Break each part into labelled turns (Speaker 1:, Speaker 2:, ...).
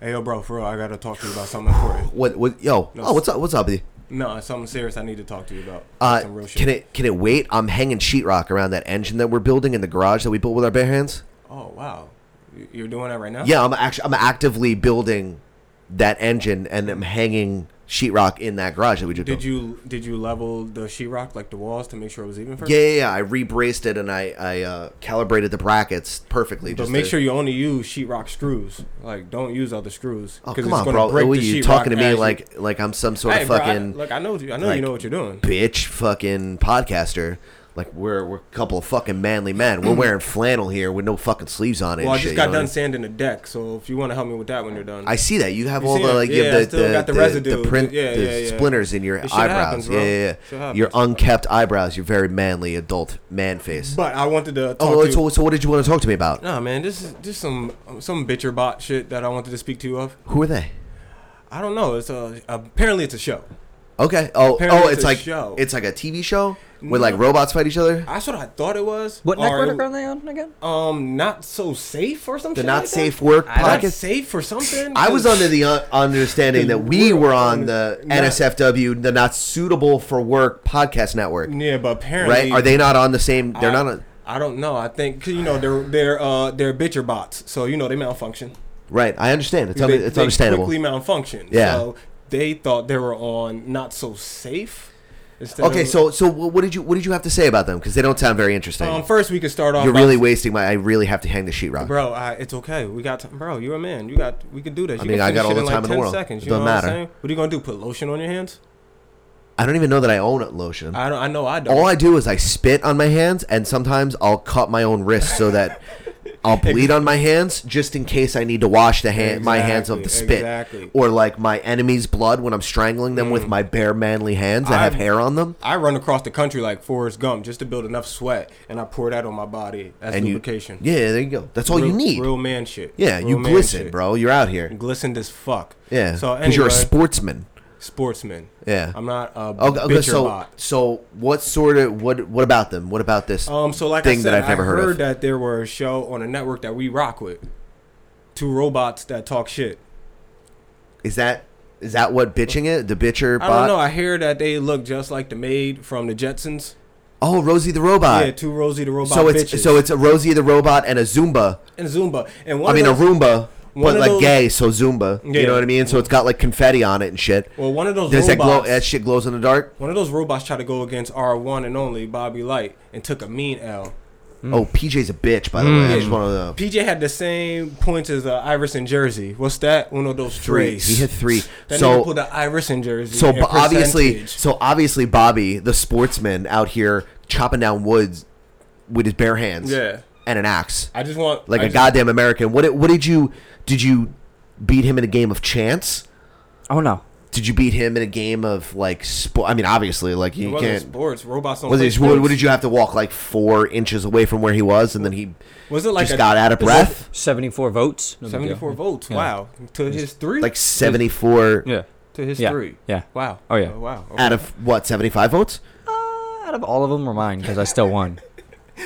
Speaker 1: Hey, yo, bro, for real, I gotta talk to you about something important.
Speaker 2: What? What? Yo.
Speaker 1: No.
Speaker 2: Oh, what's up? What's up? with you?
Speaker 1: No, it's something serious I need to talk to you about.
Speaker 2: Uh,
Speaker 1: Some real shit.
Speaker 2: can it can it wait? I'm hanging sheetrock around that engine that we're building in the garage that we built with our bare hands.
Speaker 1: Oh wow, You- you're doing that right now?
Speaker 2: Yeah, I'm actually I'm actively building that engine and I'm hanging sheetrock in that garage that we just built.
Speaker 1: Did you did you level the sheetrock like the walls to make sure it was even? First?
Speaker 2: Yeah, yeah, yeah. I rebraced it and I I uh, calibrated the brackets perfectly.
Speaker 1: But
Speaker 2: just
Speaker 1: make
Speaker 2: to-
Speaker 1: sure you only use sheetrock screws. Like, don't use other screws.
Speaker 2: Oh
Speaker 1: 'cause
Speaker 2: come
Speaker 1: it's
Speaker 2: on,
Speaker 1: gonna
Speaker 2: bro!
Speaker 1: break
Speaker 2: What are
Speaker 1: the
Speaker 2: you
Speaker 1: sheetrock
Speaker 2: talking to
Speaker 1: as
Speaker 2: me
Speaker 1: you-
Speaker 2: like like I'm some sort
Speaker 1: Hey,
Speaker 2: of
Speaker 1: bro, I-
Speaker 2: fucking
Speaker 1: look, I know you. I know
Speaker 2: like,
Speaker 1: you know what you're doing.
Speaker 2: bitch fucking podcaster? Like we're we're a couple of fucking manly men. We're wearing flannel here with no fucking sleeves on it.
Speaker 1: Well, I
Speaker 2: and
Speaker 1: just
Speaker 2: shit,
Speaker 1: got
Speaker 2: you know what I
Speaker 1: done
Speaker 2: mean?
Speaker 1: sanding the deck, so if you want to help me with that when you're done,
Speaker 2: I see that you have
Speaker 1: You
Speaker 2: all
Speaker 1: see
Speaker 2: the
Speaker 1: it?
Speaker 2: like
Speaker 1: Yeah,
Speaker 2: you
Speaker 1: I
Speaker 2: have the
Speaker 1: still
Speaker 2: the,
Speaker 1: got the
Speaker 2: the
Speaker 1: residue.
Speaker 2: print
Speaker 1: Yeah,
Speaker 2: the
Speaker 1: yeah, yeah.
Speaker 2: splinters in your
Speaker 1: It shit
Speaker 2: eyebrows.
Speaker 1: happens,
Speaker 2: yeah,
Speaker 1: bro.
Speaker 2: yeah,
Speaker 1: Shit
Speaker 2: yeah.
Speaker 1: happens.
Speaker 2: Your unkept eyebrows. Your very manly adult man face.
Speaker 1: but I wanted to. Talk
Speaker 2: Oh,
Speaker 1: to you.
Speaker 2: so, so what did you want to talk to me about?
Speaker 1: Nah, man, this is just some some bitcher bot shit that I wanted to speak to you of.
Speaker 2: Who are they?
Speaker 1: I don't know. It's a apparently it's a show.
Speaker 2: Okay. Oh,
Speaker 1: Apparently
Speaker 2: oh,
Speaker 1: it's
Speaker 2: it's
Speaker 1: a
Speaker 2: like
Speaker 1: show.
Speaker 2: it's like a TV show where like robots fight each other.
Speaker 1: That's what I thought it was.
Speaker 3: What
Speaker 1: or
Speaker 3: network
Speaker 1: it-
Speaker 3: are they on again?
Speaker 1: Um, not so safe or something.
Speaker 2: The not safe work
Speaker 3: I
Speaker 1: Not
Speaker 2: podcast.
Speaker 1: safe or something.
Speaker 2: I was under the uh, understanding that we were on the
Speaker 1: Not-
Speaker 2: NSFW, the Not Suitable for Work podcast network,
Speaker 1: Yeah, but apparently,
Speaker 2: right? Are they not on the same? They're
Speaker 1: I-
Speaker 2: not on.
Speaker 1: I don't know. I think 'cause, you know they're they're uh they're bitcher bots, so you know they malfunction.
Speaker 2: Right. I understand. It's un-
Speaker 1: they,
Speaker 2: it's
Speaker 1: they
Speaker 2: understandable.
Speaker 1: Quickly malfunction.
Speaker 2: Yeah.
Speaker 1: So they thought they were on not so safe. instead
Speaker 2: Okay.
Speaker 1: of-
Speaker 2: So so wh- what did you what did you have to say about them? Because they don't sound very interesting.
Speaker 1: um, first we could start off.
Speaker 2: You're
Speaker 1: by-
Speaker 2: really wasting my. I really have to hang the sheetrock.
Speaker 1: Bro, I, it's okay. We got, time. bro. You're a man. You got. We can do this.
Speaker 2: I
Speaker 1: You
Speaker 2: mean,
Speaker 1: can
Speaker 2: I got
Speaker 1: finish
Speaker 2: all
Speaker 1: it
Speaker 2: the
Speaker 1: in
Speaker 2: time
Speaker 1: like
Speaker 2: in the
Speaker 1: 10
Speaker 2: world.
Speaker 1: Seconds, you
Speaker 2: Doesn't
Speaker 1: know what I'm
Speaker 2: matter.
Speaker 1: saying? What are you gonna do? Put lotion on your hands?
Speaker 2: I don't even know that I own a lotion.
Speaker 1: I don't. I know. I don't.
Speaker 2: all I do is I spit on my hands, and sometimes I'll cut my own wrist so that I'll bleed on my hands just in case I need to wash the hand, my hands of the
Speaker 1: Exactly,
Speaker 2: spit,
Speaker 1: exactly. Mm.
Speaker 2: or like my enemy's blood when I'm strangling them with my bare manly hands that have
Speaker 1: I've-
Speaker 2: hair on them.
Speaker 1: I run across the country like Forrest Gump just to build enough sweat, and I pour that on my body as
Speaker 2: And you,
Speaker 1: lubrication.
Speaker 2: yeah, there you go. That's all
Speaker 1: real,
Speaker 2: you need.
Speaker 1: Real man shit.
Speaker 2: yeah,
Speaker 1: Real
Speaker 2: you
Speaker 1: man
Speaker 2: glisten,
Speaker 1: shit.
Speaker 2: bro. You're out here.
Speaker 1: Glistened as fuck.
Speaker 2: Yeah,
Speaker 1: So
Speaker 2: because
Speaker 1: anyway,
Speaker 2: you're a sportsman.
Speaker 1: sportsman.
Speaker 2: Yeah.
Speaker 1: I'm not a
Speaker 2: Okay, okay,
Speaker 1: bitch or
Speaker 2: so
Speaker 1: bot.
Speaker 2: so what sort of what what about them? What about this?
Speaker 1: Um, so like I
Speaker 2: thing
Speaker 1: said,
Speaker 2: that I've never
Speaker 1: I
Speaker 2: heard of.
Speaker 1: heard that there were a show on a network that we rock with. Two robots that talk shit.
Speaker 2: is that is that what bitching it? The bitcher
Speaker 1: I
Speaker 2: bot?
Speaker 1: don't know. I hear that they look just like the maid from the Jetsons.
Speaker 2: Oh, Rosie the robot.
Speaker 1: yeah, two Rosie the robot
Speaker 2: so it's
Speaker 1: bitches.
Speaker 2: so it's a Rosie the robot and a Zumba.
Speaker 1: and Zumba. And
Speaker 2: I
Speaker 1: one
Speaker 2: mean
Speaker 1: of
Speaker 2: a
Speaker 1: those,
Speaker 2: Roomba,
Speaker 1: one
Speaker 2: but
Speaker 1: of
Speaker 2: like
Speaker 1: those-
Speaker 2: gay. So Zumba. You
Speaker 1: Yeah.
Speaker 2: know what I mean? So it's got like confetti on it and shit.
Speaker 1: Well, one of those
Speaker 2: Does that glow?
Speaker 1: robots-
Speaker 2: That shit glows in the dark.
Speaker 1: one of those robots tried to go against our one and only Bobby Light and took a mean L.
Speaker 2: Oh, PJ's a bitch. By the way, I
Speaker 1: Mm.
Speaker 2: just want to know.
Speaker 1: PJ had the same points as uh, Iverson jersey. What's that? One of those
Speaker 2: Three.
Speaker 1: trays.
Speaker 2: He hit three.
Speaker 1: That
Speaker 2: so
Speaker 1: nigga pulled the Iverson jersey.
Speaker 2: So
Speaker 1: in
Speaker 2: but obviously,
Speaker 1: percentage.
Speaker 2: so obviously, Bobby, the sportsman out here chopping down woods with his bare hands,
Speaker 1: Yeah.
Speaker 2: and an axe,
Speaker 1: I just want
Speaker 2: like
Speaker 1: a
Speaker 2: a goddamn American. What did, what did you did you beat him in a game of chance?
Speaker 3: Oh no.
Speaker 2: Did you beat him in a game of like sport? I mean, obviously, like
Speaker 1: It
Speaker 2: you
Speaker 1: wasn't
Speaker 2: can't.
Speaker 1: sports. Robots don't
Speaker 2: Was
Speaker 1: play
Speaker 2: it, what, what
Speaker 1: sports.
Speaker 2: did you have to walk like four inches away from where he was, and then he
Speaker 1: Was it like
Speaker 2: just
Speaker 1: a-
Speaker 2: got out of
Speaker 1: was it
Speaker 2: breath?
Speaker 3: Seventy-four votes. No big deal.
Speaker 1: 74 votes.
Speaker 3: Yeah.
Speaker 1: Wow. To his three?
Speaker 2: Like seventy four
Speaker 3: Yeah.
Speaker 1: to his
Speaker 3: yeah,
Speaker 1: three.
Speaker 3: yeah.
Speaker 1: Wow.
Speaker 3: Oh, yeah.
Speaker 1: wow.
Speaker 2: out of what seventy five votes?
Speaker 3: Uh, out of all of them were mine because I still won.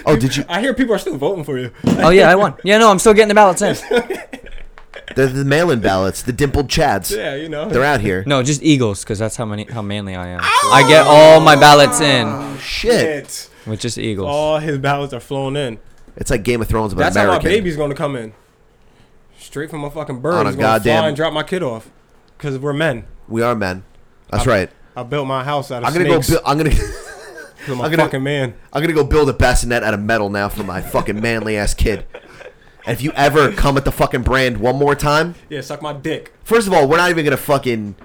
Speaker 2: Oh, did you?
Speaker 1: I hear people are still voting for you.
Speaker 3: oh yeah, I won. Yeah, no, I'm still getting the ballots in.
Speaker 2: The, the mail in ballots, the dimpled chads,
Speaker 1: Yeah, you know.
Speaker 2: they're out here.
Speaker 3: No, just Eagles because that's how many how manly I am. I get all my ballots in
Speaker 2: Ah. Shit.
Speaker 1: Shit.
Speaker 3: with just Eagles.
Speaker 1: All his ballots are flown in.
Speaker 2: It's like Game of Thrones, but
Speaker 1: That's how my
Speaker 2: American.
Speaker 1: baby's gonna come in. Straight from a fucking bird.
Speaker 2: On a
Speaker 1: He's gonna
Speaker 2: goddamn-
Speaker 1: fly and drop my kid off. Cause we're men.
Speaker 2: we are men. That's
Speaker 1: I'm-
Speaker 2: right.
Speaker 1: I built my house out of
Speaker 2: I'm gonna
Speaker 1: Uh, snakes.
Speaker 2: go. Bu- I'm gonna.
Speaker 1: 'cause I'm a
Speaker 2: I'm gonna-
Speaker 1: fucking man.
Speaker 2: I'm gonna go build a bassinet out of metal now for my fucking manly ass kid. And if you ever come at the fucking brand one more time,
Speaker 1: Yeah, suck my dick.
Speaker 2: first of all, we're not even gonna fucking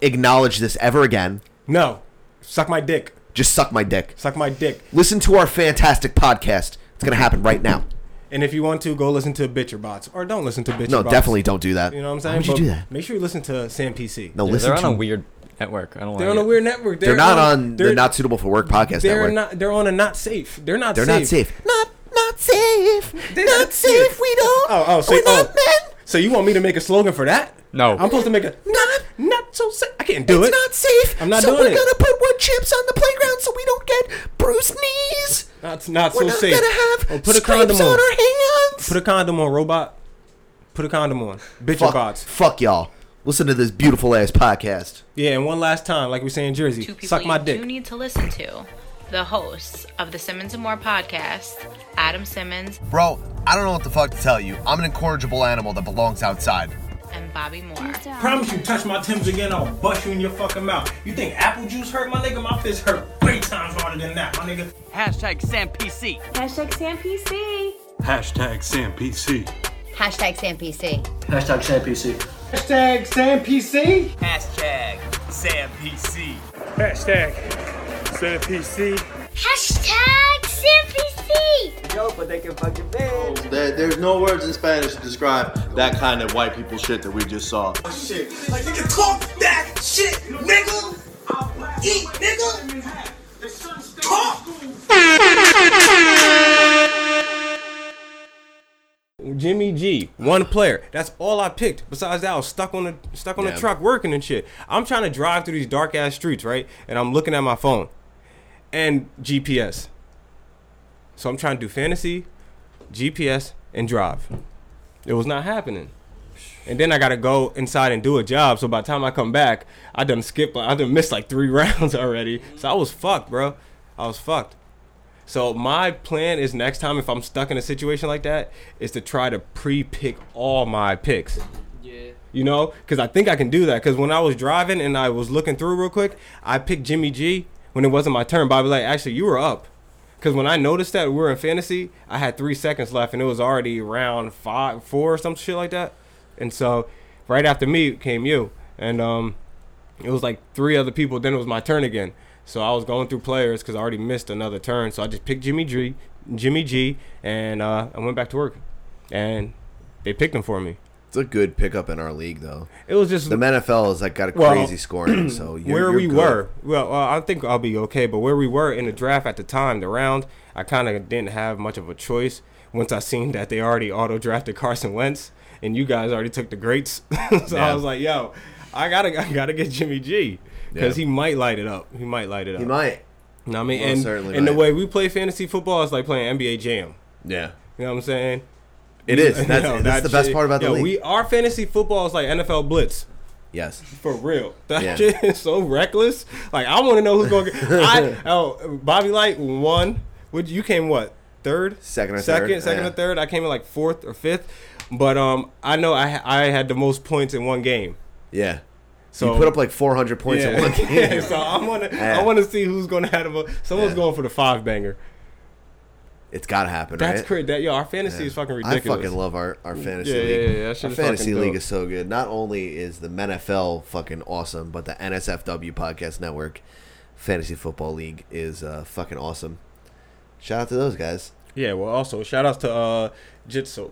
Speaker 2: acknowledge this ever again.
Speaker 1: No, suck my dick.
Speaker 2: Just suck my dick.
Speaker 1: Suck my dick.
Speaker 2: Listen to our fantastic podcast. It's gonna happen right now.
Speaker 1: And if you want to, go listen to Bitcher Bots or don't listen to Bitcher
Speaker 2: No,
Speaker 1: Bots.
Speaker 2: definitely don't do that.
Speaker 1: You know what I'm saying?
Speaker 2: Why would you
Speaker 1: But
Speaker 2: do that?
Speaker 1: Make sure you listen to Sam PC.
Speaker 2: No,
Speaker 3: Yeah,
Speaker 2: listen.
Speaker 3: they're on
Speaker 2: to,
Speaker 3: a weird network. I don't want.
Speaker 1: They're on a weird network.
Speaker 2: they're not on
Speaker 1: they're-
Speaker 2: the Not Suitable for Work podcast
Speaker 1: They're
Speaker 2: network.
Speaker 1: not. They're on a not safe. They're not.
Speaker 2: they're
Speaker 1: safe.
Speaker 2: not safe. Not not safe.
Speaker 1: They're
Speaker 2: not
Speaker 1: not
Speaker 2: safe.
Speaker 1: safe.
Speaker 2: We don't.
Speaker 1: Oh, oh, so,
Speaker 2: we're
Speaker 1: oh.
Speaker 2: not men.
Speaker 1: So you want me to make a slogan for that?
Speaker 3: No.
Speaker 1: I'm supposed to make a not not so safe. I can't do
Speaker 2: it's
Speaker 1: it.
Speaker 2: not safe.
Speaker 1: I'm not
Speaker 2: so
Speaker 1: doing
Speaker 2: we're
Speaker 1: it.
Speaker 2: gonna put wood chips on the playground so we don't get bruised knees.
Speaker 1: Not not
Speaker 2: We're
Speaker 1: so
Speaker 2: not
Speaker 1: safe.
Speaker 2: gonna have
Speaker 1: Oh, put a
Speaker 2: scrapes
Speaker 1: condom on.
Speaker 2: on our hands.
Speaker 1: Put a condom on, robot. Put a condom on. Bitch your
Speaker 2: Fuck,
Speaker 1: bots.
Speaker 2: fuck y'all. Listen to this beautiful ass podcast.
Speaker 1: Yeah, and one last time, like we say in Jersey,
Speaker 4: two people
Speaker 1: suck my
Speaker 4: you do
Speaker 1: dick.
Speaker 4: need to listen to the hosts of the Simmons and More podcast, Adam Simmons
Speaker 2: Bro, I don't know what the fuck to tell you. I'm an incorrigible animal that belongs outside.
Speaker 4: and Bobby Moore.
Speaker 1: Promise you touch my Tim's again, I'll bust you in your fucking mouth. You think apple juice hurt, my nigga? My fist hurt three times harder than that, my nigga.
Speaker 5: Hashtag SamPC.
Speaker 6: Hashtag SamPC.
Speaker 7: Hashtag SamPC.
Speaker 8: Hashtag SamPC.
Speaker 9: Hashtag SamPC.
Speaker 5: Hashtag SamPC.
Speaker 7: Hashtag SamPC.
Speaker 6: Hashtag SamPC.
Speaker 10: There, there's no words in Spanish to describe that kind of white people shit that we just saw.
Speaker 11: Like nigga talk that shit, nigga. Eat, nigga. Talk.
Speaker 1: Jimmy G, one player. That's all I picked. Besides that, I was stuck on the stuck on the truck working and shit. I'm trying to drive through these dark ass streets, right? And I'm looking at my phone and GPS. So I'm trying to do fantasy, GPS, and drive. It was not happening. And then I gotta go inside and do a job. So by the time I come back, I done skipped. I done missed like three rounds already. So I was fucked, bro. I was fucked. So my plan is next time if I'm stuck in a situation like that is to try to pre-pick all my picks. Yeah. You know, because I think I can do that. Because when I was driving and I was looking through real quick, I picked Jimmy G when it wasn't my turn. But I was like, actually, you were up. Because when I noticed that we were in fantasy, I had three seconds left and it was already round five, four, or some shit like that. And so right after me came you. And um, it was like three other people. Then it was my turn again. So I was going through players because I already missed another turn. So I just picked Jimmy G, Jimmy G, and uh, I went back to work, and they picked him for me.
Speaker 2: It's a good pickup in our league, though.
Speaker 1: It was just
Speaker 2: The NFL has like got a
Speaker 1: Well,
Speaker 2: crazy scoring, so you're,
Speaker 1: where we
Speaker 2: you're good.
Speaker 1: were. Well, uh, I think I'll be okay. But where we were in the draft at the time, the round, I kind of didn't have much of a choice. Once I seen that they already auto drafted Carson Wentz, and you guys already took the greats, so I
Speaker 2: Yeah.
Speaker 1: was like, "Yo, I gotta, I gotta get Jimmy G because
Speaker 2: Yeah.
Speaker 1: he might light it up. He might light it up.
Speaker 2: He might.
Speaker 1: You know what I mean?
Speaker 2: Most
Speaker 1: and
Speaker 2: certainly
Speaker 1: and the
Speaker 2: right.
Speaker 1: way we play fantasy football is like playing NBA Jam.
Speaker 2: Yeah,
Speaker 1: You know what I'm saying?
Speaker 2: it is.
Speaker 1: You
Speaker 2: That's,
Speaker 1: know,
Speaker 2: that's
Speaker 1: that
Speaker 2: the best
Speaker 1: shit-
Speaker 2: part about the
Speaker 1: yo,
Speaker 2: league.
Speaker 1: We, our fantasy football is like NFL Blitz.
Speaker 2: yes,
Speaker 1: For real, that
Speaker 2: Yeah.
Speaker 1: shit is so reckless. Like I want to know who's going. to I oh Bobby Light won. Would you came what third,
Speaker 2: Second or
Speaker 1: second,
Speaker 2: third,
Speaker 1: second
Speaker 2: yeah.
Speaker 1: or third? I came in like fourth or fifth. But um, I know I I had the most points in one game.
Speaker 2: yeah.
Speaker 1: So
Speaker 2: you put up like 400 points in one game.
Speaker 1: yeah, so I want to
Speaker 2: Yeah.
Speaker 1: I want to see who's going to have a someone's
Speaker 2: Yeah.
Speaker 1: going for the five banger.
Speaker 2: It's got to happen,
Speaker 1: That's
Speaker 2: right?
Speaker 1: crazy. That yo, our fantasy is fucking
Speaker 2: I
Speaker 1: ridiculous.
Speaker 2: fucking love our, our fantasy
Speaker 1: Yeah, yeah,
Speaker 2: league.
Speaker 1: yeah, yeah, that shit
Speaker 2: Our
Speaker 1: is
Speaker 2: fantasy
Speaker 1: fucking dope.
Speaker 2: league is so good. Not only is the NFL fucking awesome, but the NSFW Podcast Network Fantasy Football League is uh, fucking awesome. Shout out to those guys.
Speaker 1: yeah. Well, also shout outs to uh Jitsu.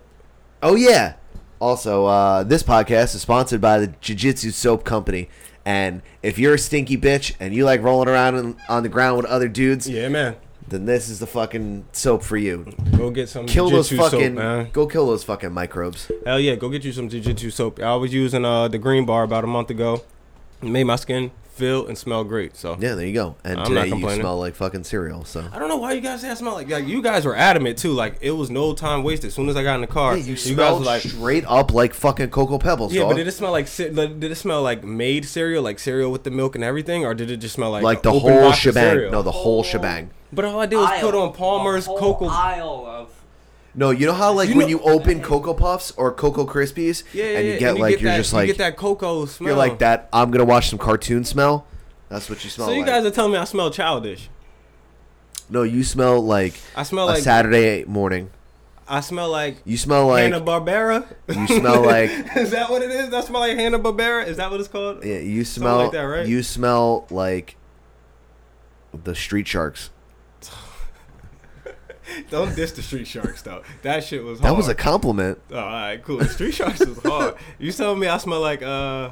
Speaker 2: Oh yeah. Also, uh, this podcast is sponsored by the Jiu Jitsu Soap Company. And if you're a stinky bitch and you like rolling around in, on the ground with other dudes,
Speaker 1: Yeah, man.
Speaker 2: then this is the fucking soap for you.
Speaker 1: Go get some
Speaker 2: Kill those
Speaker 1: jujitsu soap,
Speaker 2: fucking
Speaker 1: man.
Speaker 2: go kill those fucking microbes.
Speaker 1: Hell yeah, go get you some jujitsu soap. I was using uh the green bar about a month ago. It made my skin feel and smell great. So
Speaker 2: Yeah, there you go. And
Speaker 1: I'm not
Speaker 2: today you
Speaker 1: complaining.
Speaker 2: smell like fucking cereal. So
Speaker 1: I don't know why you guys say I smell like, like you guys were adamant too. Like it was no time wasted. As soon as I got in the car,
Speaker 2: Hey, you,
Speaker 1: guys
Speaker 2: smell
Speaker 1: were like
Speaker 2: straight up like fucking cocoa pebbles,
Speaker 1: Yeah,
Speaker 2: dog.
Speaker 1: but did it smell like ce- like, did it smell like made cereal, like cereal with the milk and everything, or did it just smell like
Speaker 2: like the
Speaker 1: open
Speaker 2: whole
Speaker 1: box of
Speaker 2: shebang.
Speaker 1: cereal?
Speaker 2: No, the whole shebang.
Speaker 1: but all I did was put on Palmer's cocoa.
Speaker 5: Aisle of.
Speaker 2: No, you know how like
Speaker 1: You
Speaker 2: when
Speaker 1: know-
Speaker 2: you open cocoa puffs or cocoa krispies,
Speaker 1: yeah, yeah,
Speaker 2: and
Speaker 1: yeah,
Speaker 2: you get like you're
Speaker 1: that,
Speaker 2: just like
Speaker 1: you get that cocoa smell.
Speaker 2: you're like that. I'm gonna watch some cartoon smell. That's what you smell.
Speaker 1: So you
Speaker 2: like.
Speaker 1: guys are telling me I smell childish.
Speaker 2: no, you smell like
Speaker 1: I smell
Speaker 2: a
Speaker 1: like-
Speaker 2: Saturday morning.
Speaker 1: I smell like
Speaker 2: You smell like
Speaker 1: Hanna Barbera.
Speaker 2: you smell like
Speaker 1: is that what it is? I smell like Hanna Barbera. Is that what it's called?
Speaker 2: yeah, you smell
Speaker 1: like that, right?
Speaker 2: you smell like the street sharks.
Speaker 1: Don't diss the Street Sharks though. That shit was.
Speaker 2: That
Speaker 1: hard.
Speaker 2: was a compliment.
Speaker 1: Oh, all right, cool. Street Sharks is hard. You telling me I smell like uh,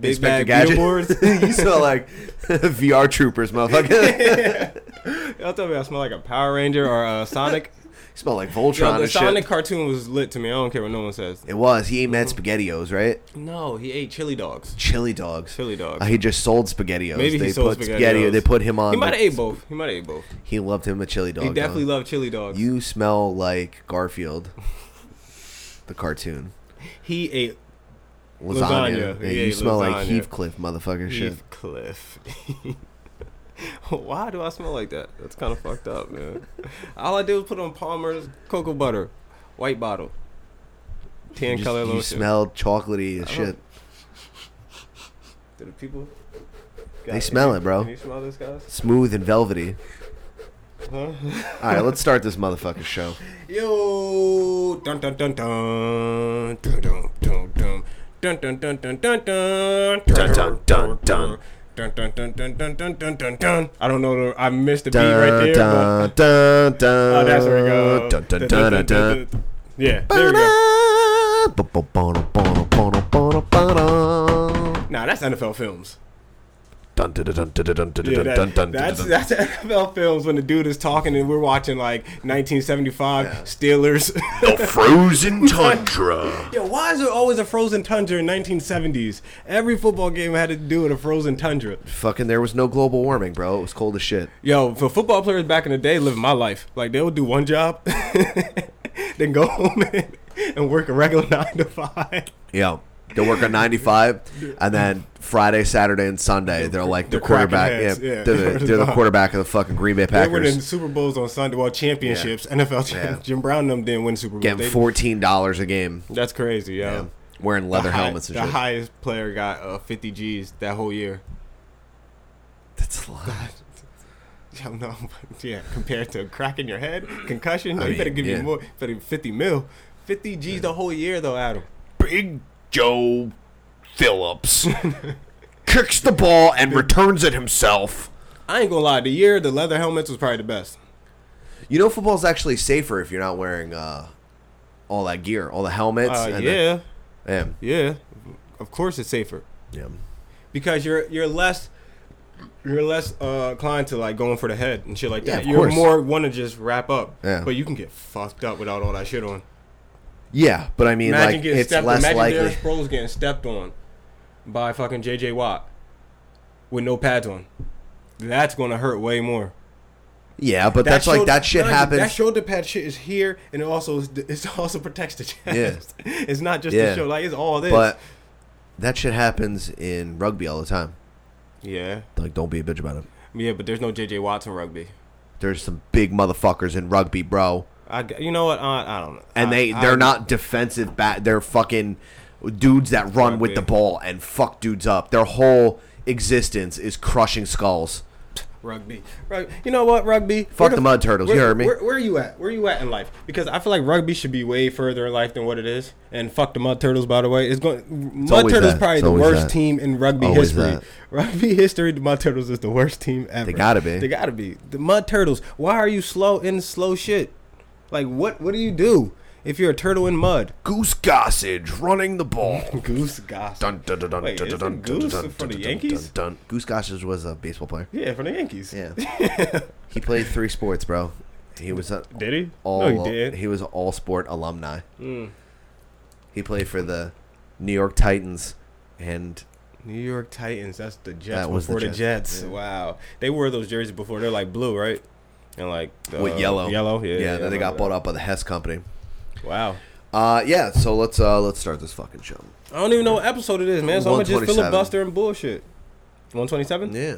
Speaker 1: Big Bag
Speaker 2: Inspector Gadget.
Speaker 1: Billboards?
Speaker 2: you smell like VR troopers, motherfucker.
Speaker 1: Y'all tell me I smell like a Power Ranger or a Sonic.
Speaker 2: smell like Voltron
Speaker 1: Yo, the
Speaker 2: and shit.
Speaker 1: Sonic Mm-hmm. cartoon was lit to me. I don't care what no one says.
Speaker 2: It was. He ate mad SpaghettiOs, right?
Speaker 1: No, he ate chili dogs.
Speaker 2: Chili dogs.
Speaker 1: Chili dogs.
Speaker 2: Uh, he just sold SpaghettiOs.
Speaker 1: Maybe
Speaker 2: they
Speaker 1: he sold
Speaker 2: put
Speaker 1: SpaghettiOs.
Speaker 2: They put him on.
Speaker 1: He might have
Speaker 2: like-
Speaker 1: ate both. He might have ate both.
Speaker 2: He loved him a chili dog.
Speaker 1: he definitely
Speaker 2: dog.
Speaker 1: loved chili dogs.
Speaker 2: You smell like Garfield, the cartoon.
Speaker 1: He ate
Speaker 2: Lasagna.
Speaker 1: Lasagna.
Speaker 2: Yeah,
Speaker 1: Yeah,
Speaker 2: you smell like
Speaker 1: lasagna.
Speaker 2: Heathcliff, motherfucker. Shit.
Speaker 1: Heathcliff. Why do I smell like that? That's kind of fucked up, man. All I did was put on Palmer's cocoa butter, white bottle,
Speaker 2: You
Speaker 1: tan
Speaker 2: just-
Speaker 1: color
Speaker 2: you
Speaker 1: lotion.
Speaker 2: smelled chocolatey as
Speaker 1: I
Speaker 2: shit.
Speaker 1: don't- Do the people?
Speaker 2: They smell it, bro.
Speaker 1: Can you smell this, guys?
Speaker 2: Smooth and velvety.
Speaker 1: Huh?
Speaker 2: All right, let's start this motherfucker show.
Speaker 1: Yo, dun dun dun dun, dun dun dun dun, dun dun dun dun dun dun, dun dun dun dun. Dun, dun, dun, dun, dun, dun, dun, dun, dun. I don't know. the- I missed the beat right there. but-
Speaker 2: Dun, dun, dun,
Speaker 1: Oh, that's where we go.
Speaker 2: Uh, Dun, dun, dun, dun, dun.
Speaker 1: Yeah, there we go.
Speaker 2: Ba-ba-ba-da-ba-da-ba-da-ba-da.
Speaker 1: Nah, that's NFL films.
Speaker 2: Dun, dun, dun, dun, dun, dun, dun,
Speaker 1: Yeah,
Speaker 2: dun, dun,
Speaker 1: that,
Speaker 2: dun,
Speaker 1: that's
Speaker 2: dun.
Speaker 1: that's NFL films when the dude is talking and we're watching like 1975 Steelers.
Speaker 2: The frozen tundra.
Speaker 1: Yo, why is there always a frozen tundra in 1970s? Every football game had to do with a frozen tundra.
Speaker 2: Fucking, there was no global warming, bro. It was cold as shit.
Speaker 1: Yo, for football players back in the day, living my life, like they would do one job, then go home and, and work a regular nine to five.
Speaker 2: Yeah. They work on 95, and then Friday, Saturday, and Sunday, they're like the
Speaker 1: they're cracking
Speaker 2: quarterback.
Speaker 1: heads,
Speaker 2: yeah,
Speaker 1: yeah.
Speaker 2: They're, the, they're the quarterback of the fucking Green Bay
Speaker 1: They were in
Speaker 2: Packers.
Speaker 1: Super Bowls on Sunday, well, championships, NFL champions.
Speaker 2: Yeah.
Speaker 1: Jim Brown and them didn't win Super Bowl.
Speaker 2: Getting
Speaker 1: They-
Speaker 2: $14 a game.
Speaker 1: That's crazy, yo.
Speaker 2: Yeah. Wearing leather helmets and
Speaker 1: The
Speaker 2: shit.
Speaker 1: highest player got uh, 50 G's that whole year.
Speaker 2: That's a lot.
Speaker 1: Yeah, no, but yeah. Compared to cracking your head, concussion, no,
Speaker 2: I
Speaker 1: you better
Speaker 2: mean,
Speaker 1: give
Speaker 2: Oh, yeah.
Speaker 1: me more. Better 50 mil, 50 G's the whole year though, Adam.
Speaker 2: Big Joe Phillips kicks the ball and returns it himself.
Speaker 1: I ain't gonna lie. The year the leather helmets was probably the best.
Speaker 2: You know, football's actually safer if you're not wearing uh, all that gear, all the helmets.
Speaker 1: Uh,
Speaker 2: and the-
Speaker 1: yeah,
Speaker 2: yeah,
Speaker 1: yeah. Of course, it's safer
Speaker 2: yeah.
Speaker 1: because you're you're less. You're less uh, inclined to like going for the head and shit like
Speaker 2: Yeah,
Speaker 1: that.
Speaker 2: of
Speaker 1: You're
Speaker 2: course.
Speaker 1: more want to just wrap up,
Speaker 2: Yeah.
Speaker 1: but you can get fucked up without all that shit on.
Speaker 2: Yeah, but I mean,
Speaker 1: Imagine
Speaker 2: like,
Speaker 1: getting
Speaker 2: it's
Speaker 1: stepped.
Speaker 2: less
Speaker 1: imagine
Speaker 2: likely.
Speaker 1: Darren Sproles getting stepped on by fucking J.J. Watt with no pads on. That's gonna hurt way more.
Speaker 2: Yeah, but that's
Speaker 1: That
Speaker 2: like
Speaker 1: showed-
Speaker 2: that shit
Speaker 1: no,
Speaker 2: happens.
Speaker 1: That shoulder pad shit is here, and it also is, it also protects the chest. it's not just
Speaker 2: Yeah.
Speaker 1: the show. Like it's all this.
Speaker 2: but that shit happens in rugby all the time.
Speaker 1: yeah,
Speaker 2: Like, don't be a bitch about it.
Speaker 1: yeah, but there's no J.J. Watts in rugby.
Speaker 2: There's some big motherfuckers in rugby, bro.
Speaker 1: I, g- you know what? I, I don't know.
Speaker 2: and
Speaker 1: I-
Speaker 2: they
Speaker 1: I-
Speaker 2: they're not defensive bat. They're fucking dudes that run with
Speaker 1: Rugby.
Speaker 2: the ball and fuck dudes up. Their whole existence is crushing skulls.
Speaker 1: Rugby. Rug, you know what, rugby?
Speaker 2: Fuck the Mud Turtles, you
Speaker 1: where-
Speaker 2: heard me.
Speaker 1: Where, where are you at? Where are you at in life? Because I feel like rugby should be way further in life than what it is. And fuck the Mud Turtles, by the way. It's going. Mud
Speaker 2: always
Speaker 1: Turtles
Speaker 2: that.
Speaker 1: probably
Speaker 2: It's
Speaker 1: the
Speaker 2: always
Speaker 1: worst
Speaker 2: that.
Speaker 1: team in rugby
Speaker 2: Always
Speaker 1: history.
Speaker 2: that.
Speaker 1: Rugby history, the Mud Turtles is the worst team ever.
Speaker 2: gotta be.
Speaker 1: They gotta be. The Mud Turtles. Why are you slow in slow shit? Like what? What do you do if you're a turtle in mud?
Speaker 2: Goose Gossage running the ball.
Speaker 1: Goose gossip.
Speaker 2: Dun, dun, dun, dun,
Speaker 1: Wait,
Speaker 2: dun,
Speaker 1: isn't
Speaker 2: dun, dun,
Speaker 1: Goose
Speaker 2: dun,
Speaker 1: from
Speaker 2: dun,
Speaker 1: the
Speaker 2: dun,
Speaker 1: Yankees?
Speaker 2: dun, dun. Goose Gossage was a baseball player.
Speaker 1: Yeah, from the Yankees.
Speaker 2: Yeah, he played three sports, bro. He was a,
Speaker 1: Did he?
Speaker 2: all
Speaker 1: no, he did. Hmm.
Speaker 2: was an all sport alumni. He played for the New York Titans and
Speaker 1: New York Titans. That's the Jets
Speaker 2: That was the
Speaker 1: before the
Speaker 2: Jets.
Speaker 1: Jets. Wow, they wore those jerseys before. They're like blue, right? And like uh,
Speaker 2: with yellow.
Speaker 1: yellow. Yeah,
Speaker 2: yeah.
Speaker 1: yeah,
Speaker 2: then they got bought up by the Hess company.
Speaker 1: Wow.
Speaker 2: Uh, yeah. So let's uh let's start this fucking show.
Speaker 1: I don't even know what episode it is, man. So I'm gonna just
Speaker 2: 127.
Speaker 1: filibuster and bullshit. 127?
Speaker 2: Yeah.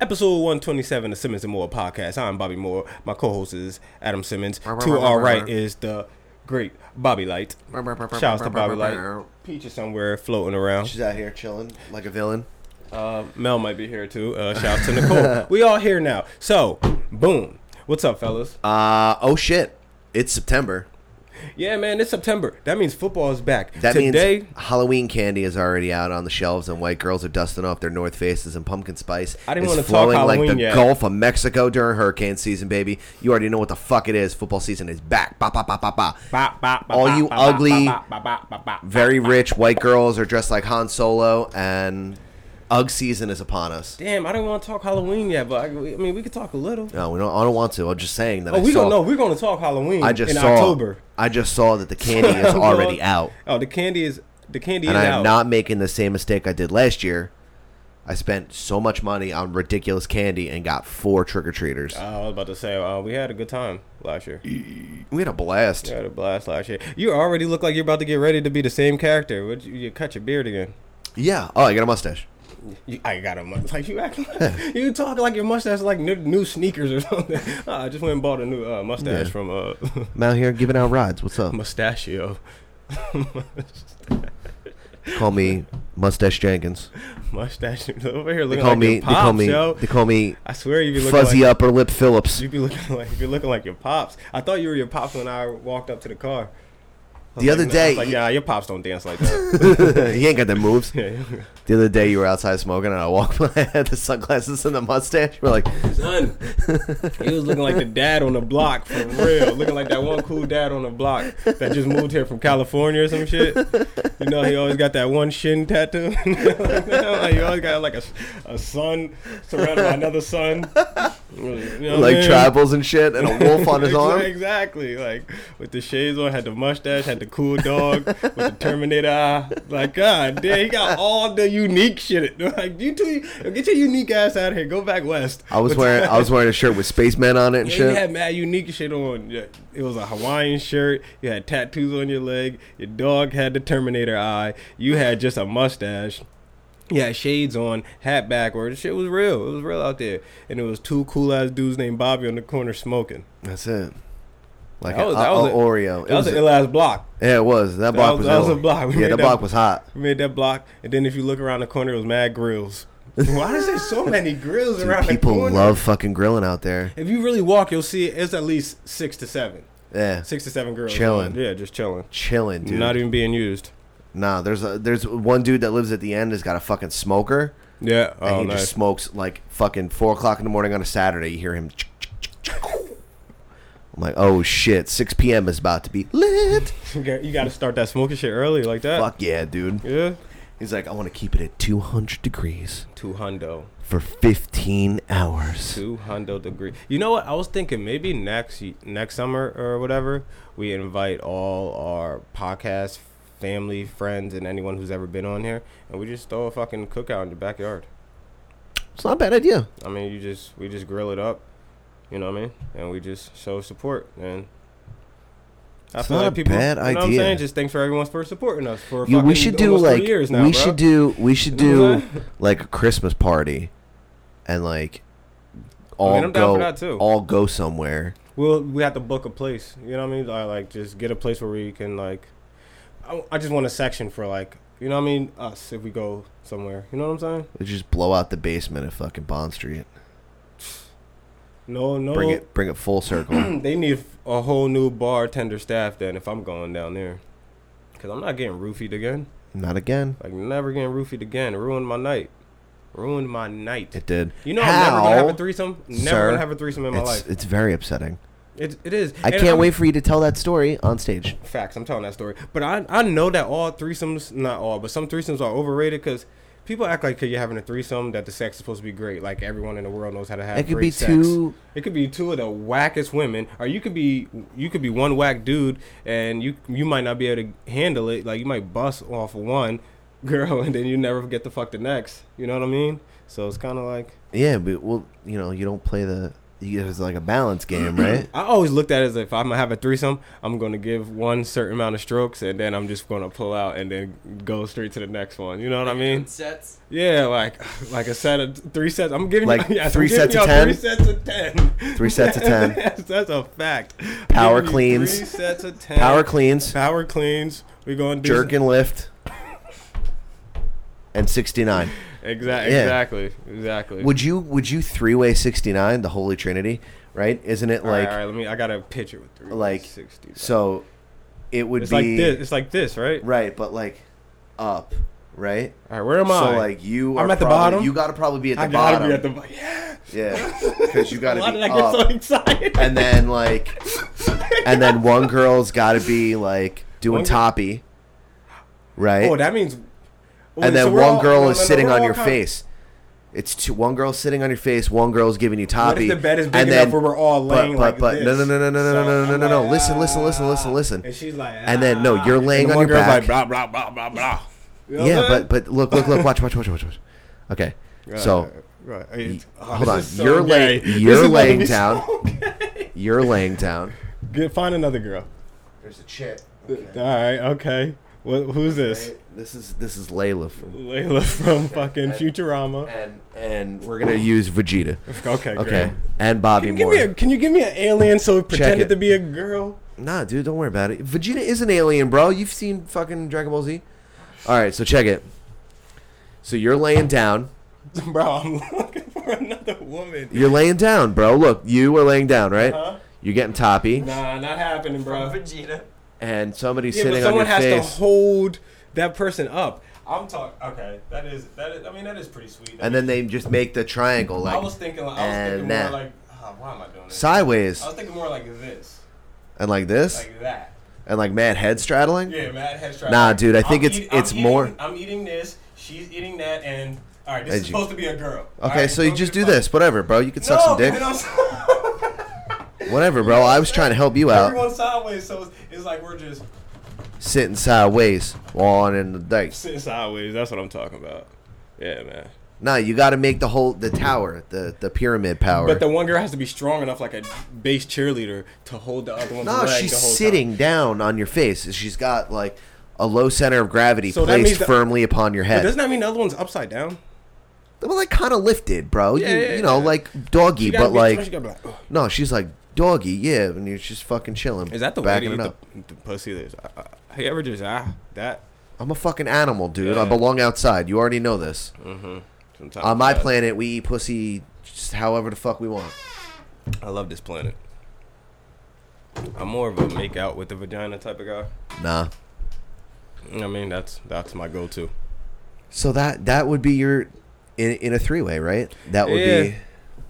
Speaker 1: Episode 127 of Simmons and Moore podcast. I'm Bobby Moore. My co host is Adam Simmons.
Speaker 2: Brr, brr,
Speaker 1: to
Speaker 2: brr,
Speaker 1: our
Speaker 2: brr,
Speaker 1: right
Speaker 2: brr.
Speaker 1: is the great Bobby Light.
Speaker 2: Brr, brr, brr, brr,
Speaker 1: Shout out to
Speaker 2: brr, brr,
Speaker 1: Bobby
Speaker 2: brr.
Speaker 1: Light. Peach is somewhere floating around.
Speaker 2: She's out here chilling like a villain.
Speaker 1: Uh, Mel might be here too. Uh, shout out to Nicole. we all here now. So, boom. What's up, fellas?
Speaker 2: Uh oh shit! It's September.
Speaker 1: yeah, man, it's September. That means football is back.
Speaker 2: That
Speaker 1: Today,
Speaker 2: means Halloween candy is already out on the shelves, and white girls are dusting off their North Faces, and pumpkin spice
Speaker 1: I didn't
Speaker 2: is
Speaker 1: wanna talk
Speaker 2: flowing like
Speaker 1: Halloween
Speaker 2: the
Speaker 1: yet.
Speaker 2: Gulf of Mexico during hurricane season, baby. You already know what the fuck it is. Football season is back. Ba ba ba ba ba.
Speaker 1: Bop, bop, bop,
Speaker 2: All
Speaker 1: bop,
Speaker 2: you
Speaker 1: bop, bop,
Speaker 2: ugly,
Speaker 1: bop, bop, bop, bop, bop, bop.
Speaker 2: Very rich white girls are dressed like Han Solo, and UGG season is upon us.
Speaker 1: Damn, I don't want to talk Halloween yet, but I, I mean, we could talk a little.
Speaker 2: No, we don't. I don't want to. I'm just saying that.
Speaker 1: Oh,
Speaker 2: I
Speaker 1: we
Speaker 2: saw,
Speaker 1: don't know. We're going to talk Halloween
Speaker 2: I just
Speaker 1: in
Speaker 2: saw.
Speaker 1: October.
Speaker 2: I just saw that the candy is
Speaker 1: I'm
Speaker 2: already
Speaker 1: going-
Speaker 2: out,
Speaker 1: Oh, the candy is the candy
Speaker 2: and
Speaker 1: is
Speaker 2: I am
Speaker 1: out.
Speaker 2: not making the same mistake I did last year I spent so much money on ridiculous candy and got four trick or treaters.
Speaker 1: I was about to say uh, we had a good time last year. We
Speaker 2: we had a blast.
Speaker 1: had a blast last year. You already look like you're about to get ready to be the same character. Would you, you cut your beard again?
Speaker 2: Yeah. Oh, I got a mustache.
Speaker 1: You, I got a mustache. Like you acting, you talking like your mustache is like new, new sneakers or something. Oh, I just went and bought a new uh, mustache
Speaker 2: Yeah.
Speaker 1: from uh,
Speaker 2: I'm out here giving out rides. What's up?
Speaker 1: Mustachio.
Speaker 2: call me Mustache Jenkins.
Speaker 1: Mustache over here
Speaker 2: They
Speaker 1: looking
Speaker 2: call
Speaker 1: like
Speaker 2: me.
Speaker 1: your pops,
Speaker 2: they call me.
Speaker 1: yo.
Speaker 2: They call me.
Speaker 1: I swear you be looking
Speaker 2: Fuzzy
Speaker 1: like,
Speaker 2: Upper Lip Phillips.
Speaker 1: You be looking like you looking like your pops. I thought you were your pops when I walked up to the car. I was
Speaker 2: The other
Speaker 1: like, nah. I was
Speaker 2: day-
Speaker 1: like, yeah, your pops don't dance like that.
Speaker 2: he ain't got the moves.
Speaker 1: Yeah.
Speaker 2: The other day you were outside smoking, and I walked by. I had the sunglasses and the mustache. We're like,
Speaker 1: Son, he was looking like the dad on the block for real, looking like that one cool dad on the block that just moved here from California or some shit. You know, he always got that one shin tattoo. like, he always got like a, a sun surrounded by another sun, You know what I
Speaker 2: like
Speaker 1: mean?
Speaker 2: tribals and shit, and a wolf on his
Speaker 1: Exa-
Speaker 2: arm.
Speaker 1: Oh, Exactly. Like with the shades on, had the mustache, had the cool dog, with the Terminator eye. Like, God damn, he got all the unique shit. Like, you two, get your unique ass out of here. Go back west.
Speaker 2: I was wearing. I was wearing a shirt with spaceman on it and
Speaker 1: Yeah, you
Speaker 2: shit.
Speaker 1: had mad unique shit on. Yeah, It was a Hawaiian shirt. You had tattoos on your leg. Your dog had the Terminator eye. You had just a mustache. You had shades on, hat backwards. Shit was real. It was real out there. And it was two cool ass dudes named Bobby on the corner smoking.
Speaker 2: That's it. Like
Speaker 1: That
Speaker 2: an
Speaker 1: was- that
Speaker 2: uh,
Speaker 1: was a-
Speaker 2: Oreo. It
Speaker 1: That was,
Speaker 2: was
Speaker 1: an ill ass block.
Speaker 2: yeah, it was. That
Speaker 1: was-
Speaker 2: block was.
Speaker 1: that was
Speaker 2: ill.
Speaker 1: a block. We
Speaker 2: Yeah,
Speaker 1: made
Speaker 2: that
Speaker 1: that-
Speaker 2: block was hot.
Speaker 1: We made that block, and then if you look around the corner, it was mad grills. Why is there so many grills
Speaker 2: Dude,
Speaker 1: around the
Speaker 2: people
Speaker 1: corner?
Speaker 2: love fucking grilling out there.
Speaker 1: If you really walk, you'll see it's at least six to seven,
Speaker 2: Yeah,
Speaker 1: six to seven grills.
Speaker 2: Chilling.
Speaker 1: Yeah, just chilling.
Speaker 2: chilling, dude.
Speaker 1: Not even being used.
Speaker 2: Nah, there's a, there's one dude that lives at the end. Has got a fucking smoker,
Speaker 1: Yeah.
Speaker 2: and
Speaker 1: Oh,
Speaker 2: he
Speaker 1: nice.
Speaker 2: just smokes like fucking four o'clock in the morning on a Saturday. You hear him. I'm like, oh shit, 6 p.m. is about to be lit.
Speaker 1: You got- you got to start that smoking shit early like that.
Speaker 2: Fuck yeah, dude.
Speaker 1: Yeah.
Speaker 2: He's like, I want to keep it at 200 degrees
Speaker 1: Two hundo.
Speaker 2: for 15 hours.
Speaker 1: Two hundo degree. You know what? I was thinking maybe next y- next summer or whatever, we invite all our podcast family, friends, and anyone who's ever been on here, and we just throw a fucking cookout in the backyard.
Speaker 2: It's not a bad idea.
Speaker 1: I mean, you just we just grill it up, you know what I mean, and we just show support and. I
Speaker 2: It's not a bad
Speaker 1: you know What I'm
Speaker 2: idea.
Speaker 1: saying? Just thanks for everyone for supporting us for
Speaker 2: You,
Speaker 1: fucking
Speaker 2: we should do
Speaker 1: almost three
Speaker 2: like
Speaker 1: years now,
Speaker 2: we
Speaker 1: bro.
Speaker 2: should do we should
Speaker 1: You know
Speaker 2: do
Speaker 1: what I'm
Speaker 2: like a Christmas party, and like all
Speaker 1: I'm down
Speaker 2: go
Speaker 1: for that, too.
Speaker 2: all go somewhere.
Speaker 1: Well, we have to book a place. You know what I mean? I like just get a place where we can like. I, I just want a section for like you know what I mean us if we go somewhere. You know what I'm saying?
Speaker 2: We just blow out the basement at fucking Bond Street.
Speaker 1: No, no.
Speaker 2: Bring it, bring it full circle.
Speaker 1: They need a whole new bartender staff then if I'm going down there, cause I'm not getting roofied again.
Speaker 2: Not again.
Speaker 1: Like never getting roofied again. It ruined my night. Ruined my night.
Speaker 2: It did.
Speaker 1: you know I'm
Speaker 2: How,
Speaker 1: never gonna have a threesome. Never
Speaker 2: sir,
Speaker 1: gonna have a threesome in my
Speaker 2: it's,
Speaker 1: life.
Speaker 2: It's very upsetting.
Speaker 1: It, it is.
Speaker 2: I
Speaker 1: And
Speaker 2: can't
Speaker 1: I'm-
Speaker 2: wait for you to tell that story on stage.
Speaker 1: Facts. I'm telling that story. But I I know that all threesomes, not all, but some threesomes are overrated because people act like 'cause you're having a threesome that the sex is supposed to be great. Like everyone in the world knows how to have.
Speaker 2: It could
Speaker 1: great
Speaker 2: be
Speaker 1: sex.
Speaker 2: two-
Speaker 1: It could be two of the wackest women, or you could be you could be one whack dude, and you you might not be able to handle it. Like you might bust off one girl, and then you never get to fuck the next. You know what I mean? So it's kind of like
Speaker 2: Yeah, but well, you know, you don't play the. you- It's like a balance game, right?
Speaker 1: I always looked at it as if I'm gonna have a threesome, I'm gonna give one certain amount of strokes, and then I'm just gonna pull out and then go straight to the next one. You know what I mean?
Speaker 5: Sets.
Speaker 1: Yeah, like like a set of three sets. I'm giving
Speaker 2: Like
Speaker 1: you, yes, I'm
Speaker 2: three
Speaker 1: giving
Speaker 2: sets of
Speaker 1: y'all
Speaker 2: 10?
Speaker 1: Three sets of ten.
Speaker 2: Three sets of 10.
Speaker 1: yes, that's a fact. I'm
Speaker 2: Power
Speaker 1: giving you
Speaker 2: cleans.
Speaker 1: Three sets of ten.
Speaker 2: Power cleans,
Speaker 1: Power cleans. We gonna do
Speaker 2: jerk and lift, and sixty nine.
Speaker 1: Exactly.
Speaker 2: Yeah.
Speaker 1: Exactly. Exactly.
Speaker 2: Would you? Would you three way sixty nine? The Holy Trinity, right? Isn't it
Speaker 1: all right,
Speaker 2: like
Speaker 1: all right, let me. I got a picture with three.
Speaker 2: like
Speaker 1: sixty.
Speaker 2: so? It would
Speaker 1: it's
Speaker 2: be
Speaker 1: like this. It's like this, right?
Speaker 2: right, but like up, right?
Speaker 1: All right. Where am I?
Speaker 2: So like you are
Speaker 1: I'm at the
Speaker 2: probably-
Speaker 1: bottom?
Speaker 2: You got to probably be at the
Speaker 1: I gotta
Speaker 2: bottom.
Speaker 1: be at the bottom. Yeah.
Speaker 2: Yeah, because you got to
Speaker 1: Why
Speaker 2: be
Speaker 1: did I get
Speaker 2: up,
Speaker 1: so excited?
Speaker 2: and then like, and then one girl's got to be like doing
Speaker 1: One girl-
Speaker 2: toppy, right?
Speaker 1: oh, that means. Wait,
Speaker 2: and then
Speaker 1: so we're
Speaker 2: one
Speaker 1: all-
Speaker 2: girl
Speaker 1: no,
Speaker 2: is
Speaker 1: no, no,
Speaker 2: sitting
Speaker 1: we're
Speaker 2: on
Speaker 1: all
Speaker 2: your
Speaker 1: kind-
Speaker 2: face. It's two, one girl sitting on your face, one girl's giving you
Speaker 1: What
Speaker 2: toppy.
Speaker 1: if the bed is big
Speaker 2: and
Speaker 1: enough
Speaker 2: then,
Speaker 1: where we're all
Speaker 2: but-
Speaker 1: laying
Speaker 2: but,
Speaker 1: like
Speaker 2: but,
Speaker 1: this?
Speaker 2: No, no, no, no, no, no,
Speaker 1: So
Speaker 2: no, no,
Speaker 1: I'm
Speaker 2: no, no.
Speaker 1: like,
Speaker 2: Listen, listen,
Speaker 1: ah.
Speaker 2: listen, listen, listen.
Speaker 1: And she's like,
Speaker 2: And then no, you're
Speaker 1: ah.
Speaker 2: laying
Speaker 1: And
Speaker 2: on
Speaker 1: one
Speaker 2: your
Speaker 1: girl's
Speaker 2: back.
Speaker 1: like, blah blah blah blah blah. You know what
Speaker 2: yeah,
Speaker 1: I'm saying?
Speaker 2: but but look, look, look, watch, watch, watch, watch, watch. Okay, So
Speaker 1: Right. It's- oh,
Speaker 2: hold
Speaker 1: this
Speaker 2: on,
Speaker 1: is so
Speaker 2: you're
Speaker 1: gay.
Speaker 2: laying,
Speaker 1: This is
Speaker 2: you're
Speaker 1: about to
Speaker 2: laying
Speaker 1: be so
Speaker 2: down,
Speaker 1: gay.
Speaker 2: you're laying down.
Speaker 1: Get, find another girl.
Speaker 2: There's a chick.
Speaker 1: All right. Okay. What, who's this?
Speaker 2: This is this is Layla from,
Speaker 1: Layla from fucking Futurama.
Speaker 2: and and we're gonna use Vegeta.
Speaker 1: Okay. Great.
Speaker 2: Okay, and Bobby
Speaker 1: Can you give
Speaker 2: Moore.
Speaker 1: me a Can you give me an alien so it pretended
Speaker 2: it.
Speaker 1: to be a girl?
Speaker 2: Nah, dude, don't worry about it. Vegeta is an alien, bro. You've seen fucking Dragon Ball Z. All right, so check it. So you're laying down.
Speaker 1: Bro, I'm looking for another woman.
Speaker 2: You're laying down, bro. Look, you are laying down, right? You're getting toppy,
Speaker 1: Uh-huh. Nah, not happening, bro.
Speaker 5: Vegeta.
Speaker 2: and somebody's
Speaker 1: Yeah, but
Speaker 2: sitting on your
Speaker 1: someone has
Speaker 2: face.
Speaker 1: to hold that person up. I'm talking. Okay, that is that is. I mean, that is pretty sweet.
Speaker 2: and then they just make the triangle like
Speaker 1: I was thinking. I was
Speaker 2: and
Speaker 1: thinking
Speaker 2: that.
Speaker 1: more like. Oh, why am I doing this?
Speaker 2: sideways
Speaker 1: I was thinking more like this,
Speaker 2: and like this
Speaker 1: like that.
Speaker 2: and like mad head straddling.
Speaker 1: Yeah, Matt has tried.
Speaker 2: Nah, dude, I think it's-
Speaker 1: I'm
Speaker 2: it's more-
Speaker 1: eating- I'm eating this. She's eating that, and all right, this
Speaker 2: And
Speaker 1: is
Speaker 2: you-
Speaker 1: supposed to be a girl. all
Speaker 2: Okay,
Speaker 1: right?
Speaker 2: so you
Speaker 1: Supposed
Speaker 2: just
Speaker 1: to be
Speaker 2: do
Speaker 1: fun.
Speaker 2: this, whatever, bro. You can suck
Speaker 1: No,
Speaker 2: some dick,
Speaker 1: man, I'm so-
Speaker 2: whatever, bro. I was trying to help you out,
Speaker 1: Everyone's sideways, so it's, it's like we're just
Speaker 2: sitting sideways, on in the dice.
Speaker 1: sitting sideways. That's what I'm talking about. Yeah, man.
Speaker 2: No, you got to make the whole the tower, the the pyramid power.
Speaker 1: But the one girl has to be strong enough, like a base cheerleader, to hold the other one.
Speaker 2: no,
Speaker 1: leg
Speaker 2: she's
Speaker 1: the whole time.
Speaker 2: sitting down on your face. She's got like a low center of gravity
Speaker 1: So that means
Speaker 2: placed
Speaker 1: the-
Speaker 2: firmly upon your
Speaker 1: But
Speaker 2: head.
Speaker 1: doesn't that mean the other one's upside down?
Speaker 2: well, like kind of lifted, bro.
Speaker 1: Yeah,
Speaker 2: you,
Speaker 1: yeah,
Speaker 2: you know,
Speaker 1: yeah.
Speaker 2: like doggy,
Speaker 1: You gotta
Speaker 2: but
Speaker 1: be-
Speaker 2: like
Speaker 1: you gotta be like, "Ugh."
Speaker 2: no, she's like doggy, yeah, and you're just fucking chilling.
Speaker 1: is that the way
Speaker 2: backing
Speaker 1: to
Speaker 2: it
Speaker 1: eat the,
Speaker 2: up?
Speaker 1: the pussy? That is, uh, uh, you ever just ah that?
Speaker 2: I'm a fucking animal, dude. I
Speaker 1: Yeah.
Speaker 2: belong outside. You already know this.
Speaker 1: Sometimes
Speaker 2: On my
Speaker 1: that-
Speaker 2: planet, we eat pussy just however the fuck we want.
Speaker 1: I love this planet. I'm more of a make out with the vagina type of guy.
Speaker 2: Nah.
Speaker 1: I mean, that's that's my go-to.
Speaker 2: So that that would be your in in a three way, right? That would
Speaker 1: Yeah.
Speaker 2: be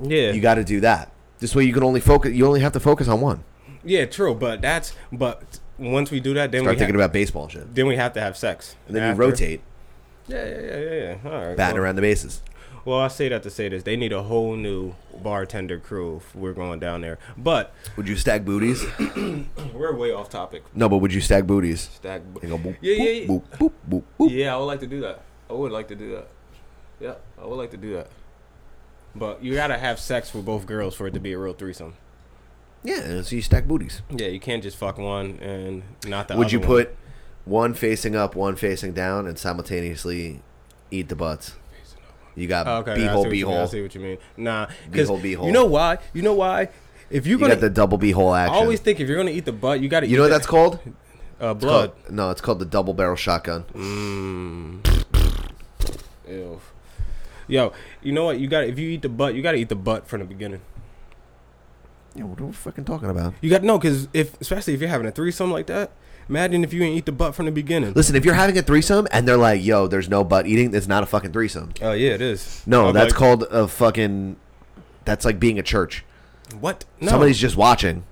Speaker 1: Yeah,
Speaker 2: you got to do that. This way, you can only focus. You only have to focus on one.
Speaker 1: yeah, true. But that's but once we do that, then
Speaker 2: Start
Speaker 1: we
Speaker 2: thinking
Speaker 1: ha-
Speaker 2: about baseball shit.
Speaker 1: then we have to have sex.
Speaker 2: And then
Speaker 1: After-
Speaker 2: you rotate,
Speaker 1: Yeah, yeah, yeah, yeah. yeah. All right.
Speaker 2: batting
Speaker 1: well-
Speaker 2: around the bases.
Speaker 1: Well, I say that to say this: they need a whole new bartender crew. If we're going down there, but
Speaker 2: Would you stack booties?
Speaker 1: we're way off topic.
Speaker 2: no, but would you stack booties?
Speaker 1: Stack.
Speaker 2: You go boop,
Speaker 1: Yeah,
Speaker 2: boop,
Speaker 1: yeah, yeah.
Speaker 2: boop, boop, boop, boop.
Speaker 1: Yeah, I would like to do that. I would like to do that. Yeah, I would like to do that. But you gotta have sex with both girls for it to be a real threesome.
Speaker 2: Yeah, so you stack booties.
Speaker 1: Yeah, you can't just fuck one and not the.
Speaker 2: would
Speaker 1: other
Speaker 2: you
Speaker 1: one.
Speaker 2: put one facing up, one facing down, and simultaneously eat the butts? You got
Speaker 1: Oh, okay, I
Speaker 2: b hole,
Speaker 1: see what
Speaker 2: b
Speaker 1: you mean, I
Speaker 2: hole.
Speaker 1: see what you mean. Nah,
Speaker 2: Beehole, beehole.
Speaker 1: You know why? You know why? If you're
Speaker 2: You
Speaker 1: gonna,
Speaker 2: got the double b hole
Speaker 1: I
Speaker 2: action.
Speaker 1: always think if you're gonna eat the butt, you gotta. eat
Speaker 2: you know what
Speaker 1: the-
Speaker 2: that's called?
Speaker 1: Uh,
Speaker 2: It's called-
Speaker 1: blood.
Speaker 2: no, it's called the double barrel shotgun.
Speaker 1: Ew. Yo, you know what? You got to if you eat the butt, you got to eat the butt from the beginning.
Speaker 2: Yeah, what are we fucking talking about?
Speaker 1: You got to know because if especially if you're having a threesome like that, imagine if you ain't eat the butt from the beginning.
Speaker 2: Listen, if you're having a threesome and they're like, "Yo, there's no butt eating," that's not a fucking threesome.
Speaker 1: Oh yeah, it is.
Speaker 2: No,
Speaker 1: I'm
Speaker 2: that's
Speaker 1: like,
Speaker 2: called a fucking. That's like being a church.
Speaker 1: what? No,
Speaker 2: Somebody's just watching.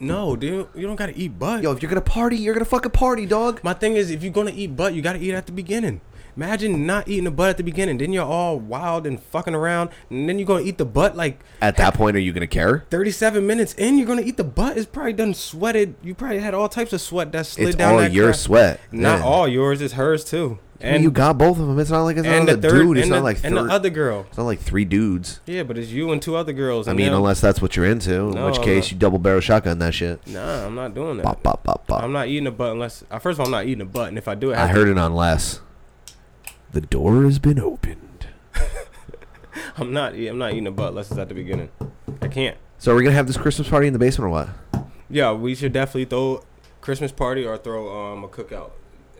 Speaker 1: no, dude, you don't got to eat butt.
Speaker 2: Yo, if you're gonna party, you're gonna fucking party, dog.
Speaker 1: my thing is if you're gonna eat butt, you got to eat at the beginning. Imagine not eating the butt at the beginning, then you're all wild and fucking around, and then you're gonna eat the butt like
Speaker 2: At that point, are you gonna care?
Speaker 1: 37 minutes in. You're gonna eat the butt. It's probably done sweated. You probably had all types of sweat that slid
Speaker 2: It's
Speaker 1: down.
Speaker 2: all
Speaker 1: that
Speaker 2: your
Speaker 1: crack.
Speaker 2: sweat.
Speaker 1: Not
Speaker 2: Yeah.
Speaker 1: all yours. It's hers too.
Speaker 2: And you got both of them. It's not like it's
Speaker 1: and
Speaker 2: not
Speaker 1: the
Speaker 2: a
Speaker 1: third
Speaker 2: dude. It's
Speaker 1: and,
Speaker 2: not
Speaker 1: the,
Speaker 2: like
Speaker 1: and the
Speaker 2: third-
Speaker 1: other girl.
Speaker 2: It's not like three dudes.
Speaker 1: Yeah, but it's you and two other girls.
Speaker 2: I
Speaker 1: and
Speaker 2: mean,
Speaker 1: them.
Speaker 2: unless that's what you're into, in
Speaker 1: No,
Speaker 2: which
Speaker 1: I'm
Speaker 2: case
Speaker 1: not-
Speaker 2: you double barrel shotgun that shit.
Speaker 1: nah, I'm not doing that.
Speaker 2: Bop, bop, bop, bop.
Speaker 1: I'm not eating a butt unless. Uh, first of all, I'm not eating a butt, and if I do it,
Speaker 2: I heard it on less. The door has been opened.
Speaker 1: I'm not. I'm not eating a butt unless it's at the beginning. I can't.
Speaker 2: So are we gonna have this Christmas party in the basement or what?
Speaker 1: Yeah, we should definitely throw Christmas party or throw um a cookout,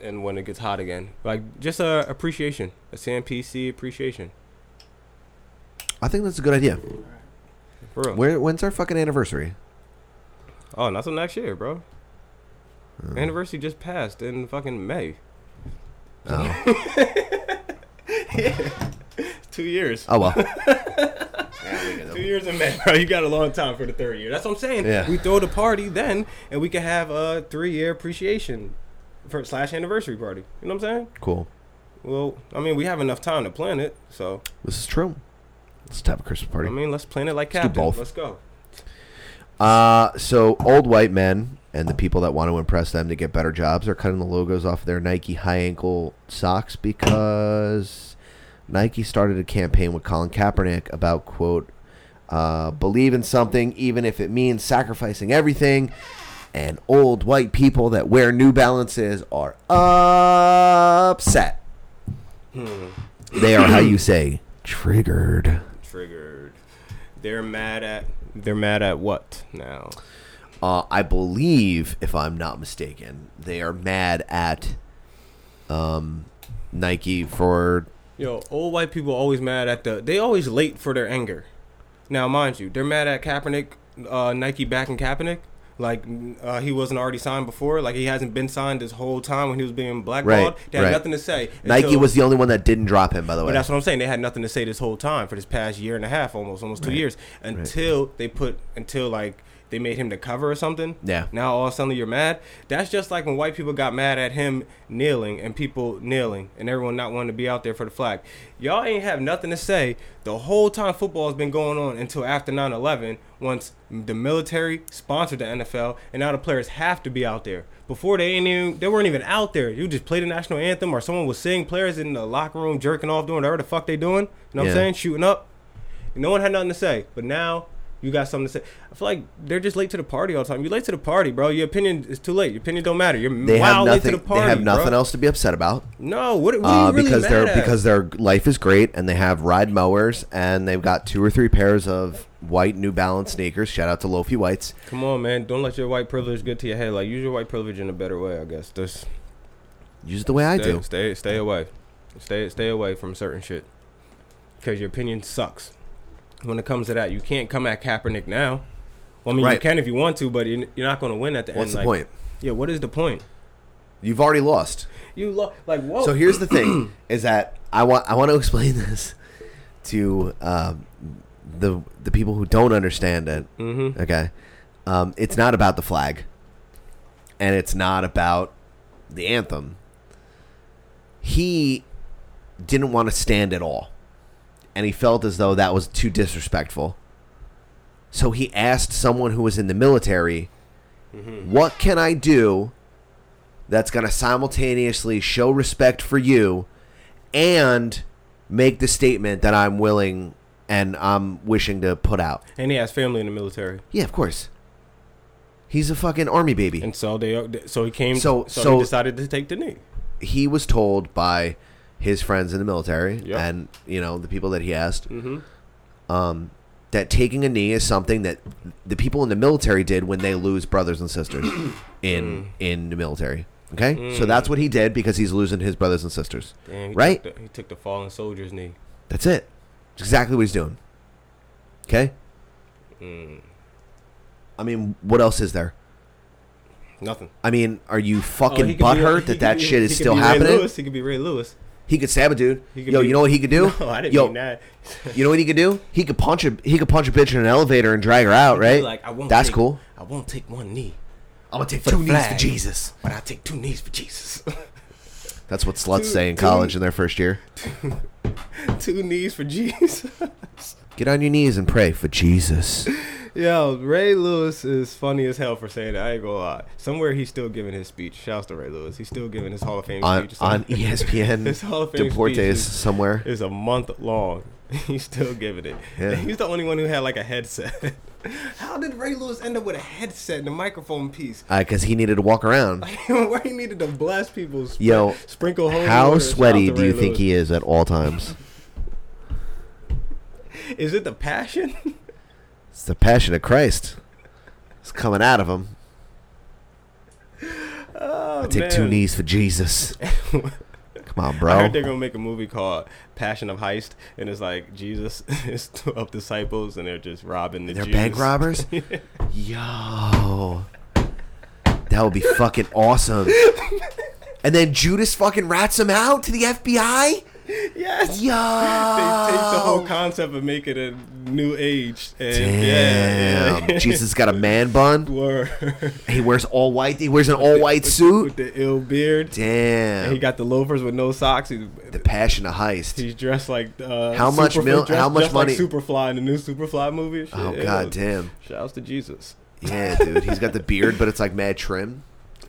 Speaker 1: and when it gets hot again, like just a appreciation, a CMPC appreciation.
Speaker 2: I think that's a good idea.
Speaker 1: For real.
Speaker 2: Where, when's our fucking anniversary?
Speaker 1: Oh, not till next year, bro.
Speaker 2: Mm.
Speaker 1: Anniversary just passed in fucking May.
Speaker 2: Oh,
Speaker 1: Two years.
Speaker 2: oh well.
Speaker 1: Two years in May, bro. You got a long time for the third year. That's what I'm saying.
Speaker 2: Yeah.
Speaker 1: We throw the party then, and we can have a three year appreciation for slash anniversary party. You know what I'm saying?
Speaker 2: cool.
Speaker 1: Well, I mean, we have enough time to plan it, so
Speaker 2: This is true. Let's have a Christmas party.
Speaker 1: I mean, let's plan it like
Speaker 2: Let's do
Speaker 1: Captain.
Speaker 2: both.
Speaker 1: Let's go.
Speaker 2: Uh, so old white men and the people that want to impress them to get better jobs are cutting the logos off their Nike high ankle socks because Nike started a campaign with Colin Kaepernick about quote uh, believe in something even if it means sacrificing everything. And old white people that wear New Balances are upset. They are how you say triggered.
Speaker 1: Triggered. They're mad at. They're mad at what now?
Speaker 2: Uh, I believe, if I'm not mistaken, they are mad at um, Nike for
Speaker 1: Yo, old white people always mad at the. They always late for their anger. Now, mind you, they're mad at Kaepernick, uh, Nike backing Kaepernick. Like uh, he wasn't already signed before. Like he hasn't been signed this whole time when he was being blackballed.
Speaker 2: Right,
Speaker 1: They had
Speaker 2: right.
Speaker 1: nothing to say.
Speaker 2: Nike
Speaker 1: until-
Speaker 2: was the only one that didn't drop him, by the way.
Speaker 1: But that's what I'm saying. They had nothing to say this whole time for this past year and a half, almost almost two years, until they put until like they made him the cover or something.
Speaker 2: Yeah.
Speaker 1: Now all of a sudden you're mad. That's just like when white people got mad at him kneeling and people kneeling and everyone not wanting to be out there for the flag. Y'all ain't have nothing to say the whole time football has been going on until after 9/11. Once the military sponsored the NFL and now the players have to be out there. Before they ain't even, they weren't even out there. You just play the national anthem or someone was seeing players in the locker room jerking off doing whatever the fuck they doing. You know what
Speaker 2: Yeah.
Speaker 1: I'm saying? Shooting up. No one had nothing to say, but now you got something to say. I feel like they're just late to the party all the time. You're late to the party, bro. Your opinion is too late. Your opinion don't matter. You're
Speaker 2: they
Speaker 1: wow
Speaker 2: have nothing.
Speaker 1: late to the party.
Speaker 2: they have nothing
Speaker 1: bro.
Speaker 2: else to be upset about
Speaker 1: No, what, what are
Speaker 2: uh,
Speaker 1: you really
Speaker 2: because
Speaker 1: mad
Speaker 2: their
Speaker 1: at?
Speaker 2: because their life is great and they have ride mowers and they've got two or three pairs of white New Balance sneakers. Shout out to Lofi Whites.
Speaker 1: come on, man, don't let your white privilege get to your head. Like use your white privilege in a better way, I guess. Just
Speaker 2: Use it the way I
Speaker 1: stay,
Speaker 2: do.
Speaker 1: stay stay away, stay stay away from certain shit because your opinion sucks. When it comes to that, you can't come at Kaepernick now. Well, I mean, you
Speaker 2: Right.
Speaker 1: can if you want to, but you're you're not going to win at the
Speaker 2: What's
Speaker 1: end.
Speaker 2: the
Speaker 1: like-
Speaker 2: point?
Speaker 1: Yeah, what is the point?
Speaker 2: You've already lost.
Speaker 1: You lo- like whoa.
Speaker 2: So here's the thing: is that I want I want to explain this to um, the the people who don't understand it. Mm-hmm. Okay, um, it's not about the flag, and it's not about the anthem. He didn't want to stand at all, and he felt as though that was too disrespectful. So he asked someone who was in the military, "What can I do?" that's going to simultaneously show respect for you and make the statement that I'm willing and I'm wishing to put out.
Speaker 1: and he has family in the military,
Speaker 2: Yeah, of course. He's a fucking army baby.
Speaker 1: and so they so he came.
Speaker 2: So-
Speaker 1: So
Speaker 2: so-
Speaker 1: he decided to take the knee.
Speaker 2: He was told by his friends in the military
Speaker 1: Yep. Mm-hmm.
Speaker 2: and, you know, the people that he asked um, that taking a knee is something that the people in the military did when they lose brothers and sisters in
Speaker 1: Mm.
Speaker 2: in the military. Okay? So that's what he did because he's losing his brothers and sisters.
Speaker 1: Damn, he
Speaker 2: right?
Speaker 1: Took the, he took the fallen soldier's knee.
Speaker 2: That's it. That's exactly what he's doing. Okay?
Speaker 1: Hmm.
Speaker 2: I mean, what else is there?
Speaker 1: Nothing.
Speaker 2: I mean, are you
Speaker 1: Oh,
Speaker 2: fucking
Speaker 1: he could be-
Speaker 2: butthurt
Speaker 1: he
Speaker 2: that
Speaker 1: could
Speaker 2: that
Speaker 1: be-
Speaker 2: shit
Speaker 1: he
Speaker 2: is
Speaker 1: could
Speaker 2: still
Speaker 1: be Ray
Speaker 2: happening?
Speaker 1: Lewis. He could be Ray Lewis.
Speaker 2: He could stab a dude.
Speaker 1: He could
Speaker 2: Yo,
Speaker 1: be-
Speaker 2: you know what he could do?
Speaker 1: No, I didn't
Speaker 2: Yo,
Speaker 1: mean that.
Speaker 2: You know what he could do? He could punch a he could punch a bitch in an elevator and drag her out, right?
Speaker 1: Like I won't.
Speaker 2: That's
Speaker 1: take-
Speaker 2: cool.
Speaker 1: I won't take one knee,
Speaker 2: I'm gonna take
Speaker 1: for the
Speaker 2: two knees for
Speaker 1: flag.
Speaker 2: Jesus.
Speaker 1: but I take two knees for Jesus.
Speaker 2: That's what sluts
Speaker 1: Two-
Speaker 2: say in
Speaker 1: two-
Speaker 2: college in their first year.
Speaker 1: two knees for Jesus.
Speaker 2: Get on your knees and pray for Jesus.
Speaker 1: Yo, Ray Lewis is funny as hell for saying that. I ain't gonna lie. Somewhere he's still giving his speech. Shouts to Ray Lewis. He's still giving his Hall of Fame
Speaker 2: on
Speaker 1: speech.
Speaker 2: on E ESPN
Speaker 1: His Hall of Fame
Speaker 2: Deportes
Speaker 1: speech is-
Speaker 2: somewhere.
Speaker 1: It's a month long. He's still giving it.
Speaker 2: Yeah.
Speaker 1: He's the only one who had like a headset. How did Ray Lewis end up with a headset and a microphone piece?
Speaker 2: because Uh, he needed to walk around.
Speaker 1: Where he needed to blast people. spr-
Speaker 2: Yo,
Speaker 1: sprinkle holy
Speaker 2: How
Speaker 1: water. Shout out
Speaker 2: sweaty
Speaker 1: to
Speaker 2: do
Speaker 1: Ray
Speaker 2: you think
Speaker 1: Lewis.
Speaker 2: he is at all times?
Speaker 1: is? It the passion?
Speaker 2: It's the passion of Christ. It's coming out of him. I take two
Speaker 1: Oh, man.
Speaker 2: knees for Jesus. Come on,
Speaker 1: I heard they're
Speaker 2: bro.
Speaker 1: gonna make a movie called Passion of Heist, and it's like Jesus is twelve disciples, and they're just robbing the.
Speaker 2: They're
Speaker 1: Jews.
Speaker 2: bank robbers? Yo. That would be fucking awesome. And then Judas fucking rats him out to the FBI?
Speaker 1: Yes.
Speaker 2: Yo.
Speaker 1: They take the whole concept and make it a new age. And Yeah,
Speaker 2: Damn.
Speaker 1: yeah.
Speaker 2: Jesus got a man bun.
Speaker 1: Word.
Speaker 2: He wears all white. He wears an all white suit.
Speaker 1: with the ill beard.
Speaker 2: Damn.
Speaker 1: And he got the loafers with no socks. He's,
Speaker 2: the passion of heist.
Speaker 1: he's dressed like uh,
Speaker 2: How much
Speaker 1: Superfly-
Speaker 2: mil-
Speaker 1: dressed-
Speaker 2: how much
Speaker 1: dressed like
Speaker 2: money-
Speaker 1: Superfly in the new Superfly movie. and shit.
Speaker 2: Oh
Speaker 1: Yeah.
Speaker 2: god damn.
Speaker 1: Shouts to Jesus.
Speaker 2: Yeah, dude. He's got the beard, but it's like mad trim.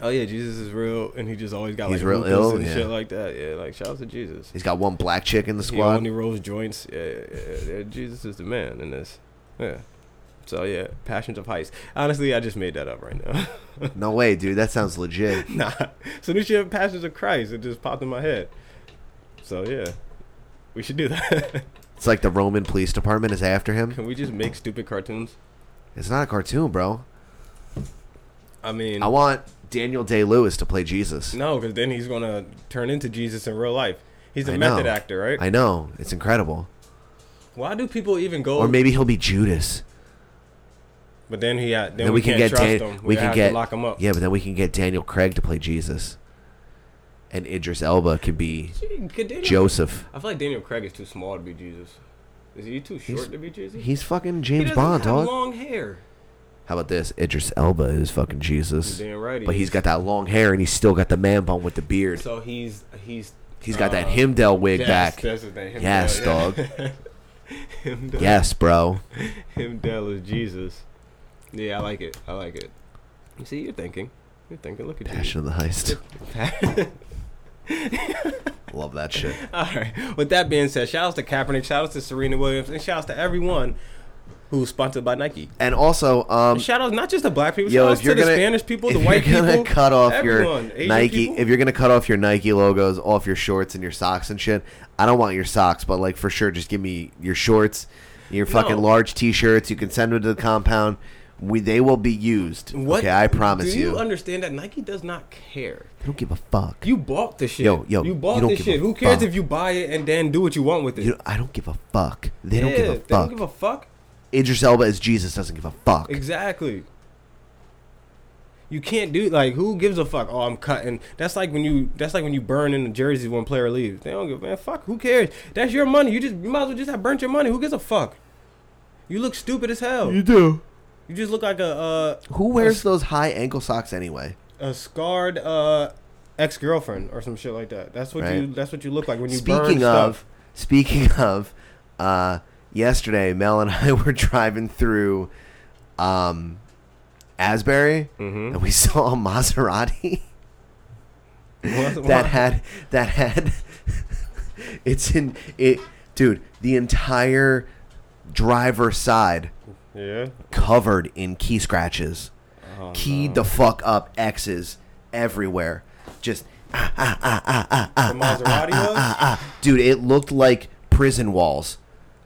Speaker 1: Oh yeah, Jesus is real, and he just always got
Speaker 2: He's
Speaker 1: like
Speaker 2: real
Speaker 1: lupus
Speaker 2: ill,
Speaker 1: and
Speaker 2: yeah.
Speaker 1: shit like that. Yeah, like shout out to Jesus.
Speaker 2: He's got one black chick in the
Speaker 1: He
Speaker 2: squad.
Speaker 1: only rolls joints. Yeah, yeah, yeah, yeah. Jesus is the man in this. Yeah. So yeah, Passions of Heist. Honestly, I just made that up right now.
Speaker 2: No way, dude. That sounds legit.
Speaker 1: nah. So this year, Passions of Christ, it just popped in my head. So yeah, we should do that.
Speaker 2: It's like the Roman police department is after him.
Speaker 1: Can we just make stupid cartoons?
Speaker 2: It's not a cartoon, bro.
Speaker 1: I mean,
Speaker 2: I want Daniel Day Lewis to play Jesus.
Speaker 1: no, because then he's gonna turn into Jesus in real life. He's a
Speaker 2: I know.
Speaker 1: method actor, right?
Speaker 2: I know. It's incredible.
Speaker 1: Why do people even go?
Speaker 2: Or maybe he'll be Judas.
Speaker 1: but then he, ha- then,
Speaker 2: then
Speaker 1: we,
Speaker 2: we,
Speaker 1: can't
Speaker 2: can get
Speaker 1: trust
Speaker 2: Dan-
Speaker 1: him.
Speaker 2: we
Speaker 1: have
Speaker 2: can
Speaker 1: to
Speaker 2: get
Speaker 1: lock him up.
Speaker 2: Yeah, but then we can get Daniel Craig to play Jesus, and Idris Elba can be
Speaker 1: Could Daniel-
Speaker 2: Joseph.
Speaker 1: I feel like Daniel Craig is too small to be Jesus. Is he too short to be Jesus?
Speaker 2: He's fucking
Speaker 1: He
Speaker 2: James
Speaker 1: doesn't
Speaker 2: Bond,
Speaker 1: have
Speaker 2: dog.
Speaker 1: long hair.
Speaker 2: How about this? Idris Elba is fucking Jesus,
Speaker 1: You're damn right he
Speaker 2: but he's
Speaker 1: is.
Speaker 2: got that long hair and he's still got the man bun with the beard.
Speaker 1: So he's he's
Speaker 2: He's got that
Speaker 1: uh,
Speaker 2: Himdell wig
Speaker 1: yes,
Speaker 2: back.
Speaker 1: That's his name. Himdell,
Speaker 2: yes,
Speaker 1: yeah.
Speaker 2: dog.
Speaker 1: Himdell,
Speaker 2: yes, bro.
Speaker 1: Himdell is Jesus. Yeah, I like it. I like it. You see, you're thinking. You're thinking. Look at
Speaker 2: Passion of the Heist.
Speaker 1: you.
Speaker 2: Love that shit.
Speaker 1: All right. With that being said, shout outs to Kaepernick, shout outs to Serena Williams, and shout outs to everyone who's sponsored by Nike.
Speaker 2: And also, um,
Speaker 1: And shout outs not just to black people,
Speaker 2: yo,
Speaker 1: shout
Speaker 2: if
Speaker 1: outs
Speaker 2: you're
Speaker 1: to
Speaker 2: gonna
Speaker 1: the Spanish people, the
Speaker 2: if
Speaker 1: white
Speaker 2: you're gonna
Speaker 1: people,
Speaker 2: cut off
Speaker 1: everyone,
Speaker 2: your
Speaker 1: Asian
Speaker 2: Nike,
Speaker 1: people.
Speaker 2: if you're gonna cut off your Nike logos off your shorts and your socks and shit, I don't want your socks, but like for sure, just give me your shorts, your fucking
Speaker 1: No.
Speaker 2: large T-shirts. You can send them to the compound. We they will be used. okay, I promise
Speaker 1: Do you,
Speaker 2: you.
Speaker 1: understand that Nike does not care?
Speaker 2: I don't give a fuck.
Speaker 1: You bought the shit.
Speaker 2: Yo, yo,
Speaker 1: you
Speaker 2: you
Speaker 1: bought
Speaker 2: don't
Speaker 1: the
Speaker 2: give
Speaker 1: shit.
Speaker 2: a
Speaker 1: Who cares
Speaker 2: fuck.
Speaker 1: if you buy it and then do what you want with it?
Speaker 2: You- I don't give a fuck. They
Speaker 1: yeah,
Speaker 2: don't give a
Speaker 1: They don't
Speaker 2: fuck.
Speaker 1: give a fuck.
Speaker 2: Idris Elba as Jesus doesn't give a fuck.
Speaker 1: Exactly. You can't do like who gives a fuck? Oh, I'm cutting. That's like when you that's like when you burn in the jerseys when a player leaves. They don't give man fuck. Who cares? That's your money. You just you might as well just have burnt your money. Who gives a fuck? You look stupid as hell. You
Speaker 2: do.
Speaker 1: just look like a uh,
Speaker 2: Who wears those high ankle socks anyway?
Speaker 1: a scarred uh, ex girlfriend or some shit like that. That's what you
Speaker 2: Right.
Speaker 1: that's what you look like when you burn
Speaker 2: Speaking
Speaker 1: stuff.
Speaker 2: of, speaking of, uh, yesterday Mel and I were driving through, um, Asbury,
Speaker 1: Mm-hmm.
Speaker 2: and we saw a Maserati that had that had. it's in it, dude. The entire driver's side
Speaker 1: yeah.
Speaker 2: covered in key scratches.
Speaker 1: Oh,
Speaker 2: Keyed the fuck up X's everywhere. Just Uh,
Speaker 1: The Maserati was?
Speaker 2: dude, it looked like prison walls.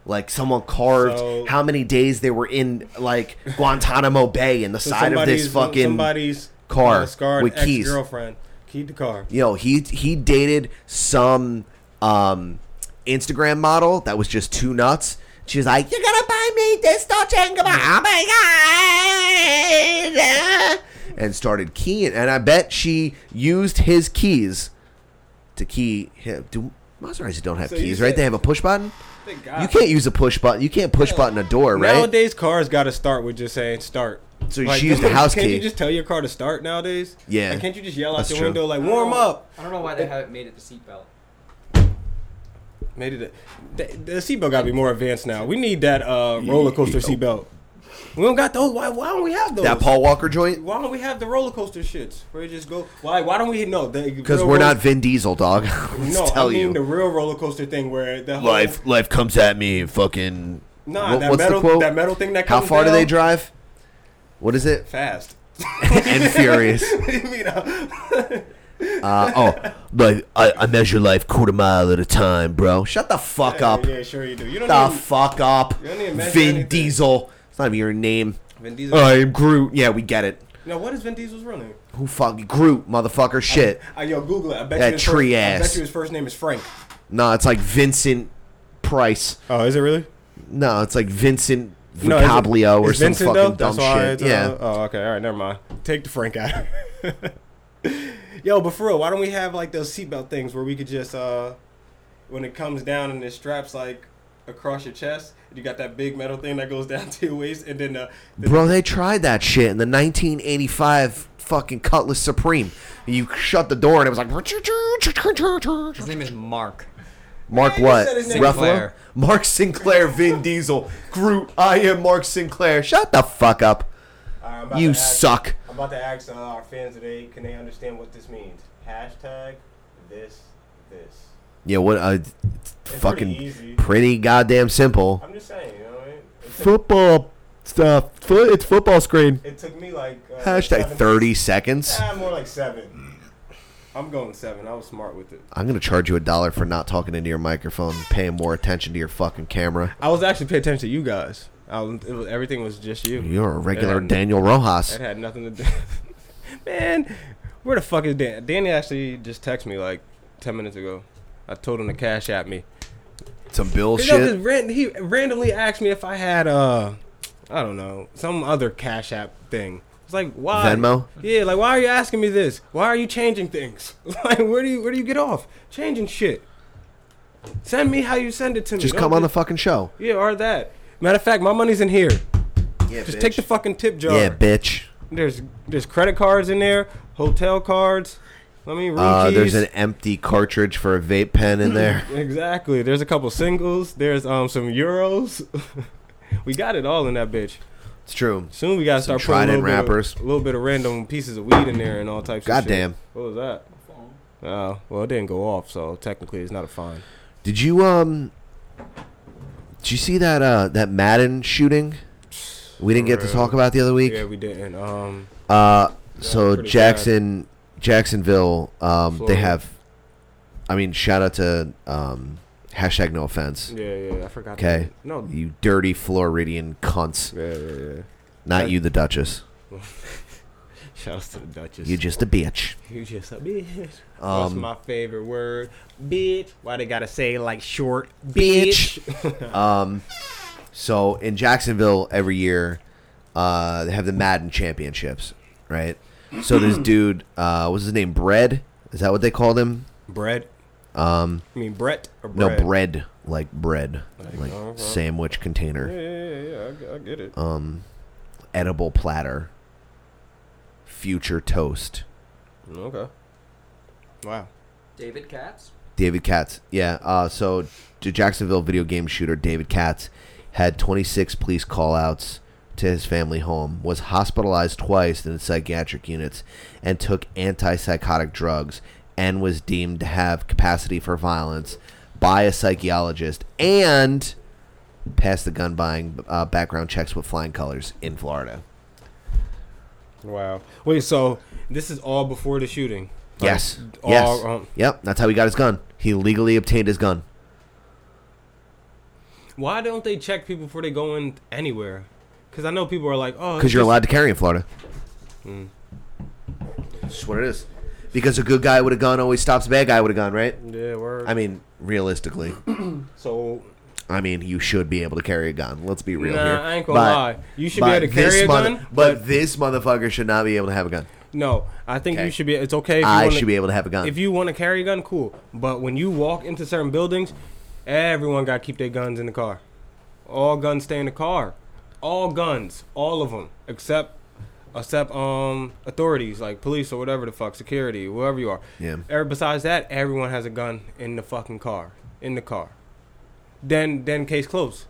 Speaker 2: Like someone carved
Speaker 1: So-
Speaker 2: how many days they were in like Guantanamo Bay in the
Speaker 1: So
Speaker 2: side of this
Speaker 1: somebody's-
Speaker 2: fucking
Speaker 1: somebody's
Speaker 2: car
Speaker 1: uh, scarred
Speaker 2: with keys.
Speaker 1: ex-girlfriend keyed the car.
Speaker 2: You know, he he dated some um Instagram model that was just too nuts. She was like, "You're gonna buy me this Dolce and Gabbana, oh my god!" and started keying. And I bet she used his keys to key him. Do Maseratis don't have
Speaker 1: So you
Speaker 2: keys, right?
Speaker 1: said-
Speaker 2: They have a push button.
Speaker 1: Thank God.
Speaker 2: You can't use a push button. You can't push button a door, right?
Speaker 1: Nowadays, cars got to start with just saying start.
Speaker 2: So she used the
Speaker 1: can't-
Speaker 2: house
Speaker 1: can't
Speaker 2: key.
Speaker 1: you just tell your car to start nowadays?
Speaker 2: Yeah.
Speaker 1: Like, can't you just yell out
Speaker 2: That's
Speaker 1: the
Speaker 2: true.
Speaker 1: window like warm up?
Speaker 3: I don't know why they haven't made it the seatbelt.
Speaker 1: Made it. A, the, the seatbelt got to be more advanced now. We need that uh, roller coaster seatbelt. We don't got those. Why? Why don't we have those?
Speaker 2: that Paul Walker joint.
Speaker 1: Why don't we have the roller coaster shits where you just go? Why? Why don't we no?
Speaker 2: Because
Speaker 1: Because
Speaker 2: we're not Vin Diesel, dog. Let's
Speaker 1: No,
Speaker 2: tell
Speaker 1: I mean
Speaker 2: you.
Speaker 1: the real roller coaster thing where the whole,
Speaker 2: life life comes at me and fucking
Speaker 1: Nah, that metal- that metal thing that
Speaker 2: how
Speaker 1: comes
Speaker 2: far do
Speaker 1: down?
Speaker 2: they drive what is it
Speaker 1: fast.
Speaker 2: and furious
Speaker 1: What do you mean?
Speaker 2: uh, oh like I, I measure life quarter mile at a time bro shut the fuck up
Speaker 1: Yeah, sure you do. You don't
Speaker 2: the
Speaker 1: need,
Speaker 2: fuck up
Speaker 1: don't need to measure
Speaker 2: vin
Speaker 1: anything.
Speaker 2: diesel it's not even your name
Speaker 1: Vin Diesel.
Speaker 2: i am groot yeah we get it
Speaker 1: now what is Vin Diesel's real name?
Speaker 2: who fuck groot motherfucker shit
Speaker 1: Uh, yo, Google it. I bet
Speaker 2: That
Speaker 1: you his
Speaker 2: tree
Speaker 1: first, I
Speaker 2: ass.
Speaker 1: bet you his first name is Frank.
Speaker 2: no it's like vincent price
Speaker 1: Oh, is it really?
Speaker 2: no it's like vincent
Speaker 1: is it-
Speaker 2: Vicablio or
Speaker 1: is
Speaker 2: some
Speaker 1: Vincent,
Speaker 2: fucking
Speaker 1: though?
Speaker 2: dumb
Speaker 1: That's why
Speaker 2: shit
Speaker 1: it's, uh,
Speaker 2: yeah
Speaker 1: oh, okay. All right. Never mind. Take the Frank out. Yo, but for real, why don't we have like those seatbelt things where we could just, uh, when it comes down and it straps like across your chest, you got that big metal thing that goes down to your waist, and then uh, the
Speaker 2: Bro, they tried that shit in the 1985 fucking Cutlass Supreme. You shut the door and it was like
Speaker 3: His name is Mark.
Speaker 2: Mark
Speaker 1: you
Speaker 2: what?
Speaker 1: said his name.
Speaker 2: Ruffalo?
Speaker 3: Sinclair.
Speaker 2: Mark Sinclair, Vin Diesel, Groot. I am Mark Sinclair. Shut the fuck up.
Speaker 1: All right, I'm about
Speaker 2: You
Speaker 1: to ask-
Speaker 2: suck.
Speaker 1: I'm about to ask uh, our fans today, can they understand what this means? Hashtag this this.
Speaker 2: Yeah, what? Uh, it's fucking
Speaker 1: pretty easy.
Speaker 2: pretty goddamn simple.
Speaker 1: I'm just saying, you know what I mean? It took,
Speaker 2: Football stuff. Foot, it's football screen.
Speaker 1: it took me like uh,
Speaker 2: Hashtag
Speaker 1: seven-
Speaker 2: thirty seconds.
Speaker 1: Ah, more like seven. I'm going seven. I was smart with it.
Speaker 2: I'm gonna charge you a dollar for not talking into your microphone, and paying more attention to your fucking camera.
Speaker 1: I was actually paying attention to you guys. I was, it was, everything was just you.
Speaker 2: You're a regular
Speaker 1: It had-
Speaker 2: Daniel Rojas.
Speaker 1: It had nothing to do. Man, where the fuck is Dan? Danny actually just texted me like ten minutes ago. I told him to cash at me.
Speaker 2: Some
Speaker 1: You know, 'cause
Speaker 2: bullshit.
Speaker 1: ran- he randomly asked me if I had uh, I don't know, some other cash app thing. It's like why
Speaker 2: Venmo?
Speaker 1: Yeah, like why are you asking me this? Why are you changing things? Like where do you where do you get off changing shit? Send me how you send it to me.
Speaker 2: Just
Speaker 1: Don't
Speaker 2: come on the
Speaker 1: just-
Speaker 2: fucking show.
Speaker 1: yeah or that. Matter of fact, my money's in here.
Speaker 2: Yeah,
Speaker 1: Just take the fucking tip jar.
Speaker 2: Yeah, bitch.
Speaker 1: There's there's credit cards in there, hotel cards. I mean, room
Speaker 2: Uh,
Speaker 1: keys.
Speaker 2: there's an empty cartridge for a vape pen in there.
Speaker 1: exactly. There's a couple singles. There's um some euros. we got it all in that bitch.
Speaker 2: It's true.
Speaker 1: Soon we gotta
Speaker 2: Some
Speaker 1: start putting a little,
Speaker 2: Trident
Speaker 1: rappers.
Speaker 2: wrappers.
Speaker 1: Bit of, a little bit of random pieces of weed in there and all types. of shit.
Speaker 2: Goddamn.
Speaker 1: What was that? Oh, well, it didn't go off, so technically it's not a fine.
Speaker 2: Did you um? Did you see that uh that Madden shooting? We didn't get to talk about the other week.
Speaker 1: Yeah, we didn't. Um,
Speaker 2: Uh, so
Speaker 1: pretty
Speaker 2: Jackson, Jacksonville, um,
Speaker 1: Florida.
Speaker 2: they have. I mean, shout out to um, hashtag No Offense.
Speaker 1: yeah, yeah, I forgot. the
Speaker 2: Okay,
Speaker 1: name. No.
Speaker 2: you dirty Floridian cunts.
Speaker 1: Yeah, yeah, yeah.
Speaker 2: Not you, the Duchess.
Speaker 1: Shout out to the Duchess.
Speaker 2: You just a bitch.
Speaker 1: You just a bitch. What's
Speaker 2: Um,
Speaker 1: my favorite word? Bitch. Why they gotta say it like short?
Speaker 2: Bitch. So in Jacksonville every year, uh, they have the Madden championships, right? So this dude, uh, what's his name? Bread? Is that what they called him?
Speaker 1: Bread. Um. I mean Brett or
Speaker 2: No,
Speaker 1: bread. uh-huh.
Speaker 2: bread, like bread, like sandwich container.
Speaker 1: Yeah, yeah, yeah. I get- I, get it.
Speaker 2: um, edible platter. Future toast.
Speaker 1: okay. Wow.
Speaker 5: David Katz.
Speaker 2: David Katz. Yeah. Uh, so, the Jacksonville video game shooter David Katz had 26 police callouts to his family home, was hospitalized twice in psychiatric units, and took antipsychotic drugs, and was deemed to have capacity for violence by a psychologist, and passed the gun buying uh, background checks with flying colors in Florida.
Speaker 1: Wow. Wait. So this is all before the shooting. Like,
Speaker 2: Yes.
Speaker 1: all-
Speaker 2: yes.
Speaker 1: um,
Speaker 2: yep. That's how he got his gun. He legally obtained his gun.
Speaker 1: Oh, why don't they check people before they go in anywhere? Because I know people are like, oh,
Speaker 2: Because you're
Speaker 1: just-
Speaker 2: allowed to carry in Florida.
Speaker 1: Hmm.
Speaker 2: That's what it is. Because a good guy with a gun always stops a bad guy with a gun, right?
Speaker 1: Yeah. Word.
Speaker 2: I mean, realistically,
Speaker 1: so
Speaker 2: I mean, you should be able to carry a gun. Let's be real
Speaker 1: Nah,
Speaker 2: here.
Speaker 1: I ain't gonna lie. You should be
Speaker 2: but
Speaker 1: able to carry
Speaker 2: this
Speaker 1: a
Speaker 2: mother-
Speaker 1: gun,
Speaker 2: but,
Speaker 1: but-
Speaker 2: this motherfucker should not be able to have a gun.
Speaker 1: no, I think
Speaker 2: Okay.
Speaker 1: you should be. It's okay. If you
Speaker 2: I
Speaker 1: wanna-
Speaker 2: should be able to have a gun.
Speaker 1: If you want to carry a gun, cool. But when you walk into certain buildings, everyone got to keep their guns in the car. All guns stay in the car. All guns, all of them, except except um authorities like police or whatever the fuck, security, whoever you are.
Speaker 2: Yeah.
Speaker 1: Er, besides that, everyone has a gun in the fucking car, in the car. Then then case closed.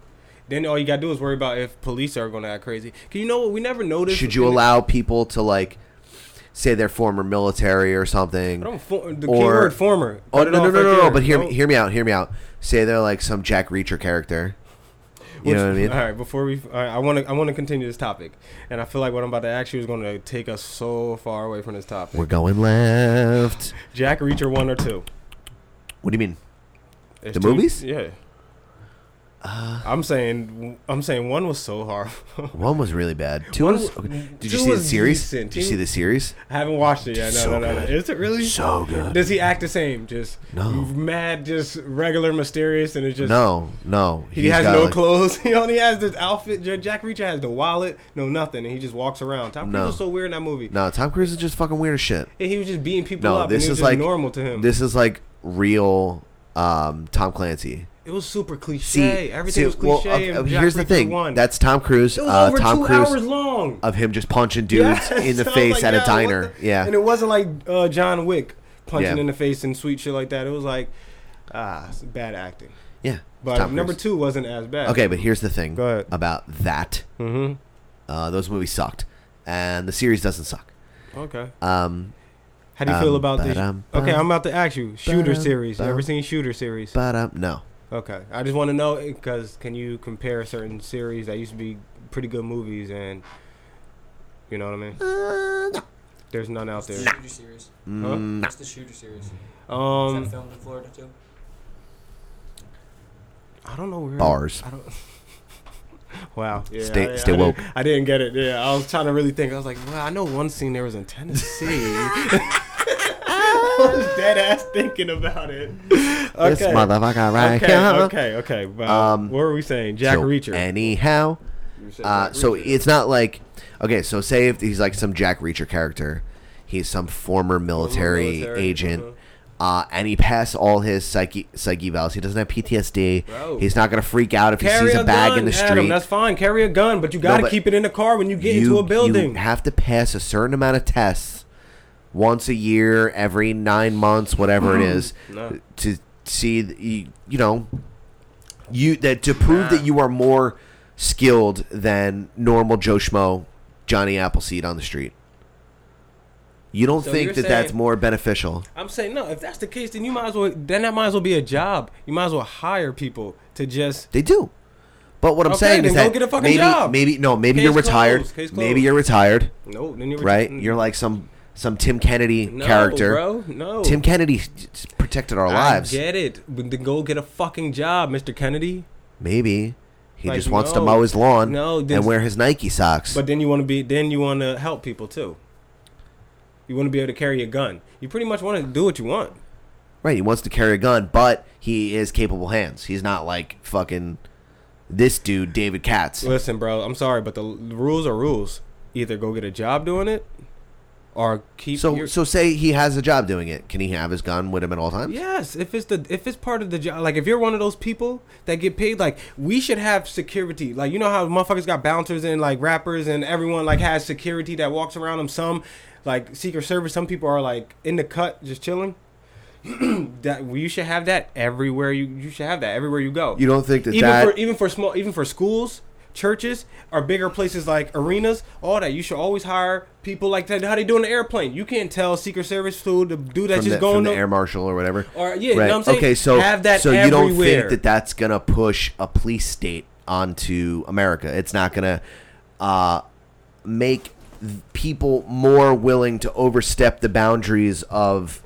Speaker 1: Then all you gotta do is worry about if police are gonna act crazy. 'Cause you know what? We never noticed.
Speaker 2: should you
Speaker 1: in-
Speaker 2: allow people to like say they're former military or something?
Speaker 1: I don't for, the
Speaker 2: Or-
Speaker 1: keyword former.
Speaker 2: Oh
Speaker 1: Cut it
Speaker 2: no no no
Speaker 1: off
Speaker 2: no,
Speaker 1: right
Speaker 2: no,
Speaker 1: there.
Speaker 2: But hear
Speaker 1: No.
Speaker 2: me, hear me out. Hear me out. Say they're like some Jack Reacher character. You know what I mean?
Speaker 1: All right, before we, all right, I want to, I want to continue this topic, and I feel like what I'm about to ask you is going to take us so far away from this topic.
Speaker 2: We're going left.
Speaker 1: Jack Reacher one or two?
Speaker 2: What do you mean?
Speaker 1: There's
Speaker 2: The
Speaker 1: two-
Speaker 2: movies? Uh.
Speaker 1: Yeah. I'm saying, I'm saying one was so horrible.
Speaker 2: One was really bad. Two
Speaker 1: One
Speaker 2: was.
Speaker 1: w-
Speaker 2: Okay. Did
Speaker 1: two
Speaker 2: you see the
Speaker 1: was
Speaker 2: series?
Speaker 1: decent.
Speaker 2: Did you
Speaker 1: Two-
Speaker 2: see the series?
Speaker 1: I haven't watched it yet. No,
Speaker 2: So
Speaker 1: no, no, no.
Speaker 2: good.
Speaker 1: Is it really
Speaker 2: So good.
Speaker 1: Does he act the same? Just
Speaker 2: No.
Speaker 1: mad, just regular, mysterious, and it's just
Speaker 2: No, no.
Speaker 1: He
Speaker 2: he's
Speaker 1: has
Speaker 2: got,
Speaker 1: no
Speaker 2: like-
Speaker 1: clothes. He only has this outfit. Ja- Jack Reacher has the wallet, no nothing, and he just walks around. Tom Cruise
Speaker 2: No.
Speaker 1: was so weird in that movie.
Speaker 2: No, Tom Cruise is just fucking weird as shit.
Speaker 1: And he was just beating people
Speaker 2: No,
Speaker 1: up. and
Speaker 2: this
Speaker 1: it was
Speaker 2: is
Speaker 1: just
Speaker 2: like
Speaker 1: normal to him.
Speaker 2: This is like real um, Tom Clancy.
Speaker 1: It was super
Speaker 2: See,
Speaker 1: cliche. Everything
Speaker 2: see,
Speaker 1: was
Speaker 2: well,
Speaker 1: cliche.
Speaker 2: okay,
Speaker 1: and Jack
Speaker 2: here's the
Speaker 1: Reacher
Speaker 2: thing.
Speaker 1: Won.
Speaker 2: That's Tom Cruise.
Speaker 1: it was
Speaker 2: uh,
Speaker 1: over
Speaker 2: Tom
Speaker 1: two
Speaker 2: Cruise
Speaker 1: hours long.
Speaker 2: of him just punching dudes
Speaker 1: Yes,
Speaker 2: in the
Speaker 1: I was
Speaker 2: face
Speaker 1: like,
Speaker 2: at
Speaker 1: yeah,
Speaker 2: a
Speaker 1: what
Speaker 2: diner.
Speaker 1: the-
Speaker 2: Yeah.
Speaker 1: and it wasn't like uh, John Wick punching
Speaker 2: Yeah.
Speaker 1: in the face and sweet shit like that. It was like ah, it's bad acting.
Speaker 2: yeah.
Speaker 1: But
Speaker 2: Tom
Speaker 1: number
Speaker 2: Cruise.
Speaker 1: two wasn't as bad.
Speaker 2: Okay, but here's the thing
Speaker 1: Go ahead.
Speaker 2: about that. Mm-hmm. Uh, those movies sucked, and the series doesn't suck.
Speaker 1: Okay.
Speaker 2: Um,
Speaker 1: How do you feel
Speaker 2: Um,
Speaker 1: about this?
Speaker 2: ba-dum,
Speaker 1: Okay,
Speaker 2: bum,
Speaker 1: I'm about to ask you. Shooter
Speaker 2: ba-dum,
Speaker 1: series. You Ever
Speaker 2: bum.
Speaker 1: seen Shooter series?
Speaker 2: but um, no,
Speaker 1: Okay, I just want to know because can you compare certain series that used to be pretty good movies and you know what I mean? There's none out there.
Speaker 11: Shooter series.
Speaker 1: Huh?
Speaker 2: Mm.
Speaker 11: What's the shooter series? Is that
Speaker 1: Um,
Speaker 11: filmed in Florida too?
Speaker 1: I don't know where.
Speaker 2: bars.
Speaker 1: I don't. Wow. Yeah,
Speaker 2: Stay-
Speaker 1: I,
Speaker 2: stay
Speaker 1: I
Speaker 2: woke.
Speaker 1: Didn't, I didn't get it. Yeah, I was trying to really think. I was like, well, I know one scene there was in Tennessee. I was dead ass thinking about it. Okay.
Speaker 2: This motherfucker right
Speaker 1: okay,
Speaker 2: here.
Speaker 1: okay, okay. Wow.
Speaker 2: Um,
Speaker 1: what were we saying? Jack
Speaker 2: So
Speaker 1: Reacher.
Speaker 2: Anyhow,
Speaker 1: You said
Speaker 2: uh,
Speaker 1: Jack
Speaker 2: so
Speaker 1: Reacher.
Speaker 2: it's not like okay. So say if he's like some Jack Reacher character, he's some former military,
Speaker 1: military,
Speaker 2: agent.
Speaker 1: uh-huh.
Speaker 2: Uh, and he passed all his psyche psyche valves. He doesn't have PTSD.
Speaker 1: Bro.
Speaker 2: He's not gonna freak out if he
Speaker 1: Carry
Speaker 2: sees
Speaker 1: a,
Speaker 2: a bag
Speaker 1: gun,
Speaker 2: in the street.
Speaker 1: Adam, that's fine. Carry a gun, but you got to
Speaker 2: but
Speaker 1: keep it in the car when you get into a building.
Speaker 2: have to pass a certain amount of tests once a year, every nine months, whatever it is,
Speaker 1: Mm-hmm. No.
Speaker 2: to see that you, you know you that to prove that you are more skilled than normal Joe Schmo, Johnny Appleseed on the street. You don't
Speaker 1: So
Speaker 2: think
Speaker 1: you're
Speaker 2: that that's
Speaker 1: saying-
Speaker 2: more beneficial?
Speaker 1: I'm saying no. If that's the case, then you might as well. Then that might as well be a job. You might as well hire people to just.
Speaker 2: They do. But what I'm
Speaker 1: Okay,
Speaker 2: saying is
Speaker 1: then go
Speaker 2: that
Speaker 1: get a fucking
Speaker 2: maybe,
Speaker 1: job.
Speaker 2: maybe no, maybe
Speaker 1: Case
Speaker 2: you're retired.
Speaker 1: closed, case
Speaker 2: Maybe
Speaker 1: closed.
Speaker 2: you're retired,
Speaker 1: No, then you're
Speaker 2: right? You're like some some Tim Kennedy
Speaker 1: no,
Speaker 2: character.
Speaker 1: bro. No,
Speaker 2: Tim Kennedy s- protected our lives.
Speaker 1: I get it. But then go get a fucking job, Mr. Kennedy.
Speaker 2: Maybe he
Speaker 1: Like,
Speaker 2: just wants to
Speaker 1: no.
Speaker 2: mow his lawn
Speaker 1: No,
Speaker 2: and
Speaker 1: this-
Speaker 2: wear his Nike socks.
Speaker 1: But then you want to be. Then you want to help people too. You want to be able to carry a gun. You pretty much want to do what you want.
Speaker 2: right, he wants to carry a gun, but he is capable hands. He's not like fucking this dude, David Katz.
Speaker 1: Listen, bro. I'm sorry, but the, the rules are rules. Either go get a job doing it, or keep.
Speaker 2: So,
Speaker 1: your-
Speaker 2: so say he has a job doing it. Can he have his gun with him at all times?
Speaker 1: Yes, if it's the if it's part of the job, like if you're one of those people that get paid, like we should have security. Like you know how motherfuckers got bouncers and like rappers and everyone like has security that walks around them. Some like Secret Service. Some people are like in the cut just chilling. that you should have that everywhere. You you should have that everywhere you go.
Speaker 2: You don't think that
Speaker 1: even
Speaker 2: that-
Speaker 1: for, even for small even for schools. Churches or bigger places like arenas, all that you should always hire people like that. How they do in the airplane? You can't tell Secret Service dude to do that
Speaker 2: From,
Speaker 1: just
Speaker 2: the,
Speaker 1: going
Speaker 2: from the
Speaker 1: to-
Speaker 2: air marshal or whatever.
Speaker 1: Or- yeah, you know what I'm saying?
Speaker 2: Okay, so
Speaker 1: Have that
Speaker 2: so you don't
Speaker 1: everywhere.
Speaker 2: think that that's gonna push a police state onto America? It's not gonna uh, make th- people more willing to overstep the boundaries of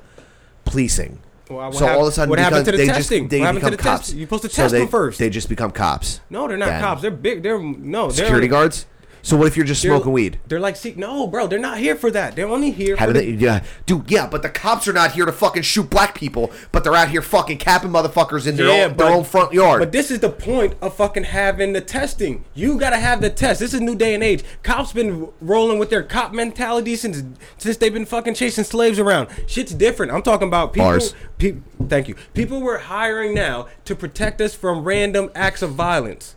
Speaker 2: policing.
Speaker 1: Well, what
Speaker 2: so
Speaker 1: hap-
Speaker 2: all of a sudden,
Speaker 1: what happened
Speaker 2: because
Speaker 1: to the
Speaker 2: they
Speaker 1: testing?
Speaker 2: Just, they
Speaker 1: What happened to
Speaker 2: become
Speaker 1: the
Speaker 2: cops.
Speaker 1: test- you're supposed to
Speaker 2: So
Speaker 1: test
Speaker 2: they,
Speaker 1: them first.
Speaker 2: They just become cops.
Speaker 1: No, they're not
Speaker 2: then.
Speaker 1: cops. They're big. They're no they're,
Speaker 2: security guards. So what if you're just
Speaker 1: they're-
Speaker 2: smoking weed?
Speaker 1: They're like, see, no, bro, they're not here for that. They're only here.
Speaker 2: How
Speaker 1: for
Speaker 2: do they?
Speaker 1: the-
Speaker 2: Yeah, dude. Yeah, but the cops are not here to fucking shoot black people, but they're out here fucking capping motherfuckers in their, own,
Speaker 1: but-
Speaker 2: their own front yard.
Speaker 1: But this is the point of fucking having the testing. You gotta have the test. This is new day and age. Cops been rolling with their cop mentality since since they've been fucking chasing slaves around. Shit's different. I'm talking about people.
Speaker 2: Bars.
Speaker 1: pe- thank you. People we're hiring now to protect us from random acts of violence.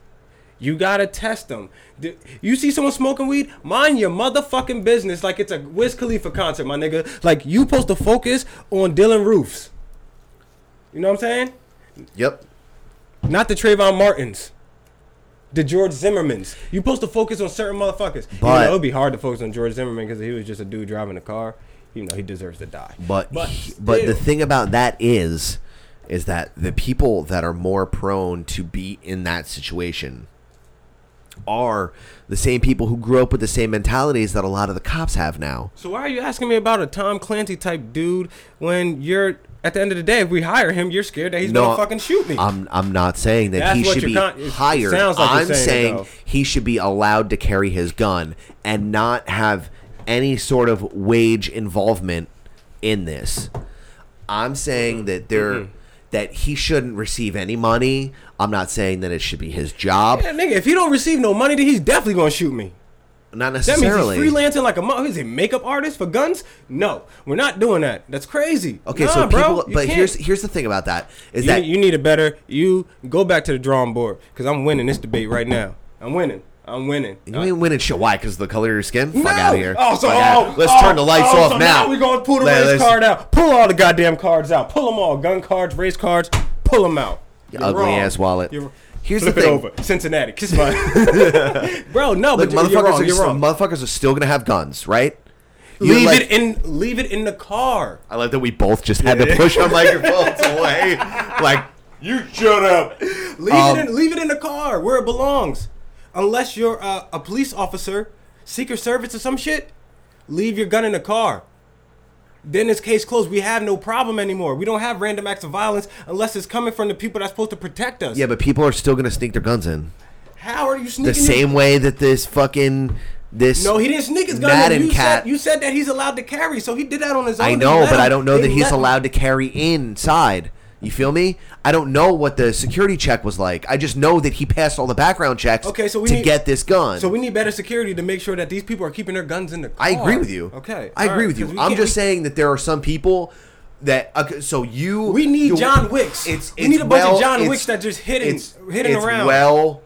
Speaker 1: You gotta test them. D- You see someone smoking weed? Mind your motherfucking business, like it's a Wiz Khalifa concert, my nigga. Like you supposed to focus on Dylan Roofs. You know what I'm saying?
Speaker 2: yep.
Speaker 1: Not the Trayvon Martins. The George Zimmermans. You supposed to focus on certain motherfuckers. But,
Speaker 2: But-
Speaker 1: it would be hard to focus on George Zimmerman because he was just a dude driving a car. You know, he deserves to die.
Speaker 2: But but, but the
Speaker 1: still,
Speaker 2: thing about that is, is that the people that are more prone to be in that situation are the same people who grew up with the same mentalities that a lot of the cops have now.
Speaker 1: So why are you asking me about a Tom Clancy type dude when you're at the end of the day, if we hire him, you're scared that he's gonna fucking shoot me.
Speaker 2: I'm I'm not saying that
Speaker 1: That's
Speaker 2: he
Speaker 1: what
Speaker 2: should
Speaker 1: you're
Speaker 2: be
Speaker 1: con- it
Speaker 2: hired.
Speaker 1: sounds like you're
Speaker 2: I'm
Speaker 1: saying it,
Speaker 2: saying,
Speaker 1: though.
Speaker 2: he should be allowed to carry his gun and not have any sort of wage involvement in this. I'm saying that there
Speaker 1: Mm-hmm.
Speaker 2: that he shouldn't receive any money. I'm not saying that it should be his job.
Speaker 1: yeah, nigga, if he don't receive no money, then he's definitely gonna shoot me.
Speaker 2: Not
Speaker 1: That means he's
Speaker 2: necessarily.
Speaker 1: freelancing like a mo- he's a makeup artist for guns. No, we're not doing that. That's crazy.
Speaker 2: okay,
Speaker 1: Nah,
Speaker 2: so
Speaker 1: bro,
Speaker 2: people
Speaker 1: you
Speaker 2: but
Speaker 1: can't.
Speaker 2: here's here's the thing about that is
Speaker 1: You,
Speaker 2: that
Speaker 1: you need a better. You go back to the drawing board because I'm winning this debate right now. I'm winning. I'm winning. Uh,
Speaker 2: You ain't winning shit. Why? Because the color of your skin? Fuck
Speaker 1: No!
Speaker 2: out of here.
Speaker 1: Oh, so
Speaker 2: Fuck outta-
Speaker 1: oh,
Speaker 2: let's
Speaker 1: oh,
Speaker 2: turn the lights
Speaker 1: oh,
Speaker 2: off
Speaker 1: so
Speaker 2: now.
Speaker 1: We're gonna pull the
Speaker 2: Let-
Speaker 1: race
Speaker 2: let's-
Speaker 1: card out. Pull all the goddamn cards out. Pull them all. Gun cards, race cards. Pull them out. You're
Speaker 2: ugly
Speaker 1: wrong.
Speaker 2: ass wallet.
Speaker 1: You're-
Speaker 2: Here's
Speaker 1: Flip
Speaker 2: the thing.
Speaker 1: it over. Cincinnati. Kiss my. Bro, no,
Speaker 2: Look,
Speaker 1: but you-
Speaker 2: motherfuckers,
Speaker 1: you're wrong.
Speaker 2: are
Speaker 1: You're
Speaker 2: still-
Speaker 1: wrong.
Speaker 2: motherfuckers are still gonna have guns, right? You're
Speaker 1: leave
Speaker 2: like-
Speaker 1: it in leave it in the car.
Speaker 2: I love that we both just had to push our microphones away. Like, you shut up.
Speaker 1: Leave
Speaker 2: Um,
Speaker 1: it in leave it in the car where it belongs. Unless you're uh, a police officer, secret service or some shit, leave your gun in the car. Then it's case closed. We have no problem anymore. We don't have random acts of violence unless it's coming from the people that's supposed to protect us.
Speaker 2: Yeah, but people are still gonna sneak their guns in
Speaker 1: How are you sneaking
Speaker 2: the same way that this fucking this.
Speaker 1: In? No, he didn't sneak his gun.
Speaker 2: Madden
Speaker 1: in. You
Speaker 2: cat.
Speaker 1: said you said that he's allowed to carry, so he did that on his own.
Speaker 2: I
Speaker 1: They
Speaker 2: know,
Speaker 1: let
Speaker 2: but
Speaker 1: him.
Speaker 2: I don't know
Speaker 1: They
Speaker 2: that he's
Speaker 1: let him.
Speaker 2: allowed to carry inside. You feel me? I don't know what the security check was like. I just know that he passed all the background checks
Speaker 1: Okay, so we
Speaker 2: to
Speaker 1: need-
Speaker 2: get this gun.
Speaker 1: So we need better security to make sure that these people are keeping their guns in the car.
Speaker 2: I agree with you.
Speaker 1: Okay.
Speaker 2: I
Speaker 1: all
Speaker 2: agree
Speaker 1: right,
Speaker 2: with
Speaker 1: 'cause
Speaker 2: you.
Speaker 1: we
Speaker 2: I'm
Speaker 1: can't-
Speaker 2: just
Speaker 1: we-
Speaker 2: saying that there are some people that. Okay, so you.
Speaker 1: We need
Speaker 2: you-
Speaker 1: John Wicks. We need a bunch of John
Speaker 2: it's-
Speaker 1: Wicks that just hitting-
Speaker 2: it's-
Speaker 1: hitting
Speaker 2: it's
Speaker 1: around.
Speaker 2: Well,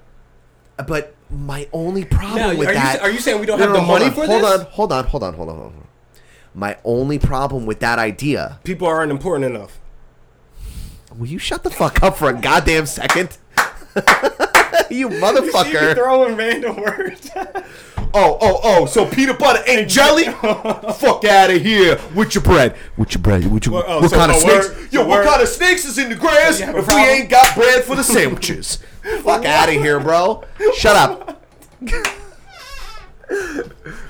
Speaker 2: but my only problem
Speaker 1: Now,
Speaker 2: with
Speaker 1: are you-
Speaker 2: that.
Speaker 1: are you saying we don't have the
Speaker 2: hold
Speaker 1: money
Speaker 2: on,
Speaker 1: for
Speaker 2: hold
Speaker 1: this?
Speaker 2: on, hold on, hold on, hold on, hold on. My only problem with that idea.
Speaker 1: people aren't important enough.
Speaker 2: Will you shut the fuck up for a goddamn second? you motherfucker.
Speaker 1: throwing random words.
Speaker 2: Oh, oh, oh, so peanut butter ain't jelly? Fuck out of here with your bread. With your bread. With your,
Speaker 1: Well, oh,
Speaker 2: what
Speaker 1: so
Speaker 2: kind of
Speaker 1: a
Speaker 2: snakes?
Speaker 1: word-
Speaker 2: Yo,
Speaker 1: a
Speaker 2: what
Speaker 1: word-
Speaker 2: kind of snakes is in the grass
Speaker 1: You have a
Speaker 2: if we
Speaker 1: problem?
Speaker 2: ain't got bread for the sandwiches? Fuck out of here, bro. Shut up.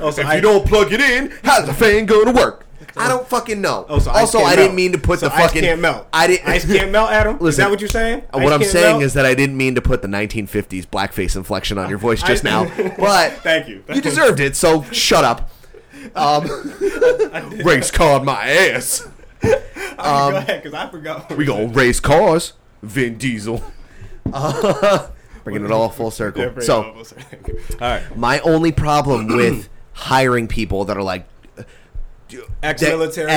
Speaker 1: Oh, so
Speaker 2: If you don't plug it in, how's the fan going to work? I don't fucking know.
Speaker 1: Oh, so ice
Speaker 2: also,
Speaker 1: can't
Speaker 2: I didn't
Speaker 1: melt.
Speaker 2: mean to put
Speaker 1: So
Speaker 2: the
Speaker 1: ice
Speaker 2: fucking.
Speaker 1: can't melt.
Speaker 2: I didn't. uh,
Speaker 1: Ice can't melt, Adam? Is that what you're saying?
Speaker 2: What
Speaker 1: Ice
Speaker 2: I'm
Speaker 1: can't
Speaker 2: saying
Speaker 1: melt?
Speaker 2: is that I didn't mean to put the 1950s blackface inflection on your voice just now, but
Speaker 1: Thank you.
Speaker 2: you deserved it. So shut up. Um, race card my ass.
Speaker 1: go ahead, because I forgot.
Speaker 2: Um, We gonna race cars. Vin Diesel. Uh, bringing it all full circle. so
Speaker 1: all right,
Speaker 2: my only problem with hiring people that are like
Speaker 1: ex-military,
Speaker 2: that-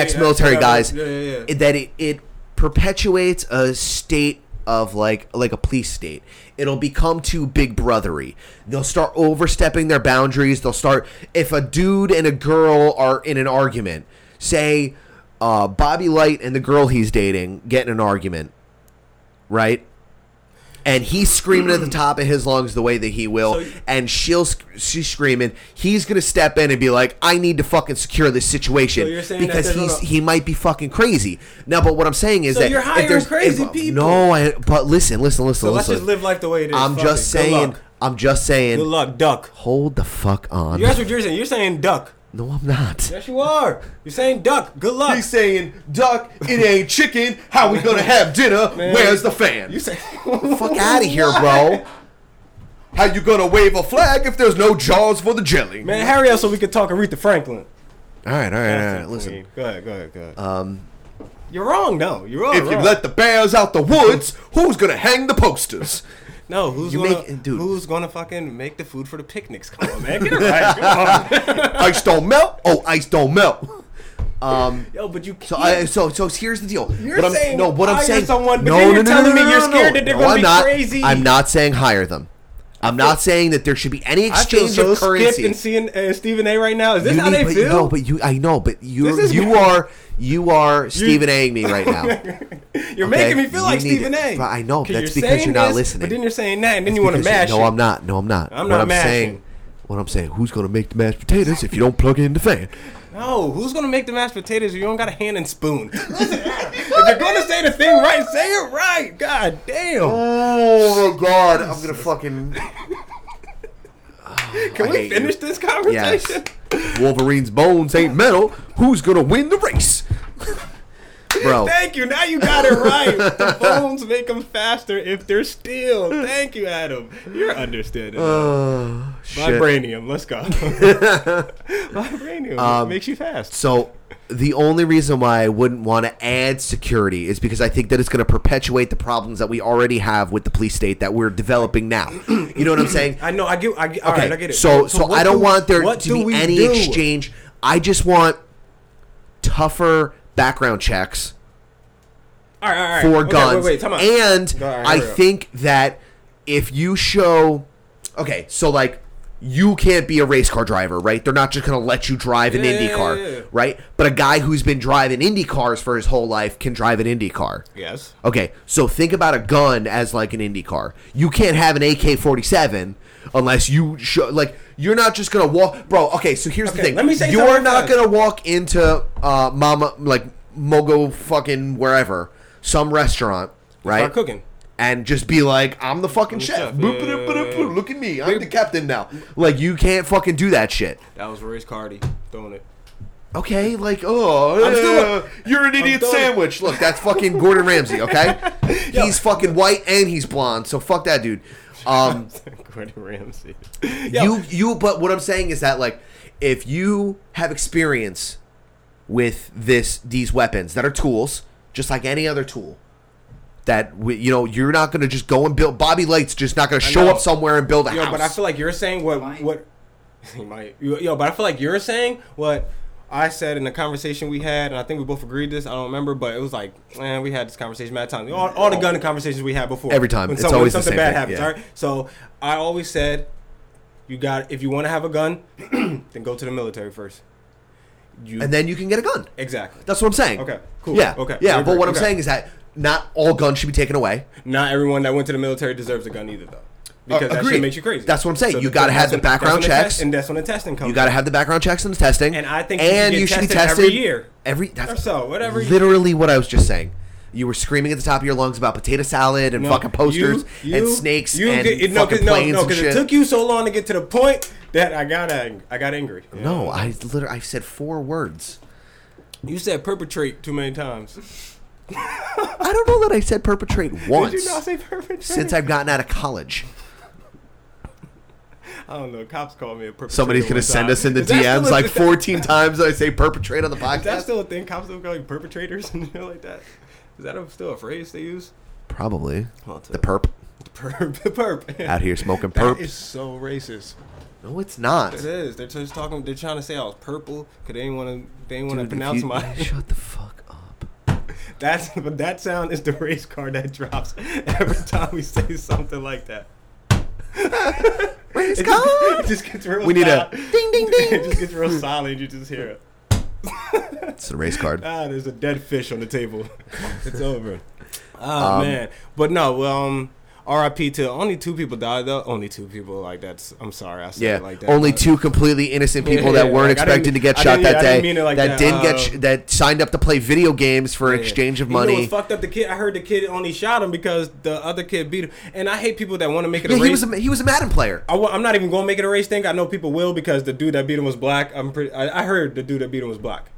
Speaker 1: ex-whatever.
Speaker 2: ex-military guys
Speaker 1: Yeah, yeah, yeah.
Speaker 2: it- that it, it perpetuates a state of like like a police state it'll become too big brothery they'll start overstepping their boundaries they'll start if a dude and a girl are in an argument say uh, bobby light and the girl he's dating get in an argument right and he's screaming at the top of his lungs the way that he will, and she'll sc- she's screaming. He's gonna step in and be like, "I need to fucking secure this situation
Speaker 1: So you're saying that
Speaker 2: because
Speaker 1: there's
Speaker 2: he's
Speaker 1: no-
Speaker 2: he might be fucking crazy." Now, but what I'm saying is
Speaker 1: So
Speaker 2: that
Speaker 1: you're
Speaker 2: if
Speaker 1: hiring
Speaker 2: there's-
Speaker 1: crazy
Speaker 2: if-
Speaker 1: people.
Speaker 2: No, I, but listen, listen, listen,
Speaker 1: So let's
Speaker 2: listen.
Speaker 1: just live life the way it is.
Speaker 2: I'm
Speaker 1: Fuck
Speaker 2: just
Speaker 1: it. Good
Speaker 2: saying.
Speaker 1: luck.
Speaker 2: I'm just saying.
Speaker 1: Good luck, duck.
Speaker 2: Hold the fuck on.
Speaker 1: You guys are you're saying. You're saying duck.
Speaker 2: no, I'm not.
Speaker 1: Yes, you are. You're saying duck. Good luck.
Speaker 2: saying, "Duck, it ain't chicken. How we gonna have dinner?
Speaker 1: Man.
Speaker 2: fan?"
Speaker 1: you say.
Speaker 2: fuck out of here, bro. How you gonna wave a flag if there's no jaws for the jelly?
Speaker 1: Man, hurry up so we can talk Aretha Franklin.
Speaker 2: All right, all right, all right. Listen,
Speaker 1: Go ahead, go ahead, go ahead. Um, you're wrong. No, you're wrong. wrong.
Speaker 2: the bears out the woods, who's gonna hang the posters?
Speaker 1: no, who's
Speaker 2: you
Speaker 1: gonna
Speaker 2: make- dude.
Speaker 1: who's gonna fucking make the food for the picnics? Come on, man, get it right. Come on.
Speaker 2: ice don't melt. Oh, ice don't melt.
Speaker 1: Yo, but you can't.
Speaker 2: So, I, so, so here's the deal.
Speaker 1: You're
Speaker 2: What I'm-
Speaker 1: saying
Speaker 2: no, what I'm
Speaker 1: hire
Speaker 2: saying.
Speaker 1: someone, but then you're telling me you're scared that they're gonna
Speaker 2: I'm
Speaker 1: be
Speaker 2: not,
Speaker 1: crazy.
Speaker 2: I'm not saying hire them. I'm not saying that there should be any
Speaker 1: I feel
Speaker 2: exchange
Speaker 1: so
Speaker 2: of currency.
Speaker 1: skipped and seeing uh, Stephen A. right now. Is this
Speaker 2: You
Speaker 1: how
Speaker 2: need-
Speaker 1: they
Speaker 2: but,
Speaker 1: feel?
Speaker 2: No, but you. I know, but you.
Speaker 1: This is-
Speaker 2: You are. You are Stephen A. me right now.
Speaker 1: you're
Speaker 2: okay,
Speaker 1: making me feel
Speaker 2: you
Speaker 1: like
Speaker 2: need-
Speaker 1: Stephen A.
Speaker 2: but I know,
Speaker 1: Okay,
Speaker 2: that's because
Speaker 1: saying
Speaker 2: you're not
Speaker 1: this,
Speaker 2: listening.
Speaker 1: But then you're saying that, and then you want to
Speaker 2: Because-
Speaker 1: mash.
Speaker 2: No,
Speaker 1: it.
Speaker 2: I'm not. No, I'm not.
Speaker 1: I'm
Speaker 2: what
Speaker 1: not
Speaker 2: I'm
Speaker 1: mashing.
Speaker 2: saying. What I'm saying. Who's gonna make the mashed potatoes if you don't plug in the fan?
Speaker 1: No, who's gonna make the mashed potatoes if you don't got a hand and spoon? Listen, if you're gonna say the thing right, say it right. God damn.
Speaker 2: Oh my god! I'm gonna fucking.
Speaker 1: Can we
Speaker 2: I hate
Speaker 1: finish
Speaker 2: you.
Speaker 1: this
Speaker 2: Yes.
Speaker 1: conversation?
Speaker 2: Wolverine's bones ain't metal. Who's gonna win the race? Bro,
Speaker 1: Thank you. Now you got it right. the bones make them faster if they're steel. Thank you, Adam. You're understanding.
Speaker 2: Oh, shit.
Speaker 1: Vibranium. Let's go. Vibranium
Speaker 2: Um,
Speaker 1: makes you fast.
Speaker 2: So the only reason why I wouldn't want to add security is because I think that it's going to perpetuate the problems that we already have with the police state that we're developing now. You know what I'm saying?
Speaker 1: I know. I get. I get. All right, I get it.
Speaker 2: So so,
Speaker 1: what
Speaker 2: I don't
Speaker 1: do-
Speaker 2: want there
Speaker 1: what do
Speaker 2: to be
Speaker 1: we
Speaker 2: any
Speaker 1: do?
Speaker 2: exchange. I just want tougher background checks
Speaker 1: All right, all right.
Speaker 2: for
Speaker 1: Okay,
Speaker 2: guns.
Speaker 1: Wait, wait, time out.
Speaker 2: And
Speaker 1: All right,
Speaker 2: I
Speaker 1: hurry up.
Speaker 2: think that if you show, okay, so like you can't be a race car driver, right? They're not just gonna let you drive an
Speaker 1: Yeah,
Speaker 2: Indy
Speaker 1: yeah,
Speaker 2: car,
Speaker 1: yeah, yeah.
Speaker 2: right? But a guy who's been driving Indy cars for his whole life can drive an Indy car.
Speaker 1: Yes.
Speaker 2: Okay, so think about a gun as like an Indy car. You can't have an AK forty seven. unless you show like you're not just gonna walk, bro. Okay, so here's the
Speaker 1: Okay,
Speaker 2: thing:
Speaker 1: let me say
Speaker 2: you're
Speaker 1: something
Speaker 2: not
Speaker 1: first.
Speaker 2: gonna walk into uh, Mama like Mogo fucking wherever some restaurant, right?
Speaker 1: Start cooking.
Speaker 2: and just be like, I'm the fucking chef.
Speaker 1: chef. Yeah,
Speaker 2: Boop, boop,
Speaker 1: yeah,
Speaker 2: boop,
Speaker 1: yeah.
Speaker 2: boop. Look at me. I'm the captain now. Like, you can't fucking do that shit.
Speaker 1: That was Rich Cardi throwing it.
Speaker 2: Okay? Like, oh,
Speaker 1: I'm still-
Speaker 2: uh, you're an idiot
Speaker 1: done.
Speaker 2: sandwich. Look, that's fucking Gordon Ramsay, okay? he's fucking white and he's blonde, so fuck that dude. Um,
Speaker 1: Gordon Ramsay.
Speaker 2: you, you, but what I'm saying is that, like, if you have experience with this, these weapons that are tools, just like any other tool, that we, you know, you're not gonna just go and build. Bobby Light's just not gonna show
Speaker 1: know.
Speaker 2: up somewhere and build a
Speaker 1: Yo,
Speaker 2: house.
Speaker 1: but I feel like you're saying what what he might. Yo, yo, but I feel like you're saying what I said in the conversation we had, and I think we both agreed this. I don't remember, but it was like, man, we had this conversation mad times. All, all the gun conversations we had before.
Speaker 2: Every time.
Speaker 1: when,
Speaker 2: It's
Speaker 1: some- when
Speaker 2: always the
Speaker 1: something
Speaker 2: same
Speaker 1: bad
Speaker 2: thing,
Speaker 1: happens.
Speaker 2: yeah.
Speaker 1: All right, so I always said, you got if you want to have a gun, then go to the military first. You
Speaker 2: and then you can get a gun.
Speaker 1: exactly.
Speaker 2: That's what I'm saying.
Speaker 1: Okay, cool,
Speaker 2: Yeah.
Speaker 1: okay,
Speaker 2: Yeah.
Speaker 1: we
Speaker 2: But what
Speaker 1: agree,
Speaker 2: I'm
Speaker 1: okay.
Speaker 2: saying is that not all guns should be taken away.
Speaker 1: Not everyone that went to the military deserves a gun either, though. Because that
Speaker 2: agreed.
Speaker 1: shit makes you crazy.
Speaker 2: That's what I'm saying. You
Speaker 1: th-
Speaker 2: gotta
Speaker 1: that's
Speaker 2: have the
Speaker 1: when- that's
Speaker 2: background
Speaker 1: when the test-
Speaker 2: checks.
Speaker 1: and that's when the testing comes.
Speaker 2: You got to have the background checks and the testing.
Speaker 1: And I think you should get tested every year.
Speaker 2: Every that's
Speaker 1: Or so, whatever you-
Speaker 2: Literally what I was just saying. You were screaming at the top of your lungs about potato salad and
Speaker 1: No,
Speaker 2: fucking posters
Speaker 1: you-
Speaker 2: and
Speaker 1: you-
Speaker 2: snakes
Speaker 1: you
Speaker 2: and
Speaker 1: get- no, 'cause-
Speaker 2: fucking
Speaker 1: no,
Speaker 2: planes
Speaker 1: no,
Speaker 2: and
Speaker 1: 'cause
Speaker 2: shit.
Speaker 1: it took you so long to get to the point that I got ang- I got angry. Yeah.
Speaker 2: no, I literally I said four words.
Speaker 1: you said perpetrate too many times.
Speaker 2: I don't know that I said perpetrate once
Speaker 1: Did you not say perpetrate?
Speaker 2: since I've gotten out of college.
Speaker 1: I don't know. Cops called me a perpetrator.
Speaker 2: Somebody's
Speaker 1: one
Speaker 2: gonna send
Speaker 1: time.
Speaker 2: us in the
Speaker 1: Is that still
Speaker 2: DMs
Speaker 1: a-
Speaker 2: like 14 times I say perpetrate on the
Speaker 1: Is that
Speaker 2: podcast.
Speaker 1: still a thing? Cops don't call you perpetrators and shit like that. Is that a, still a phrase they use?
Speaker 2: Probably
Speaker 1: Well, it's
Speaker 2: the
Speaker 1: a-
Speaker 2: perp
Speaker 1: Perp, perp.
Speaker 2: out here smoking
Speaker 1: That
Speaker 2: perp.
Speaker 1: is so racist.
Speaker 2: No, it's not.
Speaker 1: It is. They're just talking. They're trying to say I was purple because they didn't want to. They didn't want to
Speaker 2: Dude, if
Speaker 1: pronounce
Speaker 2: you-
Speaker 1: my.
Speaker 2: Shut the fuck up.
Speaker 1: That's but that sound is the race car that drops every time we say something like that.
Speaker 2: Race
Speaker 1: It just, it just gets real.
Speaker 2: We need a
Speaker 1: silent.
Speaker 2: ding ding
Speaker 1: It
Speaker 2: ding.
Speaker 1: just gets real silent. You just hear it.
Speaker 2: It's a race card.
Speaker 1: Ah, there's a dead fish on the table. it's over.
Speaker 2: Um,
Speaker 1: Ah man, but no. well, Um, R.I.P. to only two people died though. Only two people. Like that's. I'm sorry. I said
Speaker 2: Yeah,
Speaker 1: it like that.
Speaker 2: only
Speaker 1: but-
Speaker 2: two completely innocent people
Speaker 1: yeah,
Speaker 2: that weren't
Speaker 1: like, I
Speaker 2: expecting
Speaker 1: didn't-
Speaker 2: to get
Speaker 1: I
Speaker 2: shot
Speaker 1: didn't-
Speaker 2: that
Speaker 1: yeah, I
Speaker 2: day.
Speaker 1: didn't mean it like
Speaker 2: that,
Speaker 1: that.
Speaker 2: didn't get
Speaker 1: Uh,
Speaker 2: sh- that signed up to play video games for exchange of
Speaker 1: You know
Speaker 2: money.
Speaker 1: what's fucked up the kid. I heard the kid only shot him because the other kid beat him. And I hate people that want to make it
Speaker 2: yeah,
Speaker 1: a
Speaker 2: he
Speaker 1: race.
Speaker 2: was a, he was a Madden player.
Speaker 1: I w- I'm not even going to make it a race thing. I know people will because the dude that beat him was black. I'm pretty. I, I heard the dude that beat him was black,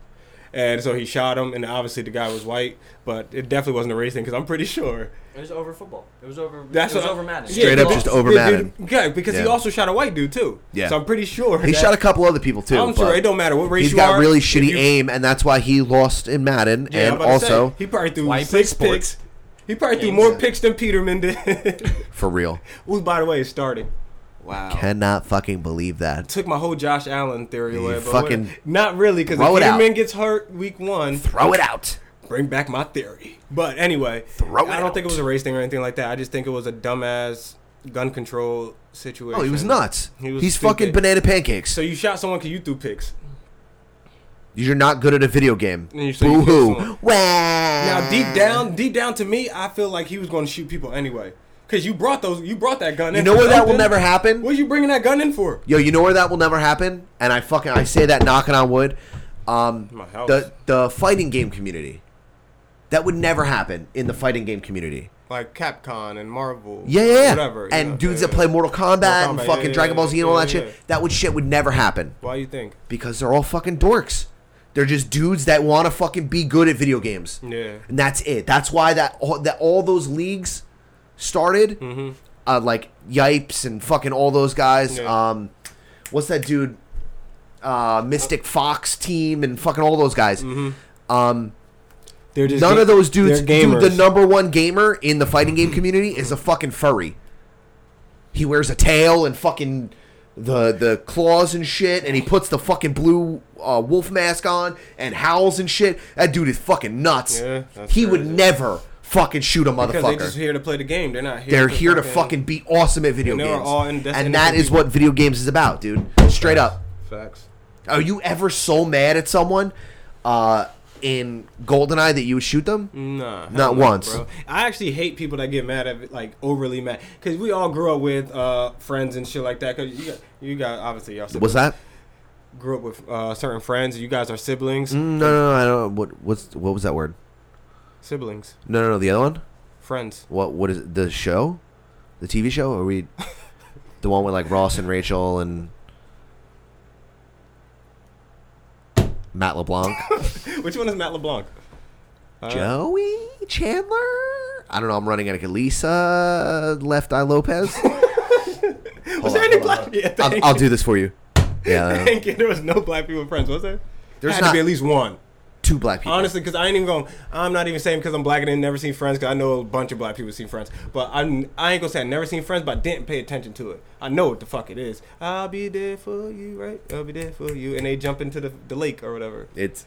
Speaker 1: and so he shot him. And obviously the guy was white, but it definitely wasn't a race thing because I'm pretty sure
Speaker 11: It was over football. It was over.
Speaker 1: that's
Speaker 11: it was
Speaker 1: what-
Speaker 11: over Madden.
Speaker 1: Yeah,
Speaker 2: Straight up
Speaker 1: but-
Speaker 2: just over
Speaker 1: yeah, dude,
Speaker 2: Madden.
Speaker 1: Yeah, because he
Speaker 2: Yeah.
Speaker 1: also shot a white dude too.
Speaker 2: Yeah.
Speaker 1: so I'm pretty sure
Speaker 2: He
Speaker 1: that-
Speaker 2: shot a couple other people too.
Speaker 1: I'm sure
Speaker 2: but
Speaker 1: it don't matter what race
Speaker 2: He's
Speaker 1: you
Speaker 2: got
Speaker 1: are,
Speaker 2: really
Speaker 1: if
Speaker 2: shitty
Speaker 1: you-
Speaker 2: aim, and that's why he lost in Madden.
Speaker 1: Yeah, I'm
Speaker 2: and
Speaker 1: about to say,
Speaker 2: also
Speaker 1: he probably threw
Speaker 3: Why he plays
Speaker 1: six
Speaker 3: sports.
Speaker 1: picks. He probably threw more picks than Peterman did.
Speaker 2: for real,
Speaker 1: Who, by the way, is starting. Wow.
Speaker 2: cannot fucking believe that.
Speaker 1: took my whole Josh Allen theory away. But
Speaker 2: fucking-
Speaker 1: whatever. not really because if
Speaker 2: Throw it out.
Speaker 1: Peterman gets hurt week one,
Speaker 2: Throw it out.
Speaker 1: bring back my theory. But anyway,
Speaker 2: Throw it
Speaker 1: I don't think
Speaker 2: out.
Speaker 1: it was a race thing or anything like that. I just think it was a dumbass gun control situation.
Speaker 2: Oh, he was nuts.
Speaker 1: He was
Speaker 2: He's
Speaker 1: stupid.
Speaker 2: fucking banana pancakes.
Speaker 1: So you shot someone because you threw picks.
Speaker 2: You're not good at a video game.
Speaker 1: And you say
Speaker 2: Boo
Speaker 1: you
Speaker 2: hoo.
Speaker 1: pick someone.
Speaker 2: Wow.
Speaker 1: Now deep down, deep down to me, I feel like he was going to shoot people anyway. Cause you brought those, you brought that gun.
Speaker 2: You
Speaker 1: in
Speaker 2: know
Speaker 1: for
Speaker 2: where that will
Speaker 1: something.
Speaker 2: never happen?
Speaker 1: What are you bringing that gun in for?
Speaker 2: Yo, you know where that will never happen? And I fucking I say that knocking on wood. Um
Speaker 1: My house.
Speaker 2: the the fighting game community. That would never happen in the fighting game community.
Speaker 1: Like Capcom and Marvel.
Speaker 2: Yeah, yeah, yeah.
Speaker 1: Whatever.
Speaker 2: and
Speaker 1: yeah,
Speaker 2: dudes
Speaker 1: yeah,
Speaker 2: that play Mortal Kombat,
Speaker 1: Mortal
Speaker 2: and
Speaker 1: Kombat,
Speaker 2: fucking
Speaker 1: yeah,
Speaker 2: Dragon Ball Z and
Speaker 1: yeah,
Speaker 2: all that
Speaker 1: yeah,
Speaker 2: shit.
Speaker 1: yeah.
Speaker 2: That would shit would never happen
Speaker 1: Why you think?
Speaker 2: because they're all fucking dorks. They're just dudes that want to fucking be good at video games.
Speaker 1: Yeah.
Speaker 2: and that's it. That's why that all, that all those leagues started. Uh, like Yipes and fucking all those guys.
Speaker 1: Yeah.
Speaker 2: Um, what's that dude? Uh, Mystic Fox team and fucking all those guys. Um,
Speaker 1: They're just
Speaker 2: none
Speaker 1: ga-
Speaker 2: of those dudes.
Speaker 1: they're
Speaker 2: Dude, the
Speaker 1: gamers.
Speaker 2: number one gamer in the fighting game community is a fucking furry. He wears a tail and fucking the the claws and shit, and he puts the fucking blue uh, wolf mask on and howls and shit. That dude is fucking nuts.
Speaker 1: Yeah, that's
Speaker 2: he would
Speaker 1: crazy.
Speaker 2: never fucking shoot a
Speaker 1: Because
Speaker 2: motherfucker.
Speaker 1: they just here to play the game. They're not here.
Speaker 2: They're here to fucking be awesome at video
Speaker 1: And they're
Speaker 2: games,
Speaker 1: all in- that's
Speaker 2: and
Speaker 1: innocent
Speaker 2: that is
Speaker 1: people.
Speaker 2: what video games is about, dude. Straight up.
Speaker 1: facts.
Speaker 2: Are you ever so mad at someone uh, in Goldeneye that you would shoot them?
Speaker 1: Nah, hell
Speaker 2: Not
Speaker 1: no,
Speaker 2: once.
Speaker 1: Bro. I actually hate people that get mad at like overly mad because we all grew up with uh, friends and shit like that. Because you got, you got obviously y'all siblings,
Speaker 2: What's that?
Speaker 1: grew up with uh, certain friends. You guys are siblings,
Speaker 2: Mm, No, no, no. I don't. What? What's? What was that word?
Speaker 1: siblings,
Speaker 2: No, no, no. The other one.
Speaker 1: friends.
Speaker 2: What? What is it? the show? The TV show? Are we? the one with like Ross and Rachel and Matt LeBlanc,
Speaker 1: Which one is Matt LeBlanc?
Speaker 2: Oh,
Speaker 1: Uh.
Speaker 2: Joey Chandler. I don't know. I'm running out of Lisa Left Eye Lopez.
Speaker 1: Was
Speaker 2: Hold
Speaker 1: there
Speaker 2: on,
Speaker 1: any
Speaker 2: hold on.
Speaker 1: black? Yeah,
Speaker 2: I'll,
Speaker 1: thank
Speaker 2: I'll
Speaker 1: you.
Speaker 2: do this for you. Yeah, uh,
Speaker 1: Thank you. There was no black people friends, was there? There
Speaker 2: There's
Speaker 1: had to be
Speaker 2: not-
Speaker 1: at least one.
Speaker 2: two black people.
Speaker 1: Honestly, because I ain't even going. I'm not even saying because I'm black and didn't never seen Friends. Because I know a bunch of black people seen Friends, but I'm, I ain't gonna say I never seen Friends, but I didn't pay attention to it. I know what the fuck it is. I'll be there for you, right? I'll be there for you, and they jump into the, the lake or whatever.
Speaker 2: it's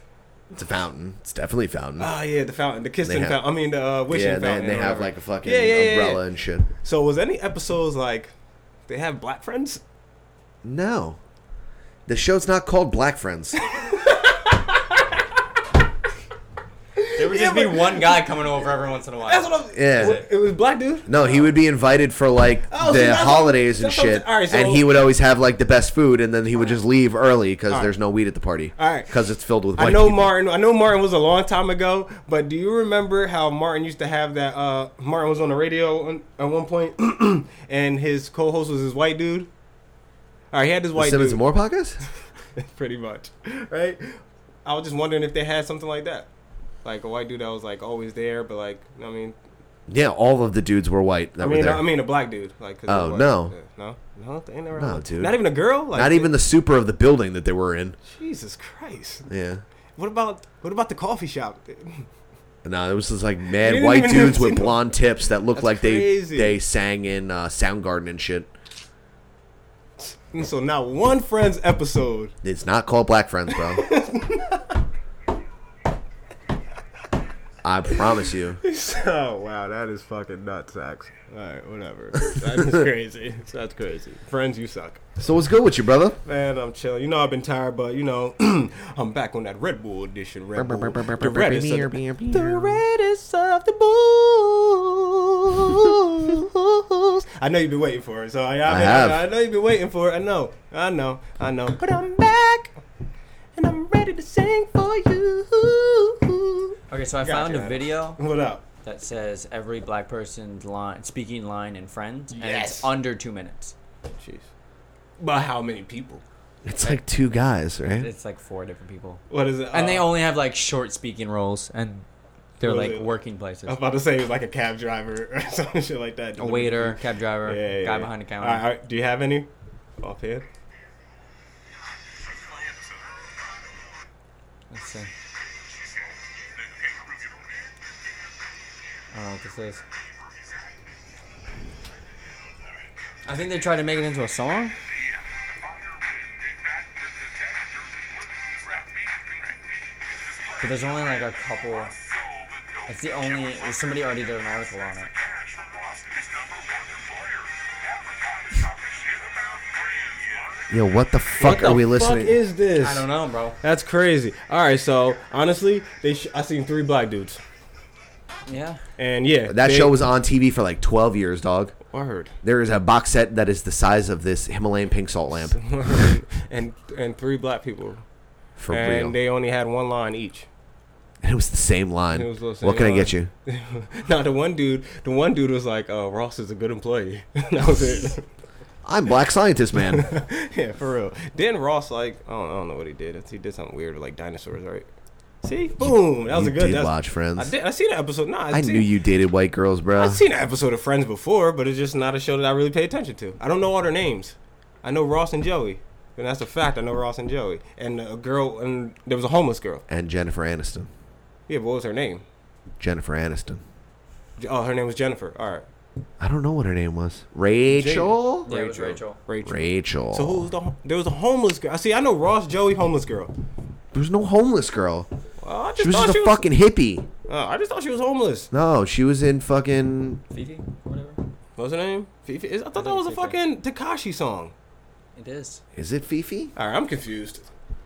Speaker 2: it's a fountain. It's definitely a fountain.
Speaker 1: Ah, yeah, the fountain, the kissing
Speaker 2: have-
Speaker 1: fountain. I mean, the uh, wishing
Speaker 2: yeah, they,
Speaker 1: fountain.
Speaker 2: they
Speaker 1: or whatever.
Speaker 2: have like a fucking
Speaker 1: Yeah, yeah, yeah,
Speaker 2: umbrella
Speaker 1: yeah.
Speaker 2: and shit.
Speaker 1: So was any episodes like they have black friends?
Speaker 2: No, the show's not called Black Friends.
Speaker 3: There would just be one guy coming over every once in a while.
Speaker 1: That's what I'm.
Speaker 2: Yeah.
Speaker 1: It, was black dude.
Speaker 2: No, he would be invited for like
Speaker 1: Oh, so
Speaker 2: the
Speaker 1: that's what-
Speaker 2: holidays and
Speaker 1: that's what I'm-
Speaker 2: shit,
Speaker 1: all right, so-
Speaker 2: and he would always have like the best food, and then he would just leave early because
Speaker 1: right.
Speaker 2: there's no weed at the party.
Speaker 1: All right.
Speaker 2: because it's filled with. White
Speaker 1: I know
Speaker 2: people.
Speaker 1: Martin. I know Martin was a long time ago, but do you remember how Martin used to have that? Uh, Martin was on the radio on, at one point, and his co-host was his white dude. All right, he had this
Speaker 2: The
Speaker 1: white
Speaker 2: Simmons
Speaker 1: dude,
Speaker 2: and More pockets.
Speaker 1: pretty much, right? I was just wondering if they had something like that, like a white dude that was like always there, but like I mean,
Speaker 2: Yeah, all of the dudes were white that
Speaker 1: I
Speaker 2: were
Speaker 1: mean,
Speaker 2: there.
Speaker 1: I mean a black dude, like 'cause
Speaker 2: Oh,
Speaker 1: they're white.
Speaker 2: no.
Speaker 1: Yeah. no, no, they ain't never
Speaker 2: No,
Speaker 1: had one.
Speaker 2: dude.
Speaker 1: not even a girl, like,
Speaker 2: not even the super of the building that they were in.
Speaker 1: Jesus Christ.
Speaker 2: Yeah.
Speaker 1: What about what about the coffee shop?
Speaker 2: No, it was just like
Speaker 1: You
Speaker 2: mad
Speaker 1: didn't
Speaker 2: white
Speaker 1: even have
Speaker 2: dudes with
Speaker 1: seen them.
Speaker 2: blonde tips that looked
Speaker 1: That's
Speaker 2: like
Speaker 1: crazy.
Speaker 2: they they sang in uh, Soundgarden and shit.
Speaker 1: And so not one Friends episode.
Speaker 2: It's not called Black Friends, bro. I promise you.
Speaker 1: Oh wow, that is fucking nut sacks. All right, whatever. That is crazy. That's crazy. Friends, you suck.
Speaker 2: So what's good with you, brother?
Speaker 1: Man, I'm chilling. You know I've been tired, but you know I'm back on that Red Bull edition. Red Bull. The reddest of the, the reddest of the bulls. I know you've been waiting for it, so I, I,
Speaker 2: I have.
Speaker 1: I know you've been waiting for it. I know. I know. I know. But I'm back, and I'm ready to sing for you.
Speaker 11: Okay, so I
Speaker 1: Gotcha.
Speaker 11: found a video
Speaker 1: What up?
Speaker 11: that says every black person's line, speaking line in Friends, and
Speaker 1: Yes.
Speaker 11: it's under two minutes.
Speaker 1: Jeez. But how many people?
Speaker 2: It's like two guys, right?
Speaker 11: It's like four different people,
Speaker 1: What is it?
Speaker 11: and they
Speaker 1: Uh,
Speaker 11: only have like short speaking roles, and they're
Speaker 1: Really?
Speaker 11: like working places.
Speaker 1: I was about to say it was like a cab driver or some shit like that.
Speaker 11: A waiter, cab driver,
Speaker 1: Yeah, yeah,
Speaker 11: guy
Speaker 1: yeah.
Speaker 11: behind the counter.
Speaker 1: All right, all right. Do you have any offhand?
Speaker 11: Let's see. I don't know what this is. I think they tried to make it into a song. But there's only like a couple. It's the only. Somebody already did an article on it.
Speaker 2: Yo, what the fuck are we listening?
Speaker 1: Fuck is this?
Speaker 11: I don't know, bro.
Speaker 1: That's crazy. All right, so honestly, they sh- I seen three black dudes,
Speaker 11: Yeah.
Speaker 1: and yeah,
Speaker 2: that
Speaker 1: they-
Speaker 2: show was on TV for like 12 years, dog.
Speaker 1: word.
Speaker 2: There is a box set that is the size of this Himalayan pink salt lamp.
Speaker 1: and and three black people,
Speaker 2: For
Speaker 1: and
Speaker 2: real.
Speaker 1: they only had one line each.
Speaker 2: and it was the same line.
Speaker 1: It was the same
Speaker 2: what can I get
Speaker 1: line.
Speaker 2: you?
Speaker 1: now the one dude, the one dude was like, uh, "Ross is a good employee." that was it.
Speaker 2: I'm black scientist, man.
Speaker 1: yeah, for real. Then Ross like I don't, I don't know what he did. It's- He did something weird with like dinosaurs, right? See, boom, that was
Speaker 2: you
Speaker 1: a good.
Speaker 2: did
Speaker 1: that's-
Speaker 2: watch Friends.
Speaker 1: I did. I seen that episode. Nah, I,
Speaker 2: I
Speaker 1: seen,
Speaker 2: knew you dated white girls, bro.
Speaker 1: I seen an episode of Friends before, but it's just not a show that I really pay attention to. I don't know all their names. I know Ross and Joey, and that's a fact. I know Ross and Joey, and a girl, and there was a homeless girl.
Speaker 2: And Jennifer Aniston.
Speaker 1: Yeah, but what was her name?
Speaker 2: Jennifer Aniston.
Speaker 1: J- Oh, her name was Jennifer. All right,
Speaker 2: I don't know what her name was. Rachel.
Speaker 11: Yeah, it was Rachel.
Speaker 1: Rachel.
Speaker 2: Rachel.
Speaker 1: So who was the? ho- There was a homeless girl. I see. I know Ross, Joey, homeless girl.
Speaker 2: There was no homeless girl.
Speaker 1: Oh, I just
Speaker 2: She was
Speaker 1: thought
Speaker 2: just a
Speaker 1: she was,
Speaker 2: fucking hippie.
Speaker 1: Oh, I just thought she was homeless.
Speaker 2: No, she was in fucking
Speaker 11: Fifi, whatever.
Speaker 1: What's her name? Fifi? Is- I thought that was a
Speaker 11: Fifi.
Speaker 1: fucking Takashi song.
Speaker 11: It is.
Speaker 2: Is it Fifi?
Speaker 1: All right, I'm confused.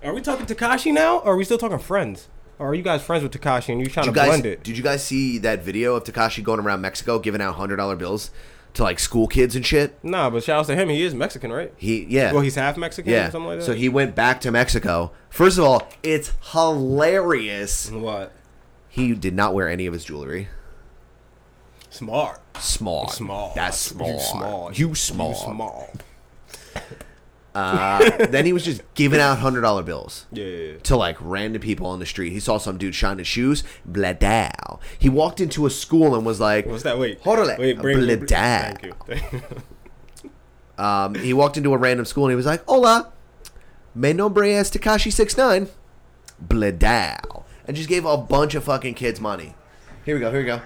Speaker 1: Are we talking Takashi now, or are we still talking Friends? Or are you guys friends with Takashi and you trying
Speaker 2: Did
Speaker 1: to
Speaker 2: you guys,
Speaker 1: blend it?
Speaker 2: did you guys see that video of Takashi going around Mexico giving out hundred dollar bills to like school kids and shit?
Speaker 1: Nah, but shout out to him. He is Mexican, right?
Speaker 2: He yeah.
Speaker 1: Well, he's half Mexican
Speaker 2: yeah.
Speaker 1: or something like that.
Speaker 2: So he went back to Mexico. First of all, it's hilarious.
Speaker 1: what?
Speaker 2: He did not wear any of his jewelry.
Speaker 1: Smart.
Speaker 2: Small.
Speaker 1: Small.
Speaker 2: That's small.
Speaker 1: You small.
Speaker 2: You small.
Speaker 1: You small.
Speaker 2: then he was just giving out hundred dollar bills.
Speaker 1: Yeah.
Speaker 2: to like random people on the street. He saw some dude shine his shoes, bladow. He walked into a school and was like,
Speaker 1: What's that? Wait.
Speaker 2: Horale,
Speaker 1: Wait, bring
Speaker 2: bladow.
Speaker 1: Thank you. Thank you.
Speaker 2: Um, he walked into a random school and he was like, hola, me nombre es Takashi69, bladow. And just gave a bunch of fucking kids money. Here we go, here we go.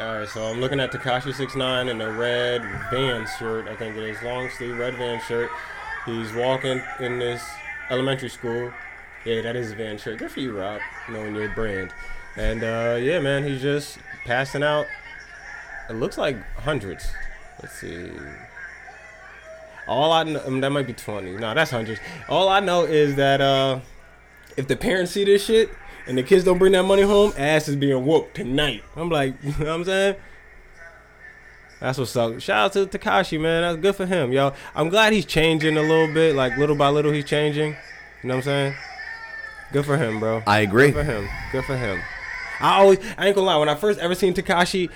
Speaker 1: All right, so I'm looking at Takashi 69 in a red van shirt. I think it is long sleeve red van shirt. He's walking in this elementary school. Yeah, that is a van shirt. Good for you, Rob, knowing your brand. And uh, yeah, man, he's just passing out. It looks like hundreds. Let's see. All I know, that might be 20. No, that's hundreds. All I know is that uh, if the parents see this shit and the kids don't bring that money home, ass is being whooped tonight. I'm like, you know what I'm saying? That's what's up. Shout out to Takashi, man. That's good for him, yo. I'm glad he's changing a little bit. Like, little by little, he's changing. You know what I'm saying? Good for him, bro.
Speaker 2: I agree.
Speaker 1: Good for him. Good for him. I always, I ain't gonna lie, when I first ever seen Takashi,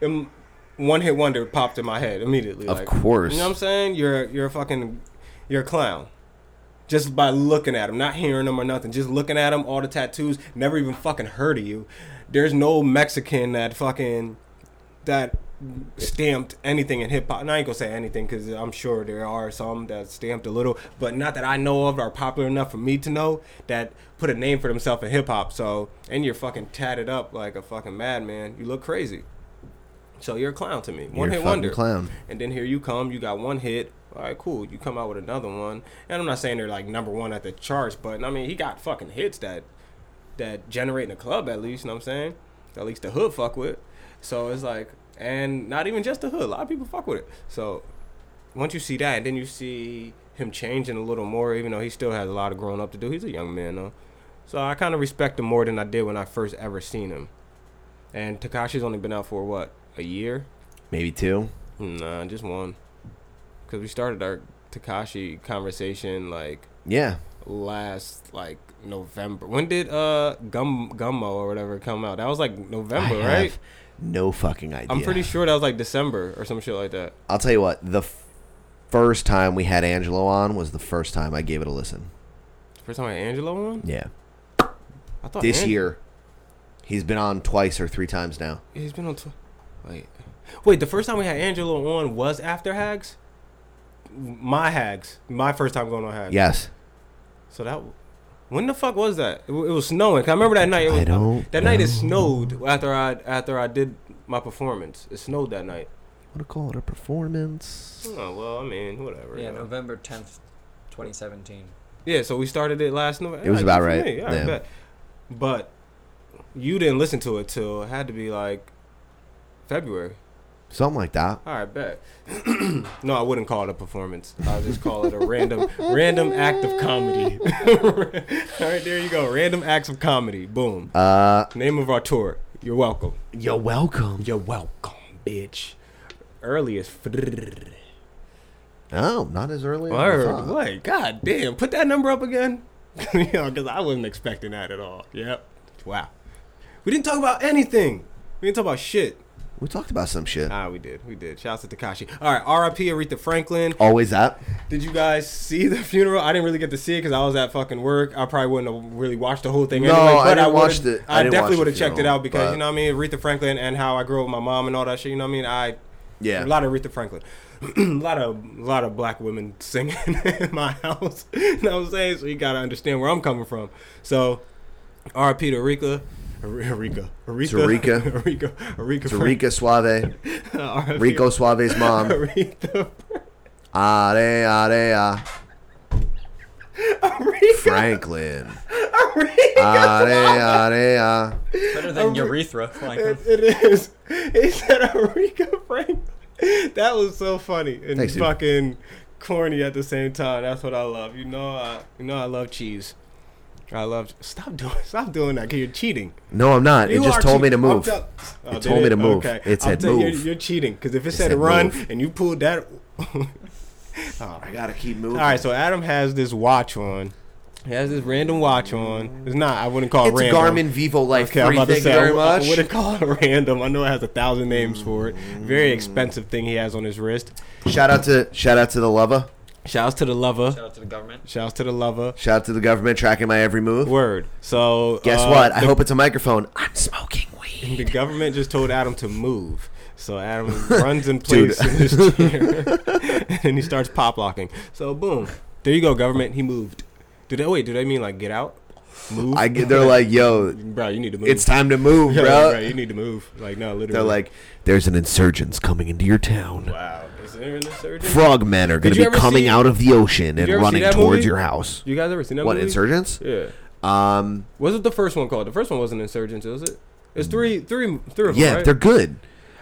Speaker 1: um, one hit wonder popped in my head immediately.
Speaker 2: Of
Speaker 1: like,
Speaker 2: course.
Speaker 1: You know what I'm saying? You're, you're a fucking, you're a clown just by looking at him, not hearing him or nothing, just looking at him, all the tattoos, never even fucking heard of you. There's no Mexican that fucking that stamped anything in hip hop. And I ain't gonna say anything because I'm sure there are some that stamped a little, but not that I know of that are popular enough for me to know that put a name for themselves in hip hop. So, and you're fucking tatted up like a fucking madman. You look crazy. So you're a clown to me.
Speaker 2: You're
Speaker 1: One
Speaker 2: a
Speaker 1: hit
Speaker 2: fucking
Speaker 1: wonder.
Speaker 2: clown.
Speaker 1: And then here you come, you got one hit. All right, cool. You come out with another one, and I'm not saying they're like number one at the charts, but I mean he got fucking hits that that generate in the club at least. You know what I'm saying? At least the hood fuck with. So it's like, and not even just the hood. A lot of people fuck with it. So once you see that, and then you see him changing a little more, even though he still has a lot of growing up to do. He's a young man though, so I kind of respect him more than I did when I first ever seen him. And Takashi's only been out for what a year?
Speaker 2: Maybe two.
Speaker 1: Nah, just one. Cause we started our Takashi conversation like
Speaker 2: Yeah.
Speaker 1: last like November. When did uh Gum Gummo or whatever come out? That was like
Speaker 2: I
Speaker 1: November,
Speaker 2: have
Speaker 1: right?
Speaker 2: No fucking idea.
Speaker 1: I'm pretty sure that was like December or some shit like that.
Speaker 2: I'll tell you what, the f- first time we had Angelo on was the first time I gave it a listen.
Speaker 1: First time I had Angelo on.
Speaker 2: Yeah.
Speaker 1: I thought
Speaker 2: This
Speaker 1: Ang-
Speaker 2: year, he's been on twice or three times now.
Speaker 1: he's been on. Tw- wait, wait. The first time we had Angelo on was after Hags. My Hags, my first time going on Hags.
Speaker 2: Yes.
Speaker 1: So that, when the fuck was that? It, wa- it was snowing. 'Cause I remember that night. It was,
Speaker 2: I don't
Speaker 1: That night it
Speaker 2: know.
Speaker 1: snowed after I after I did my performance. It snowed that night.
Speaker 2: What to call it a performance?
Speaker 1: Oh well, I mean, whatever.
Speaker 11: Yeah,
Speaker 1: you know.
Speaker 11: November 10th, 2017.
Speaker 1: Yeah, so we started it last November.
Speaker 2: It was about right, yeah.
Speaker 1: But you didn't listen to it till it had to be like February.
Speaker 2: Something like that.
Speaker 1: All right, bet. no, I wouldn't call it a performance. I'll just call it a random random act of comedy. All right, there you go. Random acts of comedy. Boom.
Speaker 2: Uh,
Speaker 1: Name of our tour. You're welcome.
Speaker 2: you're welcome.
Speaker 1: You're welcome, bitch. Early as f-
Speaker 2: Oh, not as early as I
Speaker 1: Word.
Speaker 2: thought.
Speaker 1: Wait, god damn. Put that number up again. you know, because I wasn't expecting that at all. Yep. Wow. We didn't talk about anything. We didn't talk about shit.
Speaker 2: We talked about some shit.
Speaker 1: Ah, we did. We did. Shouts to Takashi. All right, RIP Aretha Franklin.
Speaker 2: Always up.
Speaker 1: Did you guys see the funeral? I didn't really get to see it because I was at fucking work. I probably wouldn't have really watched the whole thing.
Speaker 2: No,
Speaker 1: anyway,
Speaker 2: I
Speaker 1: but
Speaker 2: didn't
Speaker 1: would've-
Speaker 2: watch the- I
Speaker 1: I,
Speaker 2: didn't watch
Speaker 1: definitely
Speaker 2: the
Speaker 1: would have checked it
Speaker 2: funeral,
Speaker 1: out because
Speaker 2: but-
Speaker 1: you know what I mean. Aretha Franklin and how I grew up with my mom and all that shit. You know what I mean. I
Speaker 2: Yeah.
Speaker 1: a lot of Aretha Franklin, a lot of a lot of black women singing in my house. you know what I'm saying? So you gotta understand where I'm coming from. So, R.P. to Aretha. Arika, Arika,
Speaker 2: Tarika.
Speaker 1: Arika, Arika,
Speaker 2: It's Rica Suave. Rico Suave's
Speaker 1: Um,
Speaker 2: mom.
Speaker 1: Aretha,
Speaker 2: Are, are, uh, are.
Speaker 1: Arika,
Speaker 2: Franklin.
Speaker 1: Arika.
Speaker 2: Are, are, uh, are.
Speaker 11: Better than urethra. Like,
Speaker 1: It, it is. He said Aretha Franklin. That was so funny and
Speaker 2: Thanks, dude.
Speaker 1: fucking corny at the same time. That's what I love. You know, I you know I love cheese. I love. Stop doing. Stop doing that. 'cause You're cheating.
Speaker 2: No, I'm not.
Speaker 1: You
Speaker 2: it just
Speaker 1: are
Speaker 2: told me to
Speaker 1: cheating. I'm
Speaker 2: move.
Speaker 1: tell- Oh,
Speaker 2: it
Speaker 1: did
Speaker 2: told me to move. It
Speaker 1: I'm
Speaker 2: said
Speaker 1: telling you,
Speaker 2: move.
Speaker 1: You're, cheating because if it said
Speaker 2: said
Speaker 1: run
Speaker 2: move.
Speaker 1: and you pulled that. All
Speaker 2: I gotta keep moving.
Speaker 1: right. So Adam has this watch on. He has this random watch on. It's not. I wouldn't call
Speaker 2: it's
Speaker 1: it random.
Speaker 2: Garmin Vivo Life
Speaker 1: Okay,
Speaker 2: 3.
Speaker 1: I'm about to
Speaker 2: Thank
Speaker 1: say
Speaker 2: you
Speaker 1: I
Speaker 2: very
Speaker 1: w- I
Speaker 2: much.
Speaker 1: wouldn't call it random. I know it has a thousand names for it. Very expensive thing he has on his wrist.
Speaker 2: Shout out to shout out to the lover.
Speaker 1: Shouts to the lover.
Speaker 11: Shout out to the government.
Speaker 1: Shouts to the lover.
Speaker 2: Shout out to the government tracking my every move.
Speaker 1: Word. So
Speaker 2: Guess
Speaker 1: uh,
Speaker 2: what?
Speaker 1: The,
Speaker 2: I hope it's a microphone. I'm smoking weed.
Speaker 1: the government just told Adam to move. So Adam runs in place in his chair, and he starts pop locking. So boom, there you go, government. He moved. Do they wait? Do they mean like get out? Move.
Speaker 2: I get, they're like, yo,
Speaker 1: bro, you need to move.
Speaker 2: it's time to move,
Speaker 1: Yeah, bro,
Speaker 2: bro.
Speaker 1: you need to move. Like no, literally.
Speaker 2: They're like, there's an insurgents coming into your town.
Speaker 1: wow, is there an insurgent?
Speaker 2: Frogmen are going
Speaker 1: you
Speaker 2: to
Speaker 1: ever
Speaker 2: be coming
Speaker 1: see-
Speaker 2: out of the ocean and
Speaker 1: you ever see
Speaker 2: running
Speaker 1: that
Speaker 2: towards
Speaker 1: movie?
Speaker 2: your house.
Speaker 1: you guys ever seen that
Speaker 2: What
Speaker 1: movie?
Speaker 2: insurgents?
Speaker 1: Yeah.
Speaker 2: Um,
Speaker 1: Was it the first one called? The first one wasn't Insurgents, was it? It's three, three, three of them.
Speaker 2: yeah,
Speaker 1: right?
Speaker 2: they're good.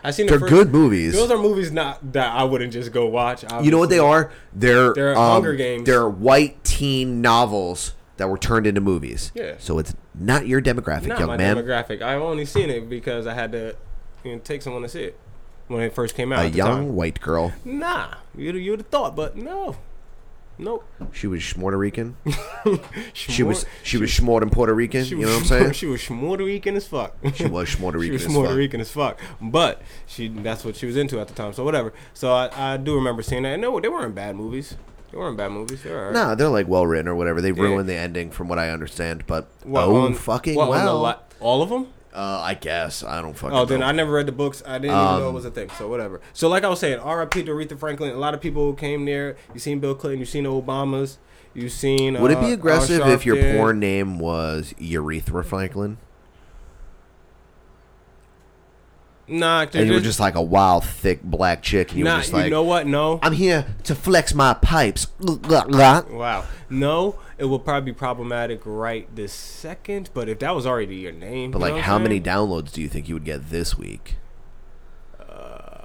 Speaker 1: I seen
Speaker 2: they're
Speaker 1: the first,
Speaker 2: good movies.
Speaker 1: Those are movies not that I wouldn't just go watch.
Speaker 2: You know what they
Speaker 1: obviously.
Speaker 2: are? They're
Speaker 1: They're
Speaker 2: um,
Speaker 1: Hunger Games.
Speaker 2: They're white teen novels that were turned into movies.
Speaker 1: Yeah.
Speaker 2: So it's not your demographic,
Speaker 1: Not
Speaker 2: young
Speaker 1: my
Speaker 2: man.
Speaker 1: demographic. I've only seen it because I had to you know, take someone to see it when it first came out.
Speaker 2: A
Speaker 1: at the
Speaker 2: young
Speaker 1: time.
Speaker 2: white girl.
Speaker 1: Nah, you'd you'd have thought, but no, nope.
Speaker 2: She was Puerto Rican. She
Speaker 1: Shmor-
Speaker 2: was she was Schmort and Puerto Rican.
Speaker 1: she
Speaker 2: You know what I'm
Speaker 1: was-
Speaker 2: saying?
Speaker 1: She was Puerto Rican as fuck.
Speaker 2: She was Schmort
Speaker 1: She
Speaker 2: Rican.
Speaker 1: was
Speaker 2: as
Speaker 1: Puerto
Speaker 2: fuck.
Speaker 1: Rican as fuck, but she—that's what she was into at the time. So whatever. So I, I do remember seeing that. And no, they weren't bad movies. They weren't bad movies. They were alright.
Speaker 2: No, they're like well written or whatever. They
Speaker 1: Yeah.
Speaker 2: ruin the ending from what I understand, but
Speaker 1: What,
Speaker 2: oh
Speaker 1: on-
Speaker 2: fucking
Speaker 1: what, on the
Speaker 2: well.
Speaker 1: li- all of them?
Speaker 2: uh, I guess I don't fucking.
Speaker 1: Oh, then
Speaker 2: know.
Speaker 1: I never read the books. I didn't even know
Speaker 2: Um,
Speaker 1: it was a thing. So whatever. So like I was saying, R.I.P. to Aretha Franklin. A lot of people came there. You seen Bill Clinton. You seen the Obamas. You seen.
Speaker 2: Would
Speaker 1: uh,
Speaker 2: it be
Speaker 1: Al
Speaker 2: aggressive
Speaker 1: Sharpton.
Speaker 2: if your porn name was Urethra Franklin
Speaker 1: Nah,
Speaker 2: and you were just like a wild, thick black chick? And you
Speaker 1: nah.
Speaker 2: were just like,
Speaker 1: you know what? No.
Speaker 2: I'm here to flex my pipes. Blah, blah, blah.
Speaker 1: wow. No, it will probably be problematic right this second. But if that was already your name,
Speaker 2: But
Speaker 1: you know
Speaker 2: like,
Speaker 1: what
Speaker 2: how
Speaker 1: I'm
Speaker 2: many
Speaker 1: saying?
Speaker 2: downloads do you think you would get this week?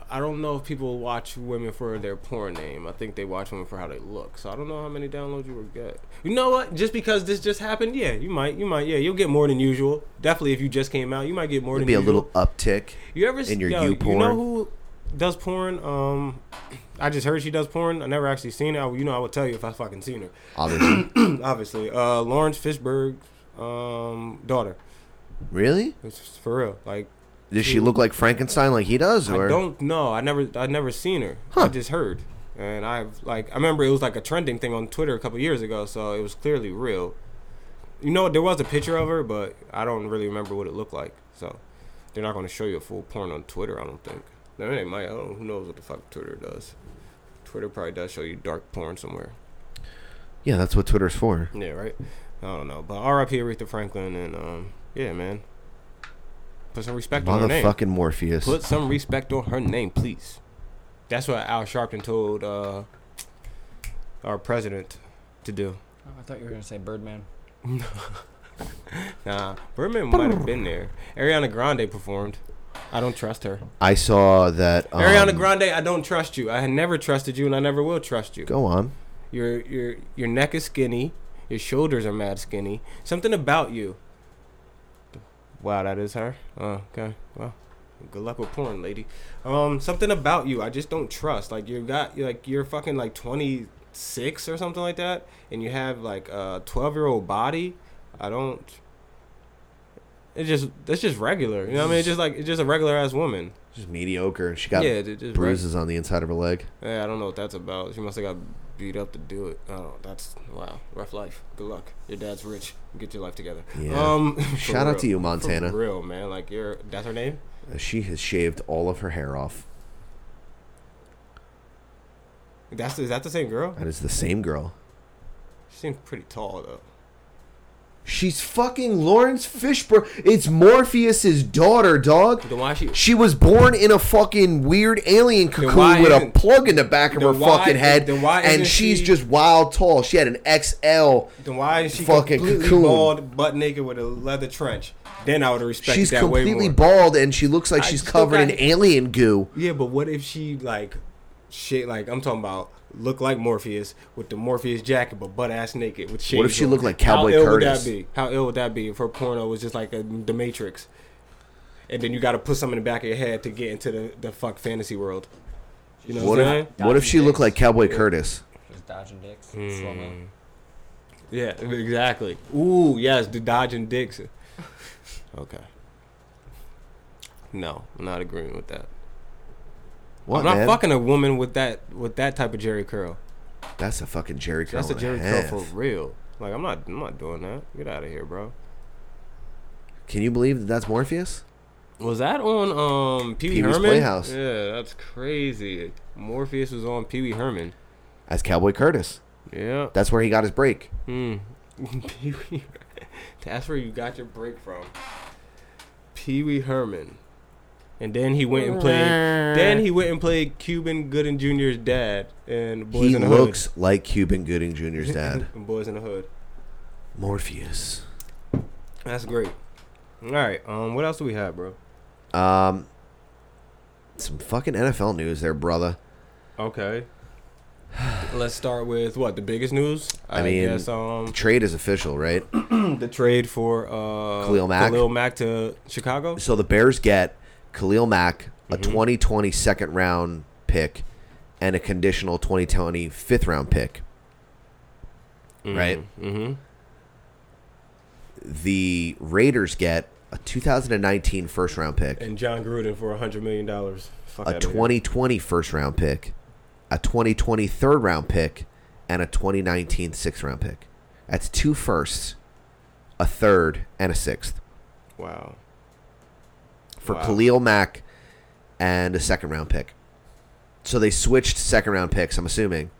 Speaker 1: I don't know if people watch women for their porn name. I think they watch women for how they look. So I don't know how many downloads you would get. You know what? Just because this just happened, yeah, you might, you might, yeah, you'll get more than usual. Definitely, if you just came out, you might get more
Speaker 2: It'd
Speaker 1: than
Speaker 2: be a
Speaker 1: usual.
Speaker 2: little uptick.
Speaker 1: You ever s-
Speaker 2: in your
Speaker 1: yo,
Speaker 2: you
Speaker 1: You know
Speaker 2: porn?
Speaker 1: who does porn? Um, I just heard she does porn. I never actually seen it. I, you know, I would tell you if I fucking seen her.
Speaker 2: Obviously,
Speaker 1: Obviously, uh, Lawrence Fishburne's um daughter.
Speaker 2: really?
Speaker 1: It's just for real. Like
Speaker 2: Does she look like Frankenstein like he does? Or
Speaker 1: I don't know. I never I never seen her. I
Speaker 2: Huh.
Speaker 1: just heard. And I've like I remember it was like a trending thing on Twitter a couple years ago, so it was clearly real. You know, there was a picture of her, but I don't really remember what it looked like. So they're not gonna show you a full porn on Twitter, I don't think. No, they might. I don't know. Who knows what the fuck Twitter does? Twitter probably does show you dark porn somewhere.
Speaker 2: Yeah, that's what Twitter's for.
Speaker 1: Yeah, right. I don't know. But R.I.P. Aretha Franklin and um, yeah, man. Put some respect on her name.
Speaker 2: Motherfucking Morpheus.
Speaker 1: Put some respect on her name, please. That's what Al Sharpton told uh, our president to do.
Speaker 11: Oh, I thought you were gonna say Birdman.
Speaker 1: Nah, Birdman might have been there. Ariana Grande performed. I don't trust her.
Speaker 2: I saw that. Um,
Speaker 1: Ariana Grande, I don't trust you. I had never trusted you, and I never will trust you.
Speaker 2: Go on.
Speaker 1: Your your your neck is skinny. Your shoulders are mad skinny. Something about you. Wow, that is her. Oh, okay. Well, good luck with porn, lady. Um, something about you I just don't trust. Like you got you're like you're fucking like twenty six or something like that, and you have like a twelve year old body. I don't. It's just that's just regular. You know what I mean? It's just like it's just a regular ass woman.
Speaker 2: Just mediocre. She got
Speaker 1: Yeah, ju- just
Speaker 2: bruises on the inside of her leg.
Speaker 1: Yeah, I don't know what that's about. She must have got beat up to do it. Oh, that's wow, rough life. Good luck. Your dad's rich. Get your life together.
Speaker 2: Yeah.
Speaker 1: Um, for
Speaker 2: Shout out to you,
Speaker 1: for
Speaker 2: Montana.
Speaker 1: real man, like you're. That's her name.
Speaker 2: Uh, She has shaved all of her hair off.
Speaker 1: That's is that the same girl?
Speaker 2: That is the same girl.
Speaker 1: She seems pretty tall though.
Speaker 2: She's fucking Lawrence Fishburne. It's Morpheus's daughter, dog.
Speaker 1: Then why she?
Speaker 2: She was born in a fucking weird alien
Speaker 1: why
Speaker 2: cocoon with a
Speaker 1: isn't-
Speaker 2: plug in the back of
Speaker 1: then
Speaker 2: her
Speaker 1: why-
Speaker 2: fucking head,
Speaker 1: then why isn't
Speaker 2: and she's
Speaker 1: she-
Speaker 2: just wild tall. She had an XL.
Speaker 1: Then why is she
Speaker 2: Fucking
Speaker 1: completely
Speaker 2: cocoon.
Speaker 1: bald, butt naked with a leather trench? Then I would respect
Speaker 2: She's
Speaker 1: that way
Speaker 2: completely
Speaker 1: more.
Speaker 2: bald, and she looks like
Speaker 1: I
Speaker 2: she's
Speaker 1: still
Speaker 2: covered in
Speaker 1: got-
Speaker 2: alien goo.
Speaker 1: Yeah, but what if she like, shit? Like I'm talking about look like Morpheus with the Morpheus jacket, but butt ass naked with shades.
Speaker 2: What if she
Speaker 1: on.
Speaker 2: looked like Cowboy
Speaker 1: How ill
Speaker 2: Curtis?
Speaker 1: would that be? How ill would that be if her porno was just like a, the Matrix? And then you got to put something in the back of your head to get into the, the fuck fantasy world. You know what,
Speaker 2: What
Speaker 1: I'm saying?
Speaker 2: if, what if she looked like Cowboy Curtis?
Speaker 11: Just dodging dicks. Slow mo.
Speaker 1: Yeah, e-, exactly. Ooh, yes, the dodging dicks. Okay. No, I'm not agreeing with that.
Speaker 2: What
Speaker 1: I'm not
Speaker 2: man?
Speaker 1: fucking a woman with that with that type of Jerry curl.
Speaker 2: That's a fucking Jerry curl.
Speaker 1: That's a
Speaker 2: and
Speaker 1: Jerry curl
Speaker 2: half.
Speaker 1: for real. Like I'm not I'm not doing that. Get out of here, bro.
Speaker 2: Can you believe that that's Morpheus?
Speaker 1: Was that on um Pee Wee
Speaker 2: Pee Wee's
Speaker 1: Herman?
Speaker 2: Playhouse.
Speaker 1: Yeah, that's crazy. Morpheus was on Pee Wee Herman.
Speaker 2: That's Cowboy Curtis.
Speaker 1: Yeah.
Speaker 2: That's where he got his break.
Speaker 1: Mm. Pee Wee. That's where you got your break from. Pee Wee Herman. And then he went and played. Then he went and played Cuban Gooding Jr.'s dad and Boys
Speaker 2: he
Speaker 1: in the
Speaker 2: looks like Cuban Gooding Jr.'s dad,
Speaker 1: Hood. And Boys in the Hood.
Speaker 2: Morpheus.
Speaker 1: That's great. All right. Um. What else do we have, bro?
Speaker 2: Um, some fucking NFL news there, brother.
Speaker 1: Okay. Let's start with what the biggest news.
Speaker 2: I mean-
Speaker 1: guess, um,
Speaker 2: Trade is official, right?
Speaker 1: the trade for uh,
Speaker 2: Khalil Mack.
Speaker 1: Khalil Mack to Chicago.
Speaker 2: So the Bears get Khalil Mack, a
Speaker 1: Mm-hmm.
Speaker 2: 2020 second round pick, and a conditional 2020 fifth round pick. Right?
Speaker 1: Mm-hmm.
Speaker 2: The Raiders get a 2019 first round pick,
Speaker 1: And John Gruden for a hundred million dollars.
Speaker 2: a 2020 first round pick, a 2020 third round pick, and a 2019 sixth round pick. That's two firsts, a third, and a sixth
Speaker 1: Wow.
Speaker 2: for
Speaker 1: Wow.
Speaker 2: Khalil Mack and a second round pick. So they switched second round picks, I'm assuming.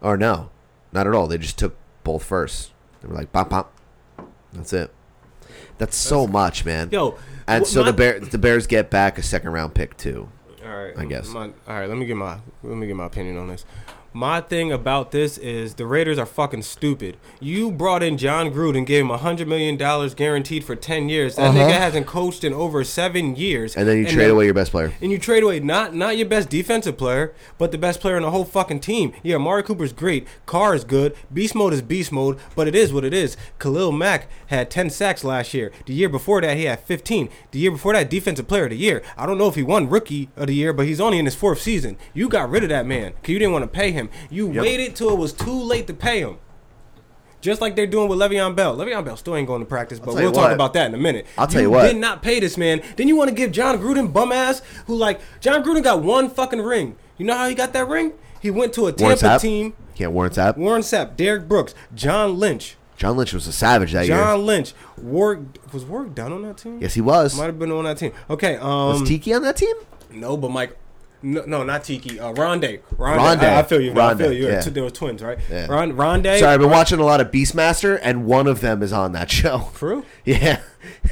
Speaker 2: Or no, not at all. They just took both firsts. They were like, pop, pop. That's it. That's so much, man.
Speaker 1: Yo.
Speaker 2: and
Speaker 1: wh-
Speaker 2: so the
Speaker 1: my-
Speaker 2: Bear, the Bears get back a second round pick too.
Speaker 1: All right,
Speaker 2: I guess.
Speaker 1: My, all right, let me get my let me get my opinion on this. My thing about this is the Raiders are fucking stupid. You brought in John Gruden, gave him hundred million dollars guaranteed for ten years. That nigga hasn't coached in over seven years.
Speaker 2: Uh-huh. And then you trade away your best player.
Speaker 1: And you trade away not not your best defensive player, but the best player in the whole fucking team. Yeah, Amari Cooper's great. Carr is good. Beast mode is beast mode, but it is what it is. Khalil Mack had 10 sacks last year. The year before that, he had 15. The year before that, defensive player of the year. I don't know if he won rookie of the year, but he's only in his fourth season. You got rid of that man because you didn't want to pay him. You waited till it was too late to pay him. Just like they're doing with Le'Veon Bell. Le'Veon Bell still ain't going to practice, but
Speaker 2: tell you
Speaker 1: we'll talk
Speaker 2: what.
Speaker 1: about that in a minute.
Speaker 2: I'll tell you what.
Speaker 1: did not pay this man. Then you want to give John Gruden bum ass who like John Gruden got one fucking ring. You know how he got that ring? He went to a
Speaker 2: Warren
Speaker 1: Tampa
Speaker 2: Sapp.
Speaker 1: team.
Speaker 2: Yeah, Warren Sapp.
Speaker 1: Warren Sapp, Derek Brooks, John Lynch,
Speaker 2: John Lynch was a savage that year.
Speaker 1: John Lynch. Ward was Ward done on that team?
Speaker 2: Yes, he was.
Speaker 1: might have been on that team. Okay,
Speaker 2: was
Speaker 1: um,
Speaker 2: Tiki on that team?
Speaker 1: no, but Mike. No, no, not Tiki. Uh, Rondé. Rondé.
Speaker 2: Rondé.
Speaker 1: I, I feel you. I
Speaker 2: Rondé,
Speaker 1: feel you.
Speaker 2: yeah.
Speaker 1: Two- They were twins, right?
Speaker 2: Yeah.
Speaker 1: Ron, Rondé.
Speaker 2: Sorry, I've been watching a lot of Beastmaster, and one of them is on that show.
Speaker 1: True.
Speaker 2: Yeah,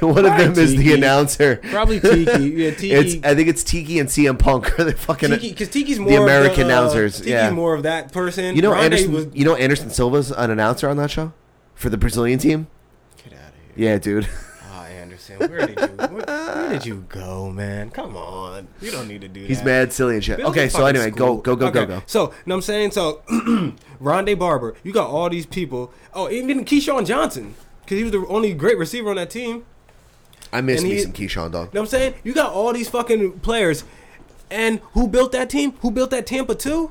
Speaker 2: one of
Speaker 1: Probably
Speaker 2: them is the
Speaker 1: Tiki.
Speaker 2: announcer.
Speaker 1: Probably Tiki. Yeah, Tiki.
Speaker 2: It's, I think it's Tiki and CM Punk are the fucking
Speaker 1: Tiki, because Tiki's more
Speaker 2: the
Speaker 1: of
Speaker 2: American
Speaker 1: uh,
Speaker 2: announcers.
Speaker 1: Tiki's
Speaker 2: yeah,
Speaker 1: more of that person.
Speaker 2: you know
Speaker 1: Rondé
Speaker 2: Anderson.
Speaker 1: was-
Speaker 2: You know Anderson Silva's an announcer on that show for the Brazilian team.
Speaker 1: Get out of here.
Speaker 2: Yeah, dude.
Speaker 1: Ah, Anderson, where did you where, where did you go, man? Come on, you don't need to do
Speaker 2: He's
Speaker 1: that.
Speaker 2: mad, silly, and shit.
Speaker 1: Build
Speaker 2: okay,
Speaker 1: a
Speaker 2: so
Speaker 1: fucking
Speaker 2: anyway, go,
Speaker 1: school.
Speaker 2: go, go, go,
Speaker 1: Okay,
Speaker 2: go.
Speaker 1: So, know what I'm saying? So, Rondé Barber, you got all these people. Oh, even Keyshawn Johnson, because he was the only great receiver on that team.
Speaker 2: I miss
Speaker 1: and
Speaker 2: me
Speaker 1: he-
Speaker 2: some Keyshawn dog.
Speaker 1: You know what I'm saying? You got all these fucking players. And who built that team? Who built that Tampa too?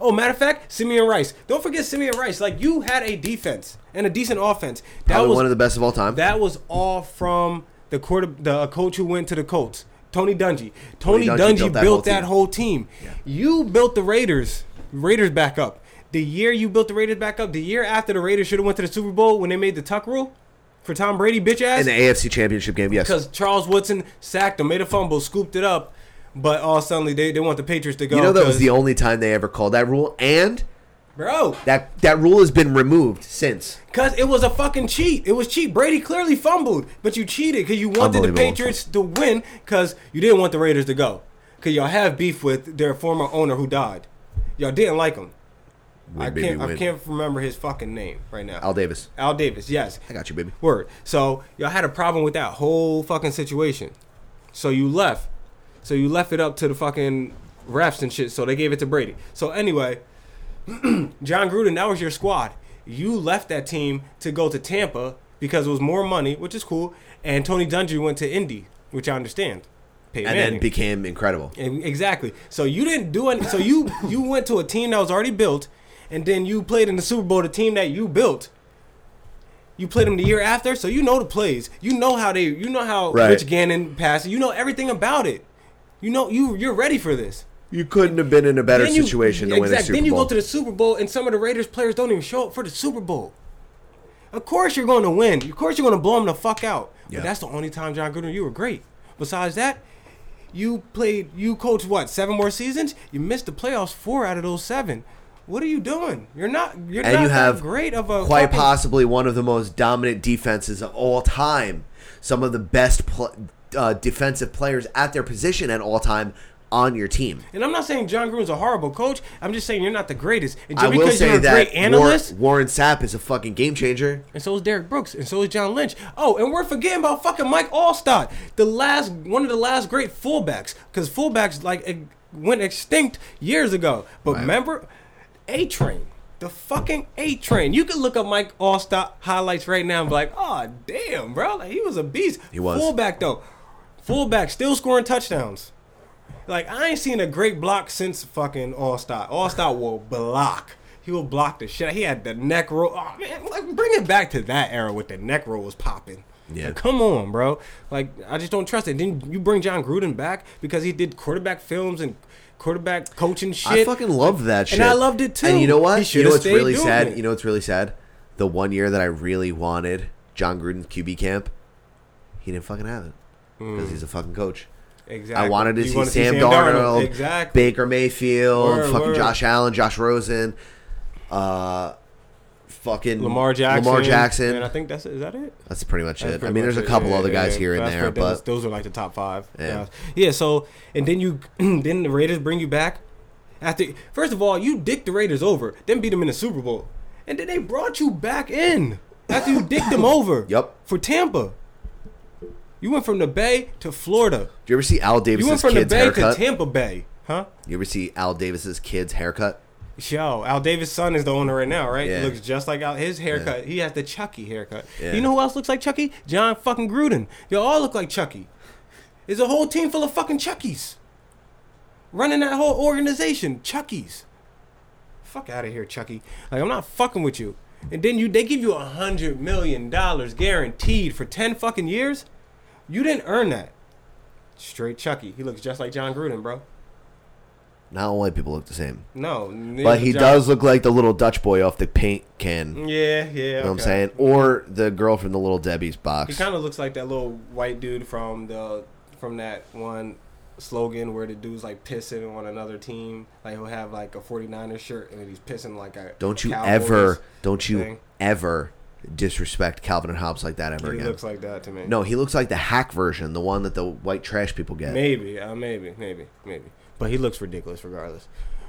Speaker 1: Oh, matter of fact, Simeon Rice. Don't forget Simeon Rice. Like you had a defense and a decent offense. That
Speaker 2: Probably
Speaker 1: was
Speaker 2: one of the best of all time.
Speaker 1: that was all from the quarter, the coach who went to the Colts, Tony Dungy. Tony, Dungy, built, that, whole
Speaker 2: team.
Speaker 1: team. You built the Raiders, Raiders back up. The year you built the Raiders back up, the year after the Raiders should have went to the Super Bowl when they made the Tuck rule for Tom Brady, bitch
Speaker 2: in
Speaker 1: ass,
Speaker 2: the AFC Championship game, yes.
Speaker 1: because Charles Woodson sacked him, made a fumble, scooped it up, but all suddenly they, they want the Patriots to go.
Speaker 2: You know that was
Speaker 1: 'cause-
Speaker 2: the only time they ever called that rule, and
Speaker 1: bro.
Speaker 2: that that rule has been removed since.
Speaker 1: Cause it was a fucking cheat. It was cheat. Brady clearly fumbled, but you cheated because you wanted the
Speaker 2: Unbelievable.
Speaker 1: Patriots to win because you didn't want the Raiders to go. Cause y'all have beef with their former owner who died. Y'all didn't like him. I
Speaker 2: baby,
Speaker 1: can't. I
Speaker 2: win.
Speaker 1: can't remember his fucking name right now.
Speaker 2: Al Davis.
Speaker 1: Al Davis. Yes.
Speaker 2: I got you, baby.
Speaker 1: Word. So y'all had a problem with that whole fucking situation. So you left. So you left it up to the fucking
Speaker 5: refs and shit, so they gave it to Brady. So anyway, John Gruden, that was your squad. You left that team to go to Tampa because it was more money, which is cool. And Tony Dungy went to Indy, which I understand. Peyton
Speaker 2: and
Speaker 5: Manning.
Speaker 2: then became incredible.
Speaker 5: And- Exactly. So you didn't do any. So you you went to a team that was already built, and then you played in the Super Bowl the team that you built. You played them the year after, so you know the plays. You know how they. You know how
Speaker 2: Right.
Speaker 5: Rich Gannon passed. You know everything about it. You know you you're ready for this.
Speaker 2: You couldn't have been in a better
Speaker 5: Then you-
Speaker 2: situation to win a
Speaker 5: exact-
Speaker 2: Super
Speaker 5: Then you
Speaker 2: Bowl.
Speaker 5: go to the Super Bowl, and some of the Raiders players don't even show up for the Super Bowl. Of course you're going to win. Of course you're going to blow them the fuck out.
Speaker 2: Yeah.
Speaker 5: But that's the only time John Gruden you were great. Besides that, you played. You coached what seven more seasons? You missed the playoffs four out of those seven. What are you doing? You're not. You're
Speaker 2: and
Speaker 5: not
Speaker 2: you
Speaker 5: that
Speaker 2: have
Speaker 5: great of a
Speaker 2: quite
Speaker 5: fucking-
Speaker 2: possibly one of the most dominant defenses of all time. Some of the best pl- uh, defensive players at their position at all time on your team.
Speaker 5: And I'm not saying John Gruden's a horrible coach. I'm just saying you're not the greatest. And just
Speaker 2: I will
Speaker 5: because
Speaker 2: say
Speaker 5: you're a
Speaker 2: that
Speaker 5: great
Speaker 2: War-
Speaker 5: analyst,
Speaker 2: Warren Sapp is a fucking game changer.
Speaker 5: And so is Derek Brooks, and so is John Lynch. Oh, and we're forgetting about fucking Mike Allstott, the last one of the last great fullbacks, because fullbacks like ex- went extinct years ago. But remember, A Train, the fucking A Train. You can look up Mike Allstott highlights right now and be like, oh damn, bro, like, he was a beast.
Speaker 2: He was.
Speaker 5: fullback though. Fullback still scoring touchdowns. Like I ain't seen a great block since fucking Allstott. Allstott will block. He will block the shit. He had the neck roll. Oh man, like bring it back to that era with the neck roll was popping.
Speaker 2: Yeah.
Speaker 5: Like, come on, bro. Like I just don't trust it. Then you bring John Gruden back because he did quarterback films and quarterback coaching shit.
Speaker 2: I fucking loved that shit.
Speaker 5: I loved it, too.
Speaker 2: And you know
Speaker 5: He
Speaker 2: what? You
Speaker 5: should've
Speaker 2: know what's
Speaker 5: stayed
Speaker 2: really
Speaker 5: doing
Speaker 2: sad?
Speaker 5: it.
Speaker 2: You know what's really sad? The one year that I really wanted John Gruden's QB camp, he didn't fucking have it because he's a fucking coach.
Speaker 5: exactly.
Speaker 2: I wanted to
Speaker 5: You
Speaker 2: see
Speaker 5: wanna
Speaker 2: Sam, Darnold,
Speaker 5: Exactly.
Speaker 2: Baker Mayfield,
Speaker 5: Word,
Speaker 2: fucking
Speaker 5: word.
Speaker 2: Josh Allen, Josh Rosen, uh, fucking
Speaker 5: Lamar Jackson.
Speaker 2: Lamar Jackson.
Speaker 5: And I think that's is that it.
Speaker 2: That's pretty much
Speaker 5: That's
Speaker 2: it. I
Speaker 5: pretty
Speaker 2: mean,
Speaker 5: much
Speaker 2: there's a
Speaker 5: it.
Speaker 2: couple
Speaker 5: Yeah,
Speaker 2: other
Speaker 5: yeah,
Speaker 2: guys
Speaker 5: yeah.
Speaker 2: here and
Speaker 5: That's
Speaker 2: there,
Speaker 5: right. Those-
Speaker 2: but
Speaker 5: those are like the top five.
Speaker 2: Yeah.
Speaker 5: guys. yeah. So and then you then the Raiders bring you back after. First of all, you dick the Raiders over, then beat them in the Super Bowl, and then they brought you back in after you dicked them over.
Speaker 2: Yup.
Speaker 5: For Tampa, you went from the Bay to Florida.
Speaker 2: do you ever see Al
Speaker 5: You went
Speaker 2: Davis's
Speaker 5: from the
Speaker 2: kids
Speaker 5: Bay
Speaker 2: haircut?
Speaker 5: to Tampa Bay, huh?
Speaker 2: You ever see Al Davis's kids haircut?
Speaker 5: Yo, Al Davis' son is the owner right now, right?
Speaker 2: Yeah.
Speaker 5: Looks just like Al. His haircut. He has the Chucky haircut.
Speaker 2: Yeah.
Speaker 5: You know who else looks like Chucky? John fucking Gruden. They all look like Chucky. There's a whole team full of fucking Chuckies. Running that whole organization. Chuckies. Fuck out of here, Chucky. Like, I'm not fucking with you. And then you they give you a hundred million dollars guaranteed for ten fucking years? You didn't earn that. Straight Chucky. He looks just like John Gruden, bro.
Speaker 2: Not all white people look the same,
Speaker 5: No.
Speaker 2: but he
Speaker 5: John-
Speaker 2: does look like the little Dutch boy off the paint can. You
Speaker 5: Yeah, Mm, yeah.
Speaker 2: know what I'm
Speaker 5: okay.
Speaker 2: saying? Or the girl from the Little Debbie's
Speaker 5: He
Speaker 2: box.
Speaker 5: kind of looks like that little white dude from the from that one slogan where the dude's like pissing on another team. Like he'll have like a 49er shirt and then he's pissing like a
Speaker 2: Don't you
Speaker 5: Cowboys
Speaker 2: ever, don't you
Speaker 5: thing.
Speaker 2: ever disrespect Calvin and Hobbes like that ever
Speaker 5: He
Speaker 2: again.
Speaker 5: looks like that to me.
Speaker 2: no, he looks like the hack version, the one that the white trash people get.
Speaker 5: maybe, uh, maybe, maybe, maybe. But he looks ridiculous regardless.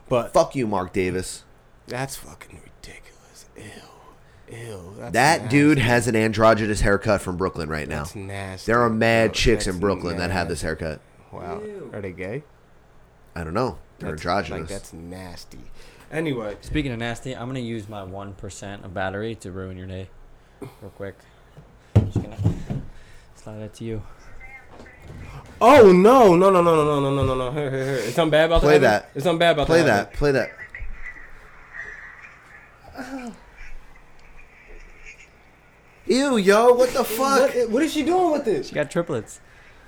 Speaker 5: But
Speaker 2: Fuck you, Mark Davis.
Speaker 5: that's fucking ridiculous. Ew, ew. That's
Speaker 2: That
Speaker 5: nasty.
Speaker 2: dude has an androgynous haircut from Brooklyn right now.
Speaker 5: That's nasty.
Speaker 2: There are mad
Speaker 5: bro.
Speaker 2: chicks in
Speaker 5: That's
Speaker 2: Brooklyn that have
Speaker 5: nasty.
Speaker 2: this haircut.
Speaker 5: Wow. Are they gay?
Speaker 2: I don't know. They're
Speaker 5: That's-
Speaker 2: androgynous.
Speaker 5: Like that's nasty. Anyway,
Speaker 11: Speaking of nasty, I'm gonna use my one percent of battery to ruin your day, real quick. Just gonna slide that to you.
Speaker 5: Oh no no no no no no no no no! Here here here! Is something bad about
Speaker 2: Play
Speaker 5: that?
Speaker 2: that.
Speaker 5: Is something bad about
Speaker 2: play
Speaker 5: that?
Speaker 2: that. Play that. Ew, yo, what the fuck?
Speaker 5: What, what is she doing with this?
Speaker 11: You got triplets.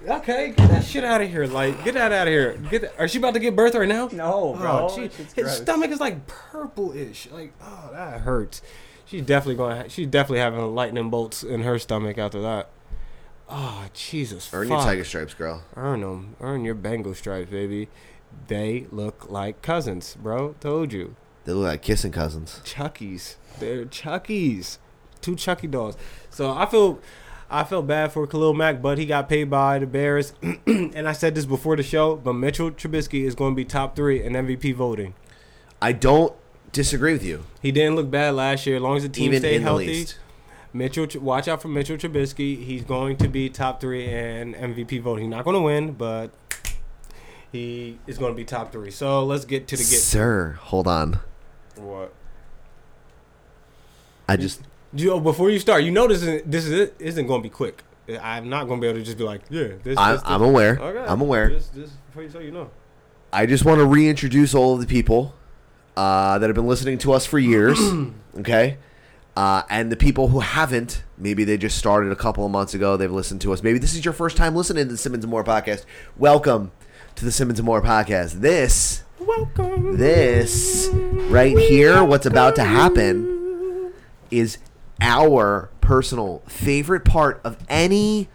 Speaker 5: Okay, get that shit out of here! Like, get that out of here! Get that. Are she about to give birth right now?
Speaker 11: No,
Speaker 5: Oh, gee, his stomach is like purple-ish. Like, oh, that hurts. She's definitely going. to She's definitely having lightning bolts in her stomach after that. Oh, Jesus!
Speaker 2: Earn
Speaker 5: fuck.
Speaker 2: your tiger stripes, girl.
Speaker 5: Earn them. Earn your Bengal stripes, baby. They look like cousins, bro. Told you.
Speaker 2: They look like kissing cousins.
Speaker 5: Chuckies. They're Chuckies. Two Chucky dolls. So I feel I felt bad for Khalil Mack, but he got paid by the Bears. and I said this before the show, but Mitchell Trubisky is going to be top three in MVP voting.
Speaker 2: I don't disagree with you,
Speaker 5: He didn't look bad last year, as long as the team
Speaker 2: even
Speaker 5: stayed
Speaker 2: in the
Speaker 5: healthy.
Speaker 2: least.
Speaker 5: Mitchell, watch out for Mitchell Trubisky. He's going to be top three in MVP voting. He's not going to win, but He is going to be top three. So let's get to the get.
Speaker 2: Sir, hold on.
Speaker 5: What?
Speaker 2: I just
Speaker 5: Yo, before you start, you know this isn't this is, isn't going to be quick. I'm not going to be able to just be like, yeah, this.
Speaker 2: I,
Speaker 5: this,
Speaker 2: I'm
Speaker 5: this.
Speaker 2: aware.
Speaker 5: Okay.
Speaker 2: I'm aware.
Speaker 5: Just, just before you so you know.
Speaker 2: I just want to reintroduce all of the people uh, that have been listening to us for years, okay? Uh, and the people who haven't, maybe they just started a couple of months ago, they've listened to us. Maybe this is your first time listening to the Simmons and More podcast. Welcome to the Simmons and More podcast. This, welcome. This right here, what's about to happen, is our personal favorite part of any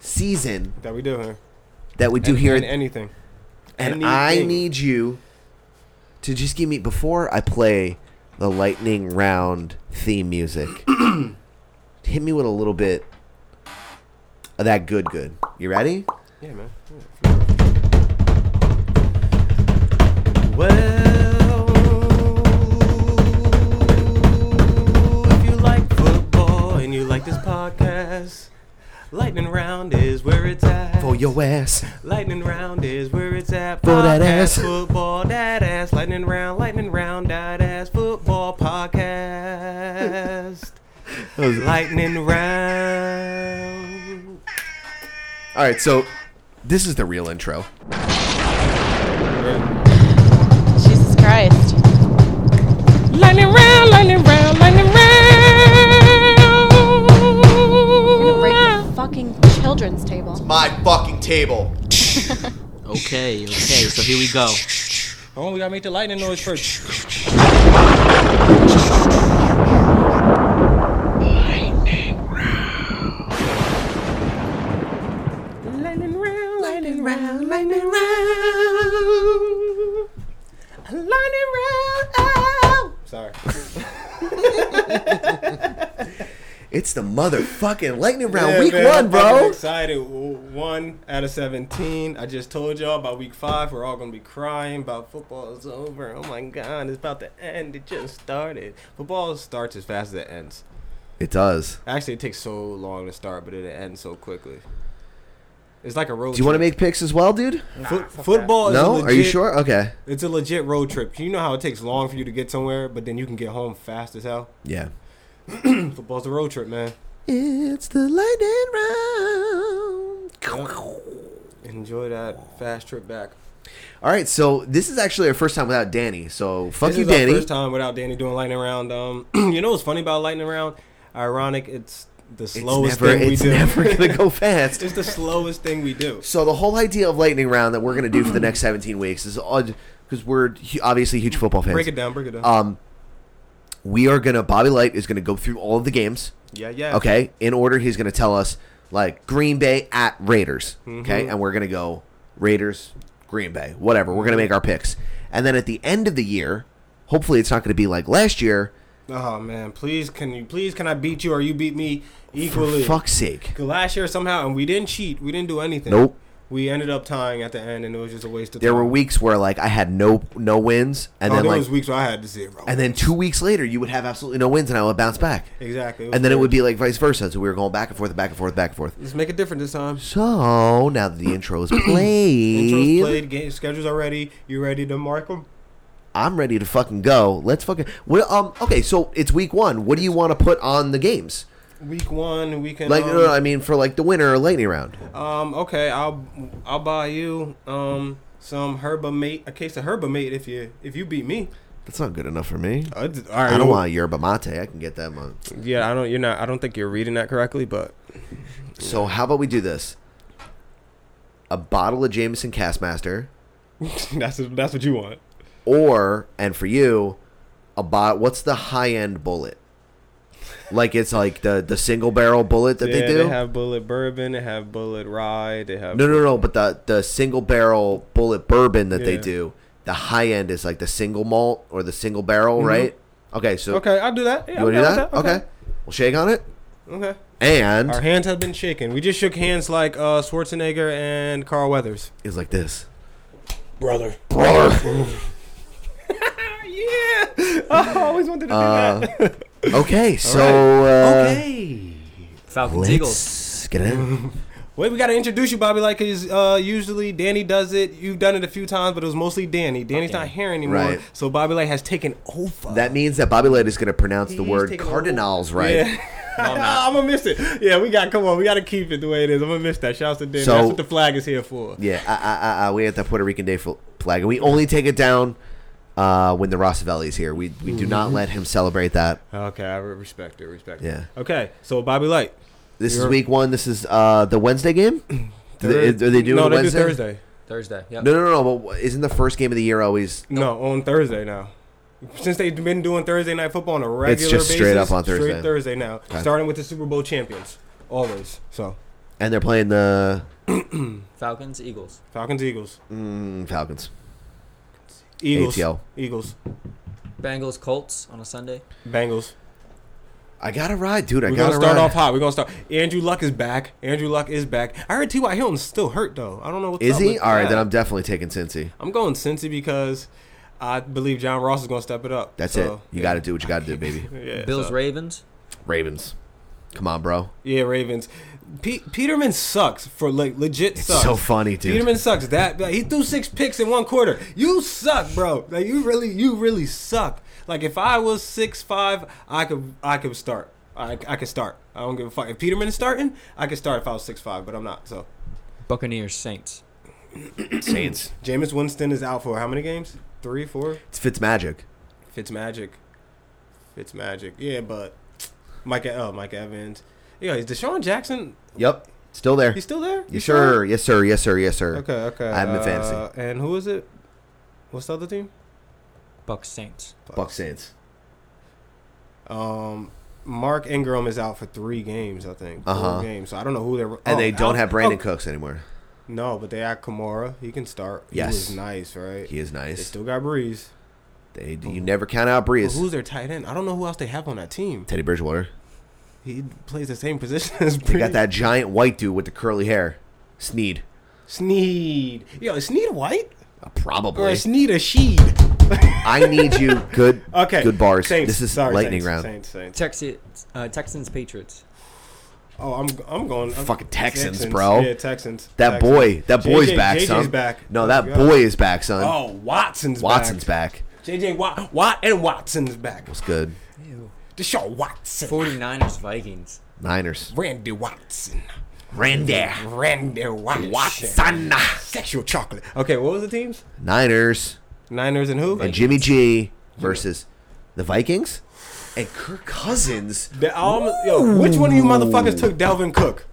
Speaker 2: season
Speaker 5: That we do here.
Speaker 2: that we do
Speaker 5: And-
Speaker 2: here
Speaker 5: and
Speaker 2: at
Speaker 5: anything.
Speaker 2: and
Speaker 5: Anything.
Speaker 2: I need you to just give me before I play the lightning round theme music. hit me with a little bit of that good good. You ready?
Speaker 5: Yeah, man. Yeah.
Speaker 2: Well,
Speaker 5: If you like football and you like this podcast, Lightning Round is where it's at.
Speaker 2: for your ass.
Speaker 5: Lightning Round is where it's at.
Speaker 2: For that
Speaker 5: Podcast,
Speaker 2: ass.
Speaker 5: Football, that ass. Lightning Round, Lightning Round, that ass. Football podcast. lightning Round.
Speaker 2: All right, so this is the real intro.
Speaker 12: Jesus Christ.
Speaker 6: break the fucking children's table.
Speaker 2: My fucking table.
Speaker 11: Okay, okay, so here we go.
Speaker 5: Oh, we gotta make the lightning noise first. Sorry.
Speaker 2: It's the motherfucking lightning round,
Speaker 5: Yeah,
Speaker 2: week
Speaker 5: man,
Speaker 2: one,
Speaker 5: I'm fucking
Speaker 2: bro.
Speaker 5: Excited. W- One out of seventeen. I just told y'all about week five. We're all gonna be crying about football is over. Oh my god, it's about to end. It just started. Football starts as fast as it ends.
Speaker 2: It does.
Speaker 5: Actually, it takes so long to start, but it ends so quickly. It's like a road.
Speaker 2: Do you want to
Speaker 5: trip.
Speaker 2: make picks as well, dude?
Speaker 5: Foot- football? Is
Speaker 2: No?
Speaker 5: a legit,
Speaker 2: Are you sure? Okay.
Speaker 5: It's a legit road trip. You know how it takes long for you to get somewhere, but then you can get home fast as hell.
Speaker 2: Yeah.
Speaker 5: Football's a road trip, man.
Speaker 2: It's the lightning round.
Speaker 5: Enjoy that fast trip back.
Speaker 2: All right, so this is actually our first time without Danny. So fuck
Speaker 5: This
Speaker 2: you,
Speaker 5: is our
Speaker 2: Danny.
Speaker 5: first time without Danny doing lightning round. Um, you know what's funny about lightning round? Ironic, it's the
Speaker 2: It's
Speaker 5: slowest
Speaker 2: never,
Speaker 5: thing we
Speaker 2: it's
Speaker 5: do.
Speaker 2: never gonna go fast.
Speaker 5: it's the slowest thing we do.
Speaker 2: so the whole idea of lightning round that we're gonna do for the next 17 weeks is odd because we're hu- obviously huge football fans.
Speaker 5: Break it down. Break it down.
Speaker 2: Um, we are gonna Bobby Light is gonna go through all of the games.
Speaker 5: yeah, yeah.
Speaker 2: Okay, in order, he's gonna tell us like Green Bay at Raiders. Okay,
Speaker 5: Mm-hmm.
Speaker 2: and we're gonna go Raiders, Green Bay, whatever. We're gonna
Speaker 5: Mm-hmm.
Speaker 2: make our picks, and then at the end of the year, hopefully it's not gonna be like last year.
Speaker 5: Oh man, please can you please can I beat you or you beat me
Speaker 2: For
Speaker 5: equally?
Speaker 2: fuck's sake.
Speaker 5: Last year somehow, and we didn't cheat. We didn't do anything.
Speaker 2: Nope.
Speaker 5: We ended up tying at the end, and it was just a waste of
Speaker 2: There
Speaker 5: time.
Speaker 2: were weeks where like I had no no wins, and
Speaker 5: Oh,
Speaker 2: then
Speaker 5: there
Speaker 2: like
Speaker 5: was weeks where I had zero.
Speaker 2: and then two weeks later you would have absolutely no wins, and I would bounce back.
Speaker 5: exactly,
Speaker 2: And then it
Speaker 5: weird.
Speaker 2: would be like vice versa. So we were going back and forth, back and forth, back and forth.
Speaker 5: let's make it different this time.
Speaker 2: So now that the intro is
Speaker 5: Intro's
Speaker 2: played,
Speaker 5: played, game schedules are ready. You ready to mark them?
Speaker 2: I'm ready to fucking go. Let's fucking. What, um. Okay, so it's week one. What do you want to put on the games?
Speaker 5: Week one, we can
Speaker 2: Like,
Speaker 5: um,
Speaker 2: no, no, I mean for like the winner or lightning round.
Speaker 5: Um, okay, I'll I'll buy you um some herbamate, a case of herbamate if you if you beat me.
Speaker 2: That's not good enough for me.
Speaker 5: I don't
Speaker 2: I don't want a yerba mate. I can get that one.
Speaker 5: Yeah, I don't. You're not. I don't think you're reading that correctly, but
Speaker 2: So how about we do this? A bottle of Jameson Castmaster.
Speaker 5: that's that's what you want.
Speaker 2: or and for you a bot what's the high end bullet like it's like the the single barrel bullet that
Speaker 5: yeah,
Speaker 2: they do
Speaker 5: have bullet bourbon. They have bullet rye. They have
Speaker 2: no no no but the the single barrel bullet bourbon that they
Speaker 5: Yeah.
Speaker 2: do the high end is like the single malt or the single barrel right okay so
Speaker 5: Okay, I'll do that. Yeah,
Speaker 2: you want to
Speaker 5: I'm
Speaker 2: do
Speaker 5: down
Speaker 2: that
Speaker 5: with
Speaker 2: okay. we'll shake on it
Speaker 5: Okay. okay.
Speaker 2: and
Speaker 5: Our hands have been shaken. We just shook hands like uh, Schwarzenegger and Carl Weathers.
Speaker 2: it's like this
Speaker 5: Brother.
Speaker 2: brother
Speaker 5: Yeah. I always wanted to
Speaker 2: Uh,
Speaker 5: do that.
Speaker 2: okay so uh,
Speaker 11: Falcons Eagles.
Speaker 2: let's get it
Speaker 5: Wait, we gotta introduce you, Bobby. Like, is uh, usually Danny does it. You've done it a few times, but it was mostly Danny. Danny's not here anymore,
Speaker 2: Right.
Speaker 5: so Bobby Light has taken over.
Speaker 2: That means that Bobby Light is going to pronounce the
Speaker 5: He's
Speaker 2: word
Speaker 5: taking
Speaker 2: cardinals right.
Speaker 5: Yeah. I'm gonna miss it. Yeah, we got. Come on, we gotta keep it the way it is. I'm gonna miss that. Shouts to Danny.
Speaker 2: So-
Speaker 5: That's what the flag is here for.
Speaker 2: Yeah, ah, ah, ah, ah, we have the Puerto Rican Day fl- flag, and we only take it down uh, when the Rossavelli's here. We we do
Speaker 5: Mm-hmm.
Speaker 2: not let him celebrate that.
Speaker 5: Okay, I re- respect it. Respect.
Speaker 2: Yeah.
Speaker 5: It. Okay, so Bobby Light.
Speaker 2: This is
Speaker 5: You're-
Speaker 2: week one. This is uh, the Wednesday game. Do they,
Speaker 5: Thurs-
Speaker 2: are they doing
Speaker 5: no,
Speaker 2: it
Speaker 5: they
Speaker 2: Wednesday?
Speaker 5: do Thursday.
Speaker 11: Thursday. Yep.
Speaker 2: No, no, no, no. But wh- isn't the first game of the year always?
Speaker 5: No, on Thursday now. Since they've been doing Thursday night football on a regular basis,
Speaker 2: just straight up on Thursday.
Speaker 5: Straight Thursday now, starting with the Super Bowl champions, always. So
Speaker 2: And they're playing the
Speaker 11: Falcons, Eagles.
Speaker 5: Falcons, Eagles,
Speaker 2: mm, Falcons.
Speaker 5: Eagles,
Speaker 2: ATL.
Speaker 5: Eagles,
Speaker 11: Bengals, Colts on a Sunday.
Speaker 5: Bengals.
Speaker 2: I gotta ride, dude. I
Speaker 5: We're
Speaker 2: gotta
Speaker 5: gonna start
Speaker 2: ride.
Speaker 5: off hot. We're gonna start. Andrew Luck is back. Andrew Luck is back. I heard T.Y. Hilton's still hurt though. I don't know. What's
Speaker 2: Is
Speaker 5: up
Speaker 2: he?
Speaker 5: with
Speaker 2: All right,
Speaker 5: that.
Speaker 2: then I'm definitely taking Cincy.
Speaker 5: I'm going Cincy because I believe John Ross is gonna step it up.
Speaker 2: That's
Speaker 5: So,
Speaker 2: it. You gotta do what you gotta do, baby.
Speaker 5: Yeah,
Speaker 11: Bills,
Speaker 5: so-
Speaker 11: Ravens.
Speaker 2: Ravens. Come on, bro.
Speaker 5: Yeah, Ravens. Pe- Peterman sucks for like legit
Speaker 2: It's
Speaker 5: sucks.
Speaker 2: so funny, dude.
Speaker 5: Peterman sucks. That like, he threw six picks in one quarter. You suck, bro. Like you really, you really suck. Like if I was six five, I could, I could start. I, I could start. I don't give a fuck. If Peterman is starting, I could start if I was six five, but I'm not. So
Speaker 11: Buccaneers, Saints.
Speaker 2: Saints.
Speaker 5: Jameis Winston is out for how many games? Three, four.
Speaker 2: It's Fitzmagic.
Speaker 5: Fitzmagic. Fitzmagic. Yeah, but Mike. Oh, Mike Evans. Yeah, is Deshaun Jackson?
Speaker 2: Yep. Still there.
Speaker 5: He's still there?
Speaker 2: Yes,
Speaker 5: He's still there?
Speaker 2: sir. Yes, sir. Yes, sir. Yes, sir.
Speaker 5: Okay, okay.
Speaker 2: I have him in fantasy.
Speaker 5: Uh, And who is it? What's the other team?
Speaker 11: Bucks, Saints.
Speaker 2: Buck Saints.
Speaker 5: Um, Mark Ingram is out for three games, I think. 4
Speaker 2: Uh-huh.
Speaker 5: games. So I don't know who they're.
Speaker 2: And
Speaker 5: oh,
Speaker 2: they don't
Speaker 5: out-
Speaker 2: have Brandon
Speaker 5: oh,
Speaker 2: Cooks anymore.
Speaker 5: no, but they have Kamara. He can start. He
Speaker 2: Yes.
Speaker 5: was nice, right?
Speaker 2: He is
Speaker 5: They
Speaker 2: nice.
Speaker 5: still got Breeze.
Speaker 2: They, you never count out
Speaker 5: But
Speaker 2: Breeze.
Speaker 5: who's their tight end? I don't know who else they have on that team.
Speaker 2: Teddy Bridgewater.
Speaker 5: He plays the same position as Breeze.
Speaker 2: They got that giant white dude with the curly hair. Sneed.
Speaker 5: Sneed. Yo, is Sneed white?
Speaker 2: Uh,
Speaker 5: Or
Speaker 2: Probably.
Speaker 5: is Sneed a sheed?
Speaker 2: I need you good
Speaker 5: Okay.
Speaker 2: good bars.
Speaker 5: Saints.
Speaker 2: This is
Speaker 5: Sorry,
Speaker 2: lightning
Speaker 5: Saints,
Speaker 2: round.
Speaker 5: Saints, Saints.
Speaker 11: Texans, uh, Texans, Patriots.
Speaker 5: Oh, I'm I'm going I'm-
Speaker 2: Fucking Texans, bro.
Speaker 5: Yeah, Texans.
Speaker 2: That
Speaker 5: Texans.
Speaker 2: boy, that boy's
Speaker 5: JJ
Speaker 2: back,
Speaker 5: JJ's
Speaker 2: son.
Speaker 5: back.
Speaker 2: No, that
Speaker 5: Yeah.
Speaker 2: boy is back, son.
Speaker 5: Oh, Watson's
Speaker 2: Watson's
Speaker 5: back.
Speaker 2: back.
Speaker 5: JJ Watt, Watt and Watson's back.
Speaker 2: It's good.
Speaker 5: Deshaun Watson.
Speaker 11: 49ers, Vikings.
Speaker 2: Niners.
Speaker 5: Randy Watson.
Speaker 2: Randy.
Speaker 5: Randy Watson.
Speaker 2: Watson.
Speaker 5: Sexual chocolate. Okay, what was the teams?
Speaker 2: Niners.
Speaker 5: Niners and who?
Speaker 2: And Jimmy G versus the Vikings. And Kirk Cousins.
Speaker 5: The- I almost- yo, which one of you motherfuckers took Delvin Cook?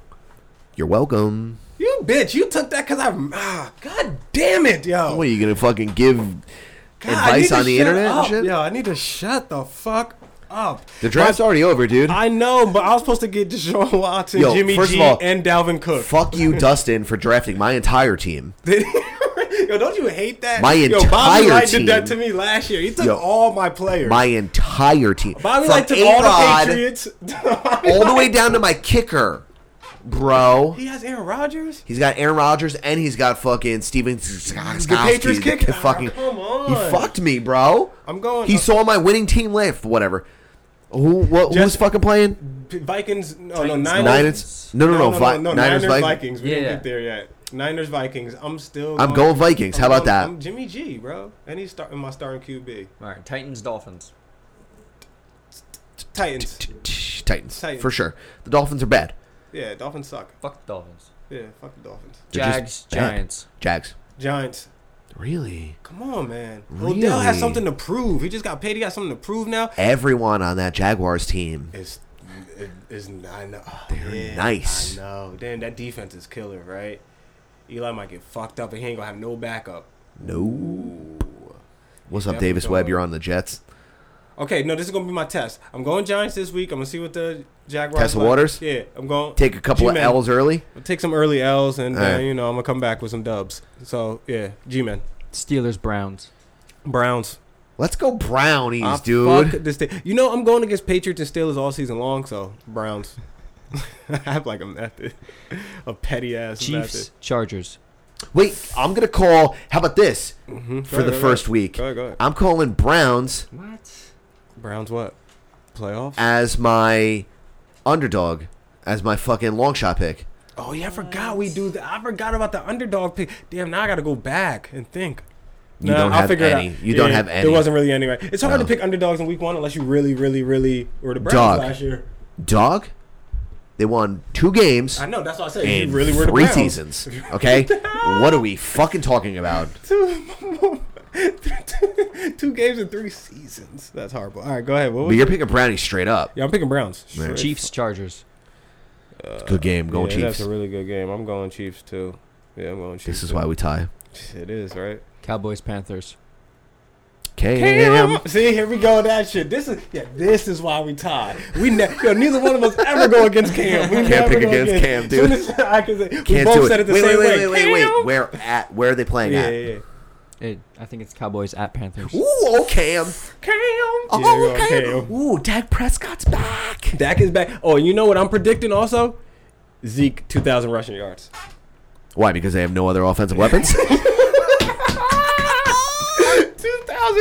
Speaker 2: You're welcome.
Speaker 5: You bitch, you took that because I. Ah, God damn it, yo.
Speaker 2: What are you gonna fucking give
Speaker 5: God, I need
Speaker 2: advice
Speaker 5: to
Speaker 2: on the
Speaker 5: shut
Speaker 2: internet
Speaker 5: up,
Speaker 2: and shit?
Speaker 5: Yo, I need to shut the fuck up.
Speaker 2: The draft's already over, dude.
Speaker 5: I know, but I was supposed to get Deshaun Watson,
Speaker 2: Yo,
Speaker 5: Jimmy
Speaker 2: first
Speaker 5: G,
Speaker 2: of all,
Speaker 5: and Dalvin Cook.
Speaker 2: Fuck you, Dustin, for drafting my entire team.
Speaker 5: Yo, don't you hate that?
Speaker 2: My
Speaker 5: Yo, Bobby
Speaker 2: entire
Speaker 5: Light did that to
Speaker 2: team.
Speaker 5: me last year. He took
Speaker 2: Yo.
Speaker 5: all my players.
Speaker 2: My entire team.
Speaker 5: Bobby
Speaker 2: From
Speaker 5: Light took all the
Speaker 2: A-Rod
Speaker 5: Patriots.
Speaker 2: all the way down to my kicker, bro.
Speaker 5: He has Aaron Rodgers.
Speaker 2: He's got Aaron Rodgers and he's got fucking Steven
Speaker 5: The Patriots kick? Ah,
Speaker 2: Fucking,
Speaker 5: come on.
Speaker 2: He fucked me, bro.
Speaker 5: I'm going-
Speaker 2: He saw my winning team lift. Whatever. Who? What, who's
Speaker 5: Just-
Speaker 2: fucking playing?
Speaker 5: P- Vikings. No, no,
Speaker 11: Titans.
Speaker 5: Niners.
Speaker 2: Niners. No, no, no. Vi- Niners, Vikings.
Speaker 5: Vikings. We didn't
Speaker 11: Yeah.
Speaker 5: get there yet. Niners, Vikings. I'm still.
Speaker 2: I'm going Vikings. How about that?
Speaker 5: I'm Jimmy G, bro, and he's starting my starting QB.
Speaker 11: All right, Titans, Dolphins.
Speaker 5: Titans.
Speaker 2: Titans,
Speaker 5: Titans.
Speaker 2: for sure. The Dolphins are bad.
Speaker 5: Yeah, Dolphins suck.
Speaker 11: Fuck the Dolphins.
Speaker 5: Yeah, fuck the Dolphins.
Speaker 2: They're just
Speaker 11: Jags,
Speaker 2: bad.
Speaker 11: Giants.
Speaker 2: Jags.
Speaker 5: Giants.
Speaker 2: Really?
Speaker 5: Come on, man. Odell
Speaker 2: Really?
Speaker 5: has something to prove. He just got paid. He got something to prove now.
Speaker 2: Everyone on that Jaguars team.
Speaker 5: It's it- it's not. I know.
Speaker 2: They're nice.
Speaker 5: I know. Damn, that defense is killer, right? Eli might get fucked up, and he ain't gonna have no backup.
Speaker 2: No. What's up,
Speaker 5: Definitely
Speaker 2: Davis
Speaker 5: going
Speaker 2: Webb?
Speaker 5: up.
Speaker 2: You're on the Jets.
Speaker 5: Okay, no, this is gonna be my test. I'm going Giants this week. I'm gonna see what the Jaguars.
Speaker 2: Test the
Speaker 5: like.
Speaker 2: waters?
Speaker 5: Yeah, I'm going
Speaker 2: Take a couple
Speaker 5: G-Man.
Speaker 2: of L's early.
Speaker 5: I'll take some early L's, and uh,
Speaker 2: Alright.
Speaker 5: you know I'm gonna come back with some dubs. So yeah, G-man,
Speaker 13: Steelers, Browns.
Speaker 5: Browns.
Speaker 2: Let's go Brownies,
Speaker 5: I
Speaker 2: dude.
Speaker 5: fuck this thing. You know I'm going against Patriots and Steelers all season long. So Browns. I have like a method, a petty ass
Speaker 13: Chiefs, Chargers.
Speaker 2: Wait, I'm gonna call. How about this
Speaker 5: method
Speaker 2: for the first week?
Speaker 5: Go ahead, go ahead.
Speaker 2: I'm calling Browns
Speaker 11: What?
Speaker 5: Browns what? Playoffs.
Speaker 2: as my underdog, as my fucking long shot pick.
Speaker 5: Oh yeah, I forgot we do that. I forgot about the underdog pick. Damn, now I gotta go back and think.
Speaker 2: You don't have any. You don't have any.
Speaker 5: There wasn't really any. Right. It's hard
Speaker 2: No.
Speaker 5: to pick underdogs in week one unless you really, really, really were the Browns
Speaker 2: Dog.
Speaker 5: last year.
Speaker 2: Dog. They won two games
Speaker 5: I know. That's what I said.
Speaker 2: in
Speaker 5: you really were the
Speaker 2: three
Speaker 5: Browns.
Speaker 2: seasons. Okay, what are we fucking talking about?
Speaker 5: Two games in three seasons. That's horrible. All right, go ahead. What
Speaker 2: But
Speaker 5: was
Speaker 2: you're picking Brownie straight up.
Speaker 5: yeah, I'm picking Browns.
Speaker 2: Right.
Speaker 5: Straight-
Speaker 11: Chiefs, Chargers.
Speaker 2: Good game, going
Speaker 5: yeah,
Speaker 2: Chiefs.
Speaker 5: That's a really good game. I'm going Chiefs too. Yeah, I'm going Chiefs.
Speaker 2: this is
Speaker 5: too.
Speaker 2: why we tie.
Speaker 5: it is right.
Speaker 11: Cowboys, Panthers.
Speaker 2: Cam.
Speaker 5: See, here we go. with That shit. This is yeah. This is why we tied. We ne- yo, neither one of us ever go against Cam. We never
Speaker 2: pick
Speaker 5: go
Speaker 2: against Cam, dude.
Speaker 5: Soon as I can say, we
Speaker 2: Can't
Speaker 5: both
Speaker 2: do it.
Speaker 5: said it the
Speaker 2: wait, wait,
Speaker 5: same way.
Speaker 2: wait, wait, wait,
Speaker 5: Cam.
Speaker 2: wait. Where at? Where are they playing
Speaker 5: Yeah,
Speaker 2: at?
Speaker 5: yeah, yeah.
Speaker 11: It, I think it's Cowboys at Panthers.
Speaker 2: Ooh, oh Cam.
Speaker 5: Cam.
Speaker 2: Oh,
Speaker 5: Yeah,
Speaker 2: Cam.
Speaker 5: Cam.
Speaker 2: Ooh, Dak Prescott's back.
Speaker 5: Dak is back. Oh, and you know what I'm predicting also? Zeke, 2,000 rushing yards.
Speaker 2: Why? Because they have no other offensive weapons.
Speaker 5: 2,000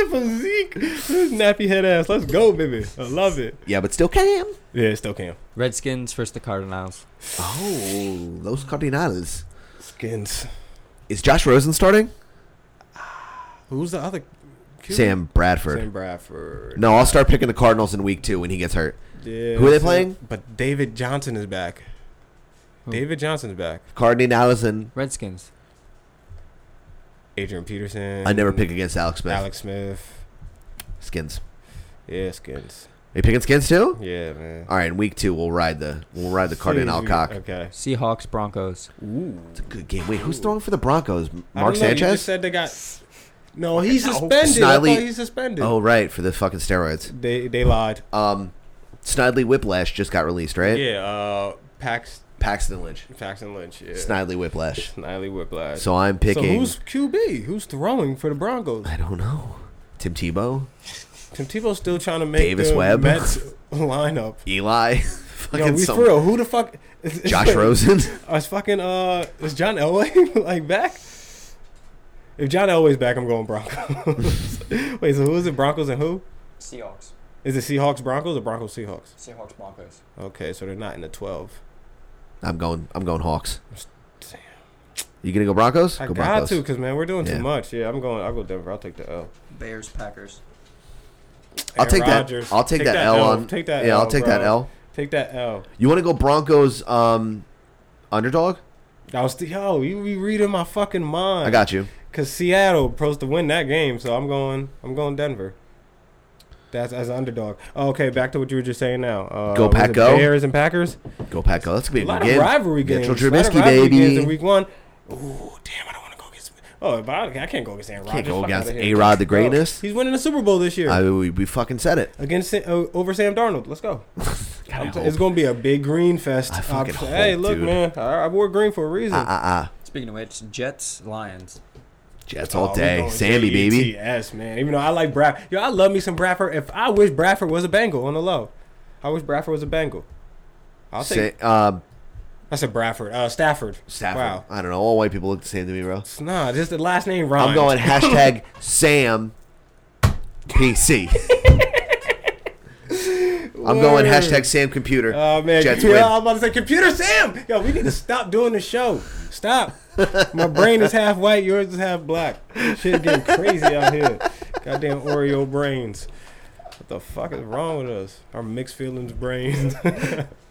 Speaker 5: for Zeke. This nappy head ass. Let's go, baby. I love it.
Speaker 2: yeah, but still Cam.
Speaker 5: Yeah, it's still Cam.
Speaker 11: Redskins versus the Cardinals.
Speaker 2: Oh, Los Cardinals.
Speaker 5: Skins.
Speaker 2: Is Josh Rosen starting?
Speaker 5: Who's the other? Q?
Speaker 2: Sam Bradford.
Speaker 5: Sam Bradford.
Speaker 2: No, I'll start picking the Cardinals in week two when he gets hurt.
Speaker 5: Yeah,
Speaker 2: Who are they
Speaker 5: so-
Speaker 2: playing?
Speaker 5: But David Johnson is back. David Johnson's back.
Speaker 2: Cardinals and
Speaker 11: Redskins.
Speaker 5: Adrian Peterson.
Speaker 2: I never pick against Alex Smith.
Speaker 5: Alex Smith.
Speaker 2: Skins.
Speaker 5: Yeah, skins.
Speaker 2: Are you picking skins too?
Speaker 5: Yeah, man.
Speaker 2: All right, in week two we'll ride the we'll ride the Cardinal
Speaker 5: Jeez,
Speaker 2: cock.
Speaker 5: Okay.
Speaker 11: Seahawks, Broncos.
Speaker 2: It's a good game. Wait, who's throwing for the Broncos?
Speaker 5: I don't
Speaker 2: Mark
Speaker 5: know, you just
Speaker 2: Sanchez. Oh,
Speaker 5: said they got. No, he's suspended.
Speaker 2: Snidely-
Speaker 5: I thought he's suspended.
Speaker 2: Oh right, for the fucking steroids.
Speaker 5: They they lied.
Speaker 2: Um, Snidely Whiplash just got released, right?
Speaker 5: yeah. Uh, Pax
Speaker 2: Paxton Lynch.
Speaker 5: Paxton Lynch. Yeah.
Speaker 2: Snidely Whiplash.
Speaker 5: Snidely Whiplash.
Speaker 2: So I'm picking.
Speaker 5: So who's QB? Who's throwing for the Broncos?
Speaker 2: I don't know. Tim Tebow,
Speaker 5: Tim Tebow's still trying to make
Speaker 2: Davis
Speaker 5: the
Speaker 2: Webb.
Speaker 5: Mets lineup.
Speaker 2: Eli,
Speaker 5: Yo,
Speaker 2: fucking
Speaker 5: we
Speaker 2: some-
Speaker 5: for real? Who the fuck? Is, is-
Speaker 2: Josh Rosen.
Speaker 5: Is fucking uh? Is John Elway like back? If John Elway's back, I'm going Broncos. Wait, so who is it? Broncos and who?
Speaker 11: Seahawks.
Speaker 5: Is it Seahawks Broncos or Broncos Seahawks?
Speaker 11: Seahawks, Broncos.
Speaker 5: Okay, so they're not in the twelve.
Speaker 2: I'm going. I'm going Hawks.
Speaker 5: Damn.
Speaker 2: You gonna go Broncos?
Speaker 5: I
Speaker 2: go
Speaker 5: got
Speaker 2: Broncos.
Speaker 5: to, because man, we're doing
Speaker 2: Yeah.
Speaker 5: too much. Yeah, I'm going. I'll go Denver. I'll take the L.
Speaker 11: Bears, Packers.
Speaker 2: I'll
Speaker 5: Aaron
Speaker 2: take
Speaker 5: Rodgers.
Speaker 2: that. I'll take, that, L, on.
Speaker 5: Take that.
Speaker 2: Yeah,
Speaker 5: L,
Speaker 2: I'll take that
Speaker 5: bro.
Speaker 2: L.
Speaker 5: Take that L.
Speaker 2: You want to go Broncos um, underdog?
Speaker 5: I was yo, you be reading my fucking mind.
Speaker 2: I got you.
Speaker 5: Cause Seattle supposed to win that game, so I'm going. I'm going Denver. That's as an underdog. Oh, okay, back to what you were just saying now. Uh,
Speaker 2: Go
Speaker 5: was
Speaker 2: Pack,
Speaker 5: it
Speaker 2: go.
Speaker 5: Bears and Packers.
Speaker 2: Go Pack Go. That's gonna be
Speaker 5: A
Speaker 2: a
Speaker 5: lot
Speaker 2: good game.
Speaker 5: of rivalry games.
Speaker 2: Mitchell
Speaker 5: A lot of
Speaker 2: Trubisky,
Speaker 5: rivalry games
Speaker 2: baby.
Speaker 5: in week one. Ooh, damn! I don't want to go against. Oh, but I, I can't go against Aaron Rodgers.
Speaker 2: Can't go
Speaker 5: Fuck
Speaker 2: against
Speaker 5: outta here.
Speaker 2: A Rod the
Speaker 5: Bro,
Speaker 2: greatness.
Speaker 5: He's winning the Super Bowl this year
Speaker 2: I we, we fucking said it.
Speaker 5: against Sa- uh, over Sam Darnold. Let's go.
Speaker 2: God, I hope.
Speaker 5: It's gonna be a big green fest.
Speaker 2: I fucking
Speaker 5: Uh, hey,
Speaker 2: hope,
Speaker 5: look,
Speaker 2: dude.
Speaker 5: man. I, I wore green for a reason.
Speaker 2: Ah ah ah.
Speaker 11: Speaking of which, Jets, Lions.
Speaker 2: Jets
Speaker 5: Oh,
Speaker 2: all
Speaker 5: we
Speaker 2: day.
Speaker 5: going
Speaker 2: Sammy baby.
Speaker 5: JETS, man. Even though I like Brad, yo, I love me some Bradford. If I wish Bradford was a Bengal on the low, I wish Bradford was a Bengal. I'll
Speaker 2: Sa-
Speaker 5: take.
Speaker 2: uh,
Speaker 5: I said Bradford. Uh, Stafford.
Speaker 2: Stafford.
Speaker 5: Wow.
Speaker 2: I don't know. All white people look the same to me, bro.
Speaker 5: Nah, just the last name rhymes.
Speaker 2: I'm going hashtag Sam PC. I'm going hashtag Sam Computer.
Speaker 5: Oh man,
Speaker 2: Jets
Speaker 5: yo,
Speaker 2: win.
Speaker 5: I'm about to say Computer Sam. Yo, we need to stop doing the show. Stop. My brain is half white. Yours is half black. Shit getting crazy out here. Goddamn Oreo brains. What the fuck is wrong with us? Our mixed feelings brains.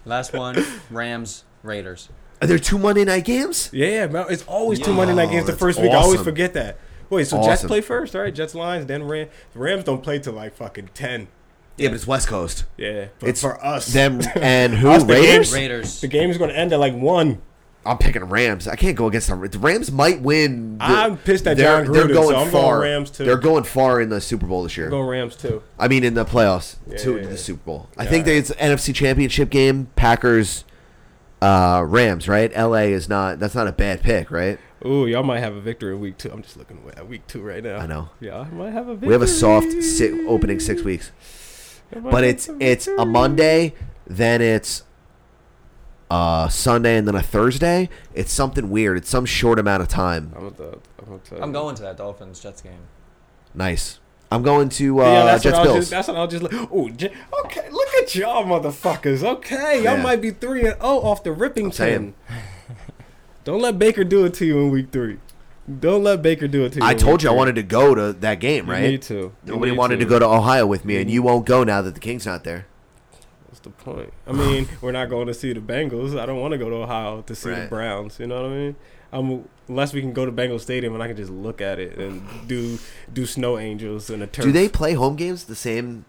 Speaker 11: Last one, Rams, Raiders.
Speaker 2: Are there two Monday night games?
Speaker 5: Yeah, bro, it's always two
Speaker 2: Yeah.
Speaker 5: Monday night games the
Speaker 2: That's
Speaker 5: first week. I always
Speaker 2: awesome.
Speaker 5: forget that. Wait, so Jets
Speaker 2: Awesome.
Speaker 5: play first, right? Jets Lions, then Rams. Rams don't play till like fucking ten.
Speaker 2: Yeah, but it's West Coast.
Speaker 5: Yeah, but
Speaker 2: It's
Speaker 5: for us.
Speaker 2: Them and who?
Speaker 5: Us, the
Speaker 2: Raiders.
Speaker 11: Raiders.
Speaker 5: the game is going to end at like one.
Speaker 2: I'm picking Rams. I can't go against them. The Rams might win. the-
Speaker 5: I'm pissed at John Gruden, so I'm going Rams, too.
Speaker 2: They're going far in the Super Bowl this year.
Speaker 5: Go Rams too.
Speaker 2: I mean, in the playoffs to
Speaker 5: yeah, yeah.
Speaker 2: the Super Bowl. I think that it's NFC Championship game. Packers, uh, Rams. Right? LA is not. That's not a bad pick, right?
Speaker 5: Ooh, y'all might have a victory in week two. I'm just looking at week two right now.
Speaker 2: I know.
Speaker 5: Y'all might have a victory.
Speaker 2: We have a soft si- opening six weeks, but it's it's a Monday, then it's a Sunday, and then a Thursday. It's something weird. It's some short amount of time.
Speaker 5: I'm, gonna tell- I'm, gonna tell
Speaker 11: I'm
Speaker 5: you.
Speaker 11: going to that Dolphins Jets game.
Speaker 2: Nice. I'm going to uh,
Speaker 5: Yeah, that's
Speaker 2: Jets
Speaker 5: what I was
Speaker 2: Bills.
Speaker 5: just. That's what I was just. Like, ooh, J- okay. Look at y'all, motherfuckers. Okay, y'all
Speaker 2: Yeah.
Speaker 5: might be three and oh off the ripping
Speaker 2: saying.
Speaker 5: tin. Don't let Baker do it to you in week three. Don't let Baker do it to you.
Speaker 2: I
Speaker 5: in
Speaker 2: told
Speaker 5: week
Speaker 2: you I
Speaker 5: three.
Speaker 2: wanted to go to that game,
Speaker 5: You
Speaker 2: right?
Speaker 5: need to. You
Speaker 2: Nobody
Speaker 5: need
Speaker 2: wanted to. go to Ohio with me, and you
Speaker 5: Mm-hmm.
Speaker 2: won't go now that the King's not there.
Speaker 5: What's the point? I mean, we're not going to see the Bengals. I don't want to go to Ohio to see the
Speaker 2: Right.
Speaker 5: Browns. You know what I mean? I'm, unless we can go to Bengals Stadium and I can just look at it and do do snow angels and a turf.
Speaker 2: Do they play home games the same?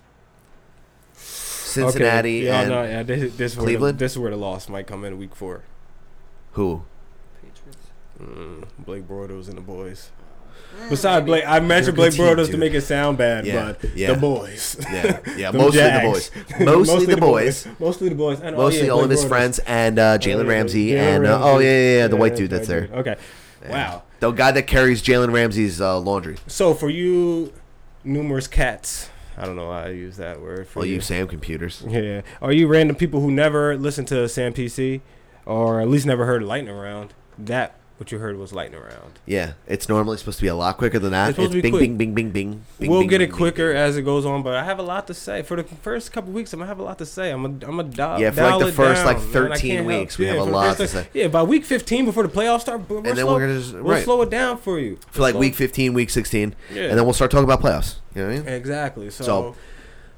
Speaker 5: Okay,
Speaker 2: Cincinnati
Speaker 5: yeah,
Speaker 2: and
Speaker 5: no, yeah, this, this is Where the,
Speaker 2: Cleveland?
Speaker 5: this is where the loss might come in week four.
Speaker 2: who?
Speaker 5: Mm, Blake Bortles and the boys. Besides Blake, I mentioned Blake
Speaker 2: good team,
Speaker 5: Bortles to
Speaker 2: dude.
Speaker 5: make it sound bad,
Speaker 2: Yeah,
Speaker 5: but
Speaker 2: yeah.
Speaker 5: the boys.
Speaker 2: Yeah, yeah,
Speaker 5: Them
Speaker 2: mostly the
Speaker 5: Jags.
Speaker 2: boys, mostly, the boys,
Speaker 5: Mostly the boys. And, oh,
Speaker 2: mostly
Speaker 5: yeah,
Speaker 2: all of
Speaker 5: Blake
Speaker 2: his
Speaker 5: Bortles.
Speaker 2: friends, and uh,
Speaker 5: Oh,
Speaker 2: Jalen
Speaker 5: yeah,
Speaker 2: Ramsey,
Speaker 5: Jalen
Speaker 2: and uh,
Speaker 5: Ramsey.
Speaker 2: oh yeah, yeah, yeah, the white dude
Speaker 5: that's
Speaker 2: that's
Speaker 5: right,
Speaker 2: there,
Speaker 5: dude. Okay. Wow.
Speaker 2: the guy that carries Jalen Ramsey's uh, laundry.
Speaker 5: So for you, numerous cats. I don't know. why I use that word for
Speaker 2: Well,
Speaker 5: you.
Speaker 2: you Sam computers.
Speaker 5: Yeah. Are you random people who never listened to Sam PC, or at least never heard Lightning Round? That what you heard was Lightning Round.
Speaker 2: Yeah, it's normally supposed to be a lot quicker than that.
Speaker 5: It's
Speaker 2: It's,
Speaker 5: supposed to be
Speaker 2: bing,
Speaker 5: quick.
Speaker 2: bing, bing, bing, bing, bing.
Speaker 5: we'll
Speaker 2: bing,
Speaker 5: get
Speaker 2: bing,
Speaker 5: it
Speaker 2: bing.
Speaker 5: quicker as it goes on, but I have a lot to say. For the first couple weeks, I'm gonna have a lot to say. I'm gonna, I'm gonna dial.
Speaker 2: Yeah, for like
Speaker 5: dial
Speaker 2: the
Speaker 5: uh, it
Speaker 2: first, like,
Speaker 5: down, man. I
Speaker 2: 13
Speaker 5: can't help.
Speaker 2: weeks, we have
Speaker 5: for
Speaker 2: a
Speaker 5: the
Speaker 2: lot
Speaker 5: first,
Speaker 2: to
Speaker 5: like-
Speaker 2: say.
Speaker 5: Yeah, by week 15 before the playoffs start, we're
Speaker 2: then
Speaker 5: slow,
Speaker 2: we're gonna just-
Speaker 5: we'll
Speaker 2: right.
Speaker 5: slow it down for you
Speaker 2: for like
Speaker 5: Slow-
Speaker 2: week 15, week 16,
Speaker 5: Yeah.
Speaker 2: and then we'll start talking about playoffs. You know what I mean?
Speaker 5: Exactly. So,
Speaker 2: So,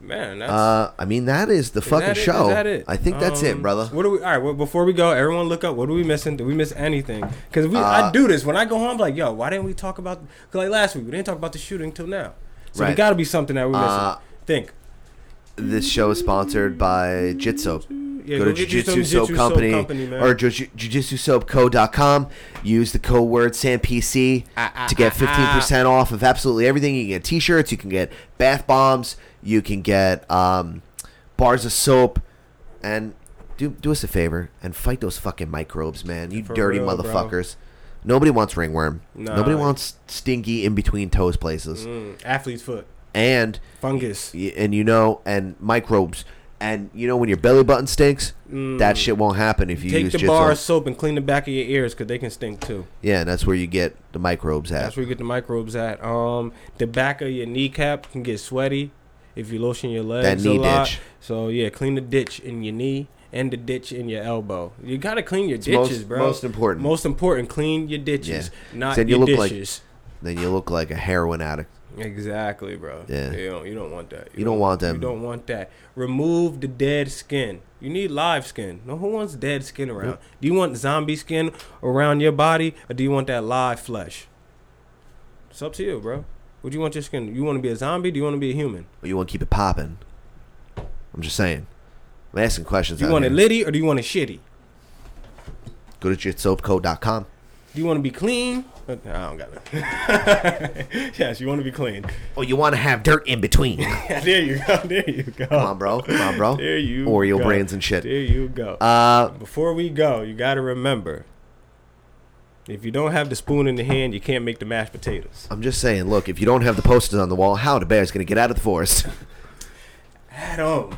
Speaker 5: man, that's
Speaker 2: Uh, I mean that is the
Speaker 5: Is
Speaker 2: fucking
Speaker 5: that it?
Speaker 2: show.
Speaker 5: Is that it?
Speaker 2: I think that's
Speaker 5: Um,
Speaker 2: it, brother.
Speaker 5: What do we? All right. Well, before we go, everyone look up. What are we missing? Did we miss anything? Because we, I
Speaker 2: Uh,
Speaker 5: do this when I go home. Like, yo, why didn't we talk about? Cause like last week, we didn't talk about the shooting till now. So there
Speaker 2: Right.
Speaker 5: got to be something that we missing.
Speaker 2: Uh,
Speaker 5: Think.
Speaker 2: This show is sponsored by Jitsoap.
Speaker 5: Yeah,
Speaker 2: go to
Speaker 5: go get you some
Speaker 2: Jujitsu Soap
Speaker 5: Jitsu Soap
Speaker 2: Company,
Speaker 5: Company, man.
Speaker 2: or jujitsusoapco.com. Use the code word SAMPC to get 15% off of absolutely everything. You can get t shirts, you can get bath bombs, you can get um, bars of soap. And do, do us a favor and fight those fucking microbes, man. You
Speaker 5: For
Speaker 2: dirty
Speaker 5: real, bro.
Speaker 2: motherfuckers. Nobody wants ringworm.
Speaker 5: Nah.
Speaker 2: Nobody wants stinky in between toes places.
Speaker 5: Mm, athlete's foot,
Speaker 2: And
Speaker 5: fungus.
Speaker 2: y- and you know, and microbes, and you know when your belly button stinks, that shit won't happen if you
Speaker 5: Hmm. Take
Speaker 2: use
Speaker 5: the
Speaker 2: Jitsu.
Speaker 5: bar of soap and clean the back of your ears because they can stink too.
Speaker 2: Yeah, and that's where you get the microbes at.
Speaker 5: That's where you get the microbes at. Um, the back of your kneecap can get sweaty if you lotion your legs
Speaker 2: That knee
Speaker 5: a lot.
Speaker 2: ditch.
Speaker 5: So yeah, clean the ditch in your knee and the ditch in your elbow. You gotta clean your
Speaker 2: most-
Speaker 5: ditches, bro.
Speaker 2: most important.
Speaker 5: Most important, clean your ditches,
Speaker 2: Yeah.
Speaker 5: not
Speaker 2: Then you
Speaker 5: your
Speaker 2: look like-
Speaker 5: dishes.
Speaker 2: then you look like a heroin addict.
Speaker 5: Exactly, bro.
Speaker 2: Yeah.
Speaker 5: You don't, you don't want that.
Speaker 2: You don't want
Speaker 5: You
Speaker 2: them.
Speaker 5: don't want that. Remove the dead skin. You need live skin. No, who wants dead skin around? Do you want zombie skin around your body, or do you want that live flesh? It's up to you, bro. Would you want your skin? You want to be a zombie? Do you want to be a human?
Speaker 2: But you want to keep it popping. I'm just saying. I'm asking questions.
Speaker 5: Do you
Speaker 2: out
Speaker 5: want it
Speaker 2: here.
Speaker 5: litty or do you want it shitty?
Speaker 2: Go to jitsoapco.com.
Speaker 5: Do you want to be clean? Uh, I don't got it. yes, you want to be clean.
Speaker 2: Oh, you want to have dirt in between.
Speaker 5: there you go. There you go.
Speaker 2: Come on, bro. Come on, bro.
Speaker 5: There you
Speaker 2: Oreo
Speaker 5: go.
Speaker 2: brands and shit.
Speaker 5: There you go.
Speaker 2: Uh,
Speaker 5: Before we go, you got to remember if you don't have the spoon in the hand, you can't make the mashed potatoes.
Speaker 2: I'm just saying. Look, if you don't have the posters on the wall, how the bear's gonna get out of the forest?
Speaker 5: At home.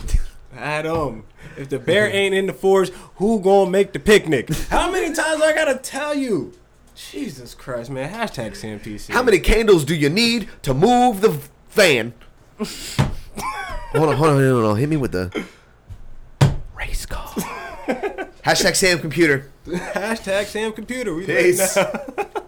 Speaker 5: At home. If the bear ain't in the forest, who gonna make the picnic? How many times I gotta tell you? Jesus Christ, man. Hashtag SamPC.
Speaker 2: How many candles do you need to move the fan? hold on, hold on, hold on. Hit me with the race call. Hashtag Sam Computer.
Speaker 5: Hashtag Sam Computer. We
Speaker 2: Peace.
Speaker 5: lit now.